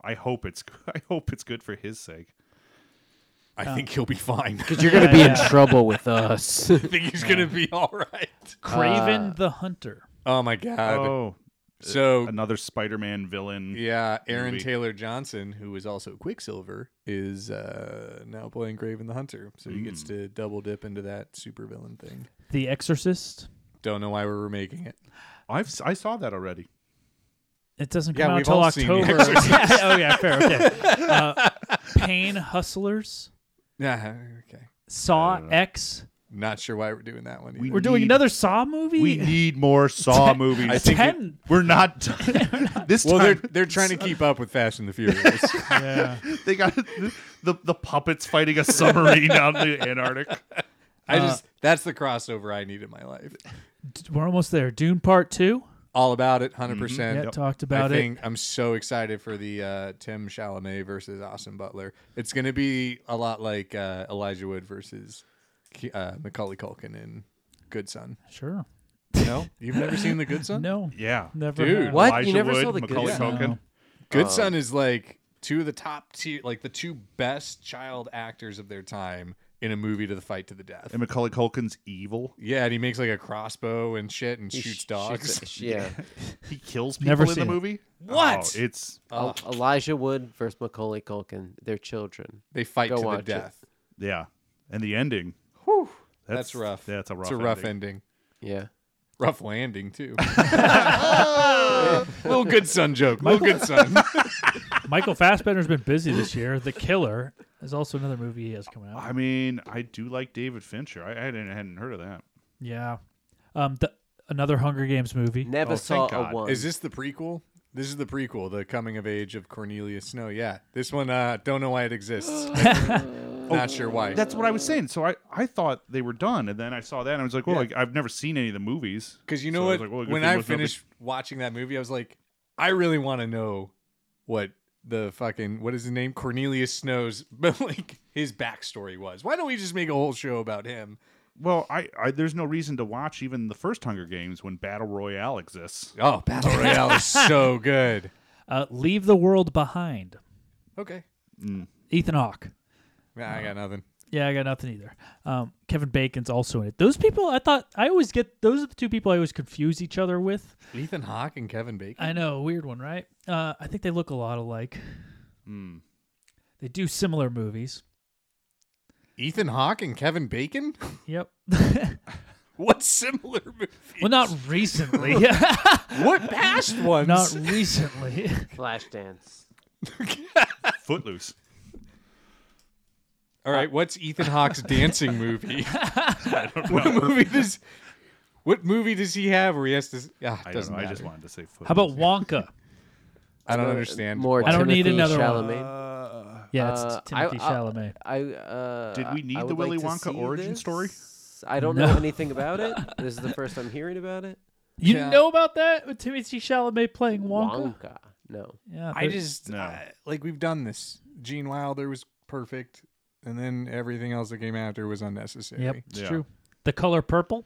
I hope it's I hope it's good for his sake. I think he'll be fine. 'Cause you're gonna be in trouble with us. I think he's gonna be all right. Craven the Hunter. Oh my god. Oh. So another Spider-Man villain. Yeah, Aaron movie. Taylor Johnson, who was also Quicksilver, is uh, now playing Craven the Hunter, so he gets to double dip into that supervillain thing. The Exorcist. Don't know why we're remaking it. I've I saw that already. It doesn't Yeah, come out we've till all seen The October. Exorcist. oh yeah, fair. Okay. Uh, Pain Hustlers. Yeah. Okay. Saw X. Not sure why we're doing that one. We're doing another Saw movie. We need more Saw movies. I think it- Ten. We're not this Well, time. they're they're trying to keep up with Fast and the Furious. Yeah. they got the the puppets fighting a submarine out in the Antarctic. I just that's the crossover I need in my life. D- We're almost there. Dune Part Two. All about it, 100 percent. Yeah, Yep. talked about I it. think I'm so excited for the uh, Tim Chalamet versus Austin Butler. It's going to be a lot like uh, Elijah Wood versus Ke- uh, Macaulay Culkin in Good Son. Sure. No, you've never seen the Good Son? No. Yeah. Never. Dude. have. What? Elijah you never Wood, saw the Macaulay good Son? Culkin. No. Good Uh, Son is like two of the top tier, like the two best child actors of their time in a movie to the fight to the death. And Macaulay Culkin's evil. Yeah, and he makes like a crossbow and shit and He shoots sh- dogs. shoots- yeah. He kills people Never in the seen it. movie. What? Oh, it's El- Elijah Wood versus Macaulay Culkin. They're children. they fight Go to the watch it. death. yeah, and the ending. That's, rough. That's a rough. It's a rough ending. Yeah. Rough landing too. Little good son joke. Little good son. Michael Fassbender's been busy this year. The Killer is also another movie he has coming out. I mean, I do like David Fincher. I, I hadn't, hadn't heard of that. Yeah. Um. The, another Hunger Games movie. Never Oh, saw thank a God. one. Is this the prequel? This is the prequel, the coming of age of Cornelius Snow. Yeah, this one. Uh, don't know why it exists. Not sure why. Oh, That's what I was saying. So I, I thought they were done, and then I saw that, and I was like, well, Yeah. like, I've never seen any of the movies. Because you know So I was what? like, well, if when there I was nothing- finished watching that movie, I was like, I really want to know what the fucking what is his name Cornelius Snow's but like his backstory was. Why don't we just make a whole show about him? Well, I, I there's no reason to watch even the first Hunger Games when Battle Royale exists. Oh, Battle Royale is so good. Uh, Leave the World Behind. Okay, Ethan Hawke. Nah, I got nothing. Yeah, I got nothing either. Um, Kevin Bacon's also in it. Those people, I thought, I always get those are the two people I always confuse each other with. Ethan Hawke and Kevin Bacon. I know, weird one, right? Uh, I think they look a lot alike. Hmm. They do similar movies. Ethan Hawke and Kevin Bacon. Yep. what similar movie? well, not recently. Yeah, what past ones? not recently. Flashdance. Footloose. All right, what's Ethan Hawke's dancing movie? What movie does? What movie does he have where he has to? Ah, I don't doesn't know. I matter. just wanted to say Footloose. How about Wonka? I don't Uh, understand. More why- I don't need Timothée another one. Chalamet. Uh, Yeah, it's Uh, I- Timothy I- Chalamet. I, uh, Did we need I the would like Willy to Wonka see origin story? this. I don't know anything about it. This is the first time hearing about it. You Yeah. know about that with Timothy Chalamet playing Wonka? Wonka. No. Yeah, I but- just No. uh, like we've done this. Gene Wilder was perfect, and then everything else that came after was unnecessary. Yep, it's Yeah. true. The color purple.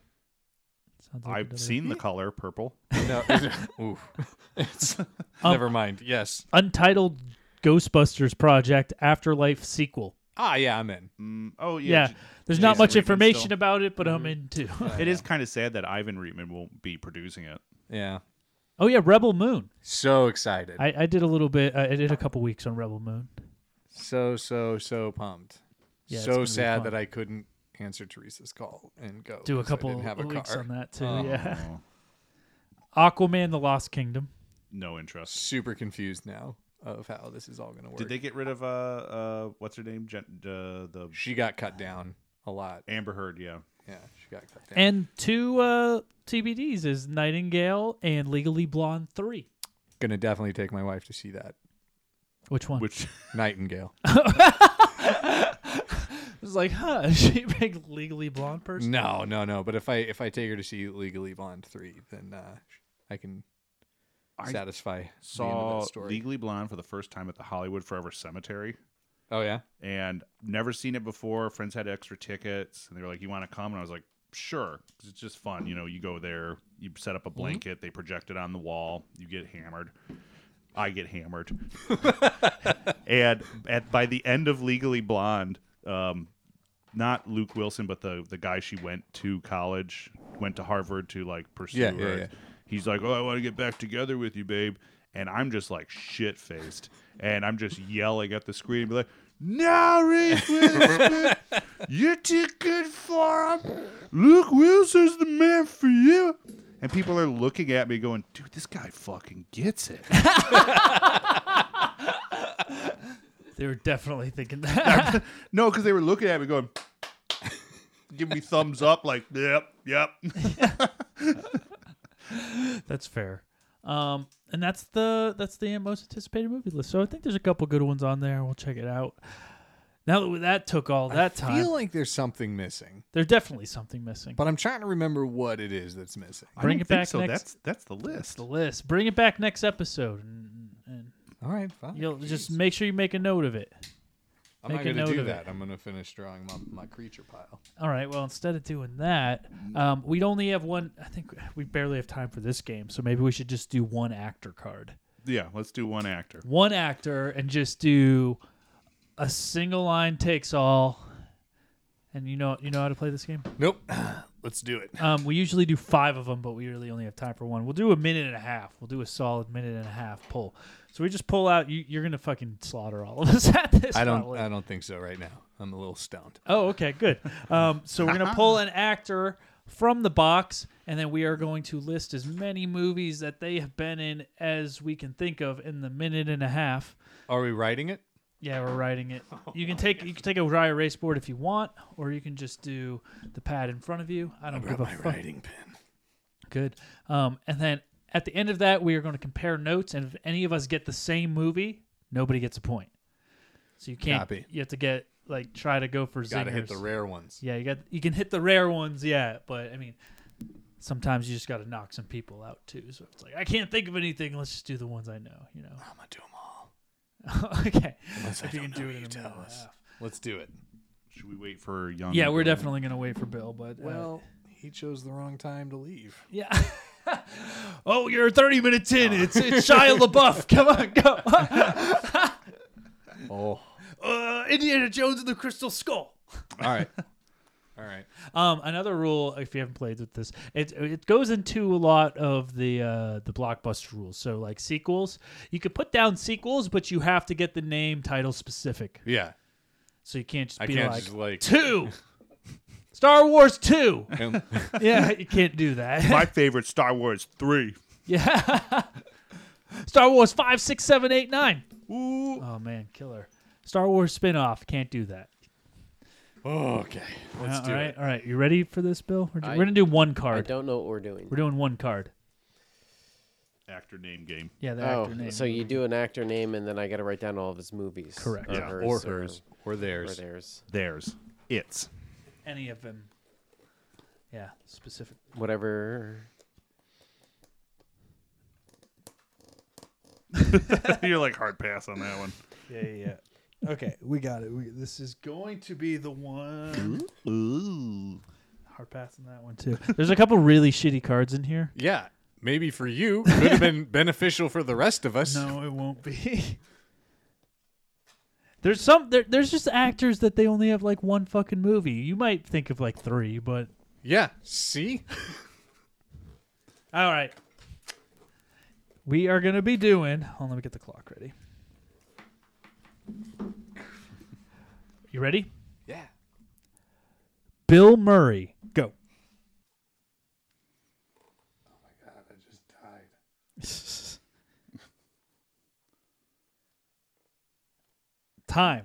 Sounds like I've another- seen the color purple. No, oof. It's- Um, never mind. Yes. Untitled Ghostbusters Project Afterlife sequel. Ah, yeah, I'm in. Mm, oh yeah. Yeah, j- there's not Jason much Reitman information still. about it, but I'm into. It is kind of sad that Ivan Reitman won't be producing it. Yeah. oh yeah, Rebel Moon. So excited. I, I did a little bit. uh, I I did a couple weeks on Rebel Moon. so so so pumped. Yeah, it's gonna so be sad fun. that I couldn't answer Teresa's call and go. Do a 'cause I couple didn't have a weeks car. on that too. Oh. Yeah. Oh, Aquaman: The Lost Kingdom. no interest. Super confused now of how this is all going to work. Did they get rid of uh uh what's her name? Jen, uh, the She got cut down a lot. Amber Heard. Yeah. Yeah, she got cut down. And two uh, TBDs is Nightingale and Legally Blonde Three. Gonna definitely take my wife to see that Which one? Which Nightingale. I was like, huh? Is she a big Legally Blonde person? no, no, no. But if I if I take her to see Legally Blonde three, then uh, I can I satisfy the end saw of that story. Legally Blonde for the first time at the Hollywood Forever Cemetery. oh yeah, and never seen it before. Friends had extra tickets, and they were like, "You want to come?" And I was like, "Sure," 'cause it's just fun. You know, you go there, you set up a blanket, they project it on the wall, you get hammered. I get hammered, and at by the end of Legally Blonde, um, not Luke Wilson, but the the guy she went to college, went to Harvard to like pursue Yeah, yeah, her. yeah. He's like, "Oh, I want to get back together with you, babe," and I'm just like shit faced, and I'm just yelling at the screen, be like, "Now, Reese Witherspoon, you're too good for him. Luke Wilson's the man for you." And people are looking at me, going, "Dude, this guy fucking gets it." They were definitely thinking that. no, because they were looking at me going, giving me thumbs up, like, yep, yep. that's fair. Um, and that's the that's the most anticipated movie list. So I think there's a couple good ones on there. We'll check it out. Now that that took all that I time, feel like there's something missing, there's definitely something missing. but I'm trying to remember what it is that's missing. Bring it back next. that's the That's the list. Bring it back next episode. And, and all right, fine. You'll just make sure you make a note of it. I'm Make a not going note to do of it. that. I'm going to finish drawing my, my creature pile. All right. Well, instead of doing that, um, we'd only have one. I think we barely have time for this game, so maybe we should just do one actor card. Yeah, let's do one actor. One actor and just do a single line takes all. And you know you know how to play this game. Nope. Let's do it. Um, we usually do five of them, but we really only have time for one. We'll do a minute and a half. We'll do a solid minute and a half pull. So we just pull out. You, you're gonna fucking slaughter all of us at this. I don't. probably. I don't think so right now. I'm a little stoned. Oh, okay, good. Um, so we're gonna pull an actor from the box, and then we are going to list as many movies that they have been in as we can think of in the minute and a half. Are we writing it? Yeah, we're writing Oh it. You can take you can take a dry erase board if you want, or you can just do the pad in front of you. I don't brought give a my fuck. writing pen. Good. Um, and then at the end of that, we are going to compare notes, and if any of us get the same movie, nobody gets a point. So you can't. Copy. You have to get like try to go for Gotta hit zingers. the rare ones. Yeah, you got you can hit the rare ones. Yeah, but I mean, sometimes you just got to knock some people out too. So it's like I can't think of anything. Let's just do the ones I know. You know. I'm gonna do them all. okay. Unless If I you don't can do know, it you in a tell minute and a us. half. Let's do it. Should we wait for young? Yeah, we're Bill? definitely gonna wait for Bill, but uh, Well, he chose the wrong time to leave. yeah. oh, you're 30 minutes Oh. in. It's it's Shia LaBeouf. Come on, go. Oh, uh, Indiana Jones and the Crystal Skull. all right, all right. Um, another rule, if you haven't played with this, it it goes into a lot of the uh, the blockbuster rules. So like sequels, you could put down sequels, but you have to get the name title specific. Yeah, So you can't just I be can't like, just, like- two. Star Wars two. And- yeah, you can't do that. My favorite Star Wars three. Yeah. Star Wars five, six, seven, eight, nine. Oh man, killer. Star Wars spin-off. Can't do that. okay, let's Uh, do all right, it. all right. You ready for this, Bill? We're, do- I- we're gonna do one I card. don't know what we're doing. We're doing one card. Actor name game. Yeah, the oh, actor name. so you do an actor name, and then I got to write down all of his movies. Correct. Or Yeah, hers, or hers, or theirs. Or theirs. Theirs. It's. any of them. Yeah, specific. Whatever. You're like hard pass on that one. Yeah, yeah. yeah. Okay, we got it. We, this is going to be the one. Ooh. Hard pass on that one too. There's a couple really shitty cards in here. Yeah, maybe for you could have been beneficial for the rest of us. No, it won't be. There's some. There, there's just actors that they only have like one fucking movie. You might think of like three, but Yeah, see, all right. We are gonna be doing. Hold on, let me get the clock ready. You ready? yeah. Bill Murray. Go. Time.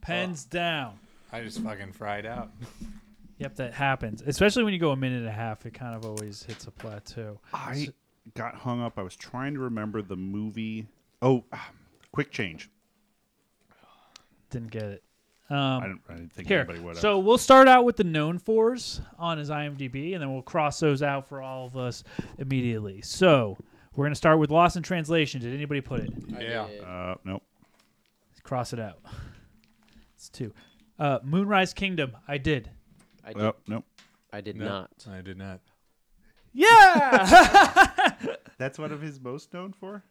Pens down. I just fucking fried out. Yep, that happens. Especially when you go a minute and a half, it kind of always hits a plateau. I got hung up. I was trying to remember the movie. Oh, ah, quick change. Didn't get it. I, Um, didn't, I didn't think here. anybody would. have. So we'll start out with the known fours on his IMDb, and then we'll cross those out for all of us immediately. So we're going to start with Lost in Translation. Did anybody put it? Yeah, Uh, nope. Cross it out. It's two. Uh, Moonrise Kingdom. I did. I did, Nope. Nope. I did No. not. I did not. Yeah. That's one of his most known for.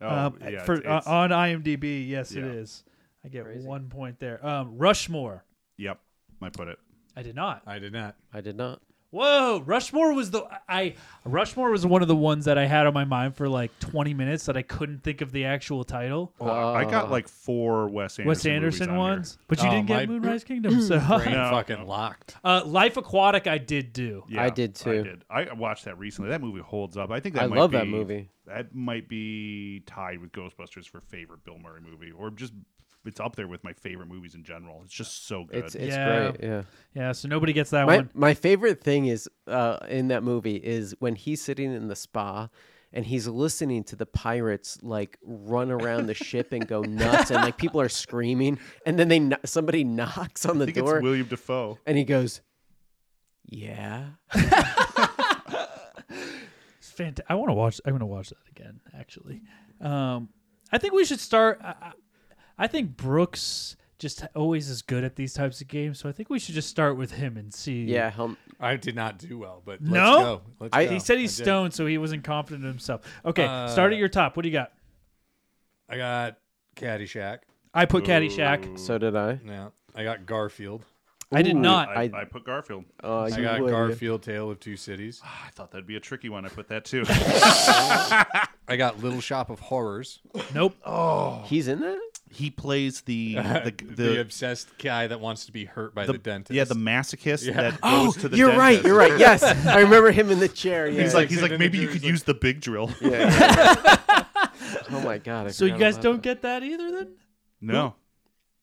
Oh, um, yeah. for it's- on IMDb, yes, Yeah. it is. I get one point there. Um, Rushmore. Yep, I put it. I did not. I did not. I did not. Whoa, Rushmore was the I Rushmore was one of the ones that I had on my mind for like 20 minutes that I couldn't think of the actual title. Oh, Uh, I I got like four Wes Anderson. Wes movies Anderson on ones, here. but you Oh, didn't get my- Moonrise Kingdom. So Brain No, fucking no. locked. Uh, Life Aquatic, I did do. Yeah, I did. I watched that recently. That movie holds up. I think that I might love that be- movie. That might be tied with Ghostbusters for favorite Bill Murray movie, or just it's up there with my favorite movies in general. It's just so good. It's it's great. Yeah. Yeah, so nobody gets that my, one. My favorite thing is uh, in that movie is when he's sitting in the spa and he's listening to the pirates like run around the ship and go nuts and like people are screaming and then they kn- somebody knocks on the think it's door. William Dafoe. And he goes, "Yeah." It's fanta- I want to watch. I'm going to watch that again. Actually, um, I think we should start. I, I- I think Brooks just always is good at these types of games, so I think we should just start with him and see. Yeah, hel- I did not do well, but let's no. go. Let's I- go. He said I he's did. stoned, so he wasn't confident in himself. Okay, Uh, start at your top. What do you got? I got Caddyshack. I put Caddyshack. So did I. Yeah. I got Garfield. I did Ooh, not. I, I, put Garfield. Ah, Oh, I you got would. Garfield, Tale of Two Cities. I thought that'd be a tricky one. I put that too. I got Little Shop of Horrors. Nope. Oh, he's in that. He plays the the, the, obsessed guy that wants to be hurt by the, dentist. Yeah, the masochist Yeah. that goes Oh, to the you're right. dentist. You're right. Yes, I remember him in the chair. Yeah. He's like he's like maybe you could use the big drill. oh my god! I So you forgot guys about don't get that either, then? No.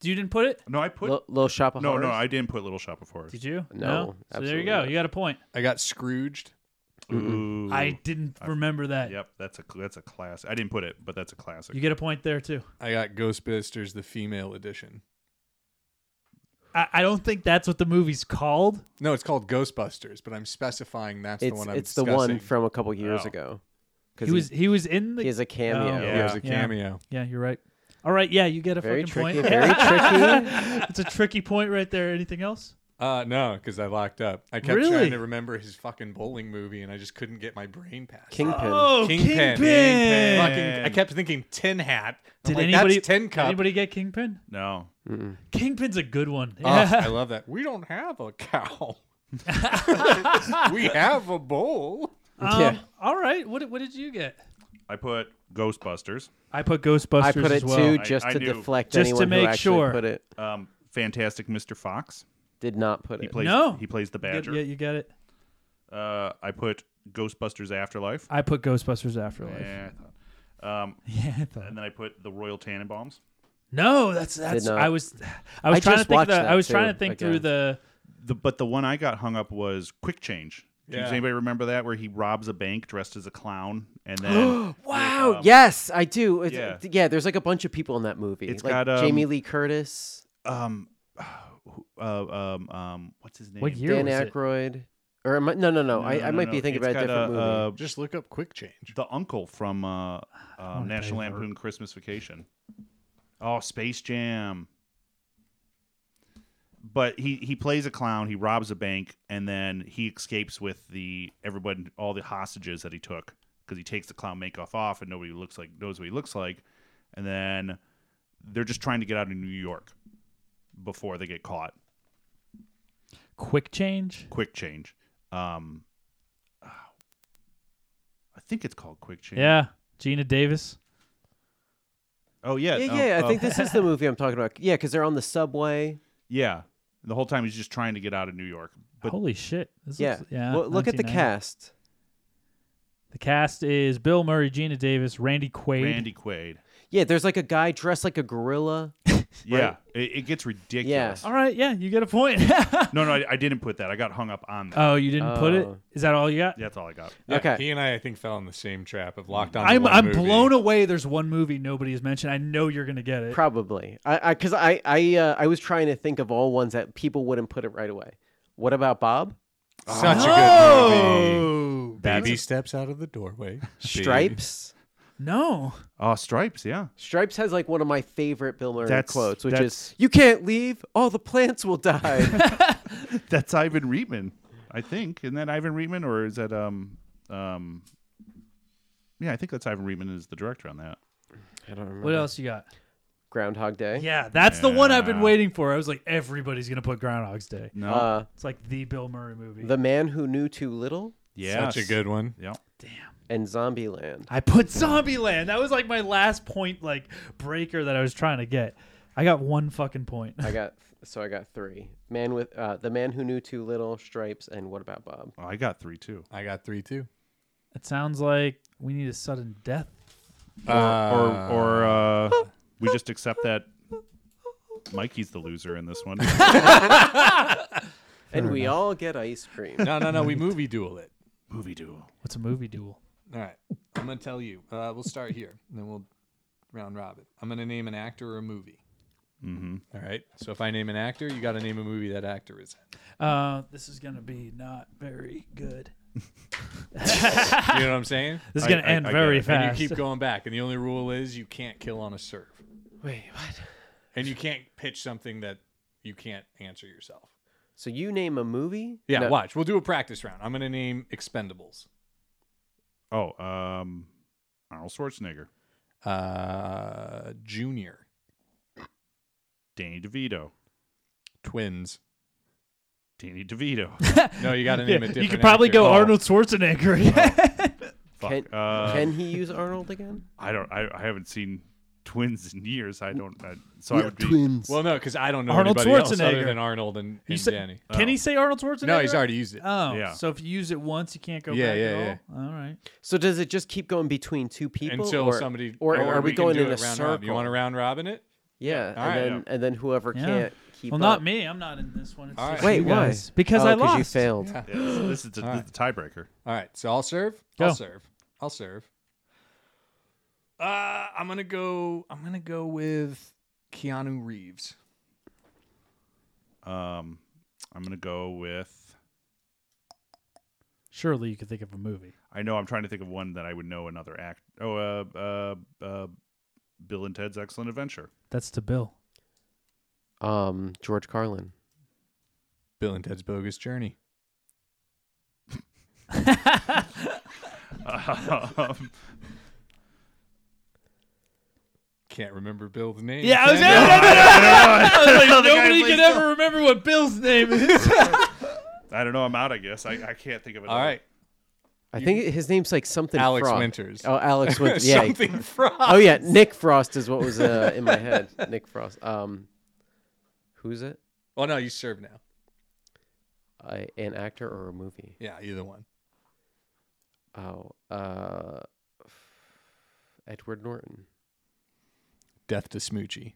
You didn't put it? No, I put Lil- Little Shop of No, Horrors? no, I didn't put Little Shop of Horrors. Did you? No, So there you absolutely go. not. You got a point. I got Scrooged. Ooh. I didn't remember that. Yep, that's a that's a classic. I didn't put it, but that's a classic. You get a point there too. I got Ghostbusters, the female edition. I, I don't think that's what the movie's called. No, it's called Ghostbusters, but I'm specifying that's the It's one I'm it's the one discussing. from a couple years Oh. ago. 'Cause He was he was in the. he has a cameo. Oh. He has a Yeah. cameo. Yeah, you're right. All right, yeah, you get a Very fucking tricky, point. very tricky. it's a tricky point right there. Anything else? Uh, no, because I locked up. I kept Really? trying to remember his fucking bowling movie, and I just couldn't get my brain past it. Kingpin. Oh, Kingpin. Kingpin. Fucking, I kept thinking Tin Hat. I'm Did like, anybody that's Tin Cup? anybody get Kingpin? No. Kingpin's a good one. Oh, Yeah. I love that. We don't have a cow. we have a bowl. Um, All right. What what did you get? I put Ghostbusters. I put Ghostbusters. I put it as well. too, I- just I to knew. deflect Just to anyone make who actually sure. put it. Um, Fantastic Mr. Fox. Did not put He it. plays No. he plays the You get- Badger. yeah, you got it. Uh, I put Ghostbusters Afterlife. I put Ghostbusters Afterlife. Yeah, I thought. Um, Yeah, I thought. and then I put the Royal Tannenbaums. No, that's that's. not. I was, I was I trying to just think. watched The, that I was trying too, to think again. through the. The, but the one I got hung up was Quick Change. Do you- Does Yeah. anybody remember that where he robs a bank dressed as a clown and then Wow. yes, I do. It's, yeah. Um, yeah. There's like a bunch of people in that movie. It's like got, um, Jamie Lee Curtis, um uh, um um what's his name? What year Dan was it? Aykroyd, or am I, no, no, no. No, I, no, I no, might be no. thinking It's about a got different movie. uh, Just look up Quick Change. the uncle from uh, uh, wanna National pay for it. Lampoon Christmas Vacation. Oh, Space Jam. But he, he plays a clown, he robs a bank, and then he escapes with the everybody all the hostages that he took because he takes the clown makeoff off and nobody looks like knows what he looks like, and then they're just trying to get out of New York before they get caught. Quick change. Quick change. Um, ah, I think it's called Quick Change. Yeah, Gina Davis. Oh yeah. yeah, um, yeah. I um, think this is the movie I'm talking about. Yeah, because they're on the subway. Yeah. The whole time he's just trying to get out of New York. But Holy shit! This Yeah. looks- yeah. well, look at the 1990. cast. The cast is Bill Murray, Gina Davis, Randy Quaid. Randy Quaid. Yeah, there's like a guy dressed like a gorilla. Yeah. It, it gets ridiculous. All right, yeah, you get a point. No, no, I, I didn't put that. I got hung up on that. oh, you didn't put it. Oh. Is that all you got? That's all I got. Yeah, Okay. He and I, I think, fell in the same trap of locked on. to I'm one I'm movie. blown away. There's one movie nobody has mentioned. I know you're gonna get it. Probably. I because I I, uh, I was trying to think of all ones that people wouldn't put it right away. What about Bob? Such a good movie. That's- Baby steps out of the doorway. Stripes. no. Oh, Stripes, yeah. Stripes has like one of my favorite Bill Murray That's- quotes, which that's- is "You can't leave, all the plants will die." That's Ivan Reitman, I think. Isn't that Ivan Reitman or is that um um Yeah, I think that's Ivan Reitman is the director on that. I don't remember. What else you got? Groundhog Day. Yeah, that's the one I've been waiting for. I was like, everybody's gonna put Groundhog's Day. No. Uh, it's like the Bill Murray movie. The Man Who Knew Too Little. Yes. Such a good one. Yep. Damn. And Zombieland. I put Zombieland. That was like my last point, like breaker that I was trying to get. I got one fucking point. I got so I got three. Man with uh, the Man Who Knew Too Little, Stripes, and What About Bob? Oh, I got three too. I got three too. It sounds like we need a sudden death. Or or, or uh, we just accept that Mikey's the loser in this one. and we all get ice cream. No, no, no. We movie duel it. Movie duel. What's a movie duel? All right. I'm gonna tell you. Uh, we'll start here, and then we'll round robin. I'm gonna name an actor or a movie. Mm-hmm. All right. So if I name an actor, you got to name a movie that actor is in. Uh, this is gonna be not very good. You know what I'm saying? This is gonna end very get it. And fast. you keep going back, and the only rule is you can't kill on a serve, Wait, what? and you can't pitch something that you can't answer yourself. So you name a movie? Yeah, No. watch. We'll do a practice round. I'm gonna name Expendables. Oh, um, Arnold Schwarzenegger, Uh, Junior, Danny DeVito, twins. Danny DeVito. No, you got to name it. you could probably Oh. go Arnold Schwarzenegger. Fuck. Can, uh, can he use Arnold again? I don't. I, I haven't seen twins in years. I don't. I, so I We're would be Well, no, because I don't know Arnold anybody else other Schwarzenegger. than Arnold and, You and said- Danny. Can Oh. he say Arnold Schwarzenegger? No, he's already used it. Oh, Yeah. so if you use it once, you can't go Yeah, back yeah, at all. All right. So does it just keep going between two people Until or, somebody or, or are we, can going do in it a round circle? robin. You want to round robin it? Yeah, All and right. then and then whoever Yeah. can't keep Well, up- not me. I'm not in this one. It's All just right. Wait, you why? guys. Because Oh, I 'cause lost. you failed. Yeah. Yeah, this, this is the, Alright. the tiebreaker. All right, so I'll serve. Go. I'll serve. I'll serve. Uh, I'm gonna go. I'm gonna go with Keanu Reeves. Um, I'm gonna go with. Surely you could think of a movie. I know. I'm trying to think of one that I would know another act. Oh, uh, uh, uh, Bill and Ted's Excellent Adventure. That's to Bill. Um, George Carlin. Bill and Ted's Bogus Journey. Um, Can't remember Bill's name. Yeah, I was, Can no, no, you? no, no, no. I was like, The guy nobody plays can Bill. ever remember what Bill's name is. I don't know. I'm out. I guess I, I can't think of it. All right, I think his name's like something. Alex Frost. Winters. Oh, Alex Winters. Yeah. something from. Oh yeah, Nick Frost is what was uh, in my head. Nick Frost. Um, who's it? Oh no, you serve now. I, an actor or a movie? Yeah, either one. Oh, uh, Edward Norton, Death to Smoochie.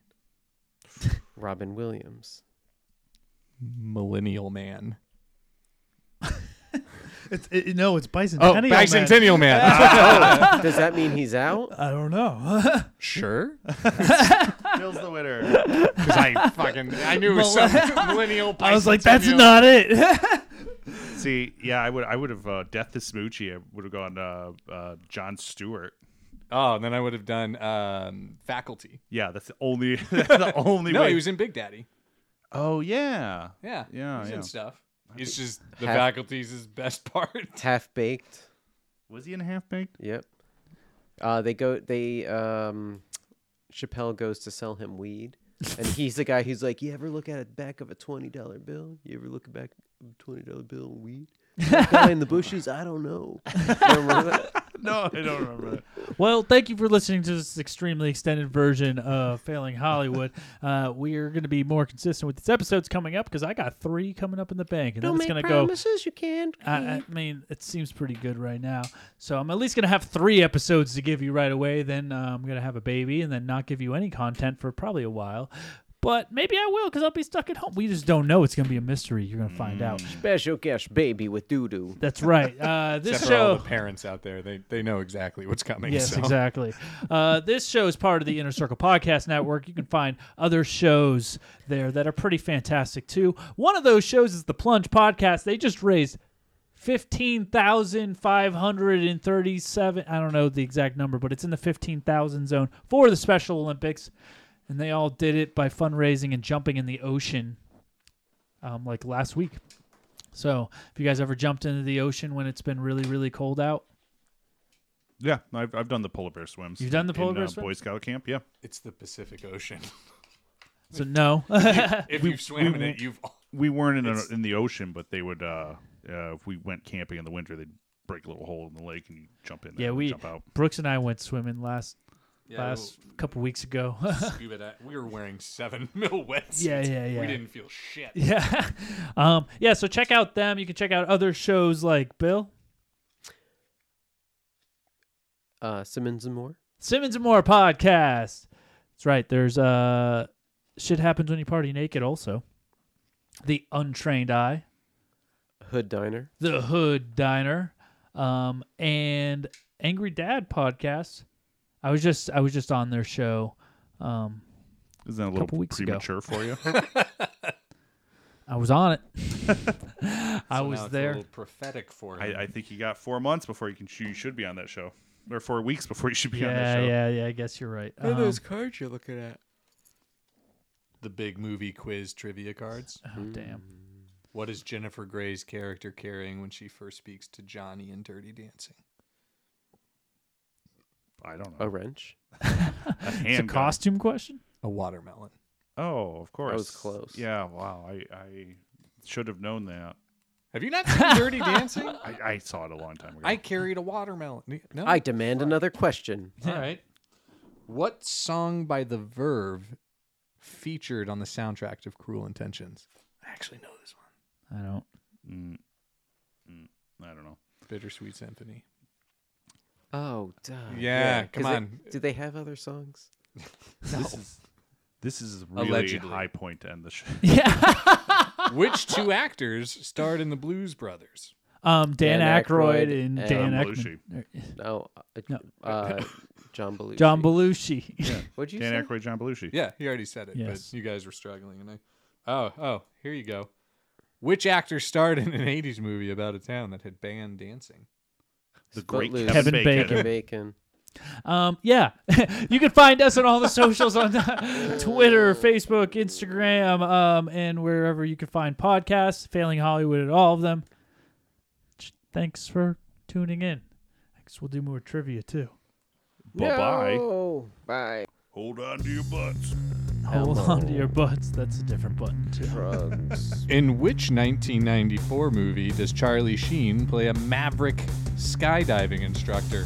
Robin Williams. Millennial Man. It's, it, no, it's Bicentennial. Oh, Man. Bicentennial Man. Does that mean he's out? I don't know. sure. Bill's the winner. Because I fucking I knew it was some millennial. I was like, that's bicentennial. not it. See, yeah, I would. I would have uh, Death is Smoochie. I would have gone uh, uh, John Stewart. Oh, and then I would have done um, Faculty. Yeah, that's the only. That's the only No, way. he was in Big Daddy. oh yeah. Yeah, Yeah, he's yeah. in stuff. It's just the Half- faculty's his best part. Half baked. Was he in Half Baked? Yep. Uh, they go. They um, Chappelle goes to sell him weed, and he's the guy who's like, "You ever look at the back of a twenty dollar bill? You ever look back of a twenty dollar bill and weed?" That guy in the bushes. I don't know. Remember that? No, I don't remember that. Well, thank you for listening to this extremely extended version of Failing Hollywood. uh, we are going to be more consistent with these episodes coming up because I got three coming up in the bank, and then it's going to go. you can't. I, I mean, it seems pretty good right now. So I'm at least going to have three episodes to give you right away. Then uh, I'm going to have a baby and then not give you any content for probably a while. But maybe I will because I'll be stuck at home. We just don't know. It's going to be a mystery. You're going to Hmm. find out. Special guest baby with doo doo. That's right. Uh, this Except for show. all the parents out there, they they know exactly what's coming. Yes, so. exactly. Uh, this show is part of the Inner Circle Podcast Network. You can find other shows there that are pretty fantastic too. One of those shows is the Plunge Podcast. They just raised fifteen thousand five hundred and thirty-seven. I don't know the exact number, but it's in the fifteen thousand zone for the Special Olympics, and they all did it by fundraising and jumping in the ocean, um, like last week. So, if you guys ever jumped into the ocean when it's been really, really cold out, Yeah, I've, I've done the polar bear swims. You've done the polar in, bear uh, swim? Boy Scout camp. Yeah, it's the Pacific Ocean. So no. If you've swam in it, you've- We weren't in, a, It's- in the ocean, but they would. Uh, uh, if we went camping in the winter, they'd break a little hole in the lake and you jump in. There yeah, and we jump out. Brooks and I went swimming last Yeah, last couple weeks ago. Scuba dive- We were wearing seven mil wetsuits. Yeah, yeah, yeah. We didn't feel shit. Yeah. um, yeah, so check out them. You can check out other shows like Bill. Uh, Simmons and Moore. Simmons and More podcast. That's right. There's uh shit happens when you party naked also. The untrained eye, Hood Diner. the hood diner, um and Angry Dad podcast. I was just I was just on their show um Isn't that a little couple weeks ago. premature for you? I was on it. I was there. prophetic for him. I, I think you got four months before you can. You should be on that show, or four weeks before you should be on that Yeah, show. yeah, yeah, I guess you're right. What are those Um, cards you're looking at? The big movie quiz trivia cards. Oh, damn. What is Jennifer Gray's character carrying when she first speaks to Johnny in Dirty Dancing? I don't know. A wrench. it's a handgun. costume question? A watermelon. Oh, of course. That was close. Yeah. Wow. I I should have known that. Have you not seen Dirty Dancing? I, I saw it a long time ago. I carried a watermelon. No. I demand another question. All right. What song by The Verve featured on the soundtrack of Cruel Intentions? I actually know this one. I don't. Mm, mm, I don't know. Bittersweet Symphony. Oh, duh. Yeah, come 'cause they- on. do they have other songs? This is Oh. this is a really Allegedly. high point to end the show. Which two actors starred in The Blues Brothers? Um, Dan, Dan Aykroyd, Aykroyd and and Dan John Aykman. No. Uh, No. uh, John Belushi. John Belushi. What'd you Dan say? Aykroyd, John Belushi. Yeah, he already said it, Yes. but you guys were struggling. And I, oh, oh, here you go. Which actor starred in an '80s movie about a town that had banned dancing? The great Footloose. Kevin, Kevin Bacon. Kevin Bacon. Um, yeah, you can find us on all the socials on Twitter, Facebook, Instagram, um, and wherever you can find podcasts. Failing Hollywood at all of them. Thanks for tuning in. I guess we'll do more trivia too. Bye bye. No. Bye. Hold on to your butts. Hold on to your butts. That's a different button too. Drugs. In which 1994 movie does Charlie Sheen play a maverick skydiving instructor?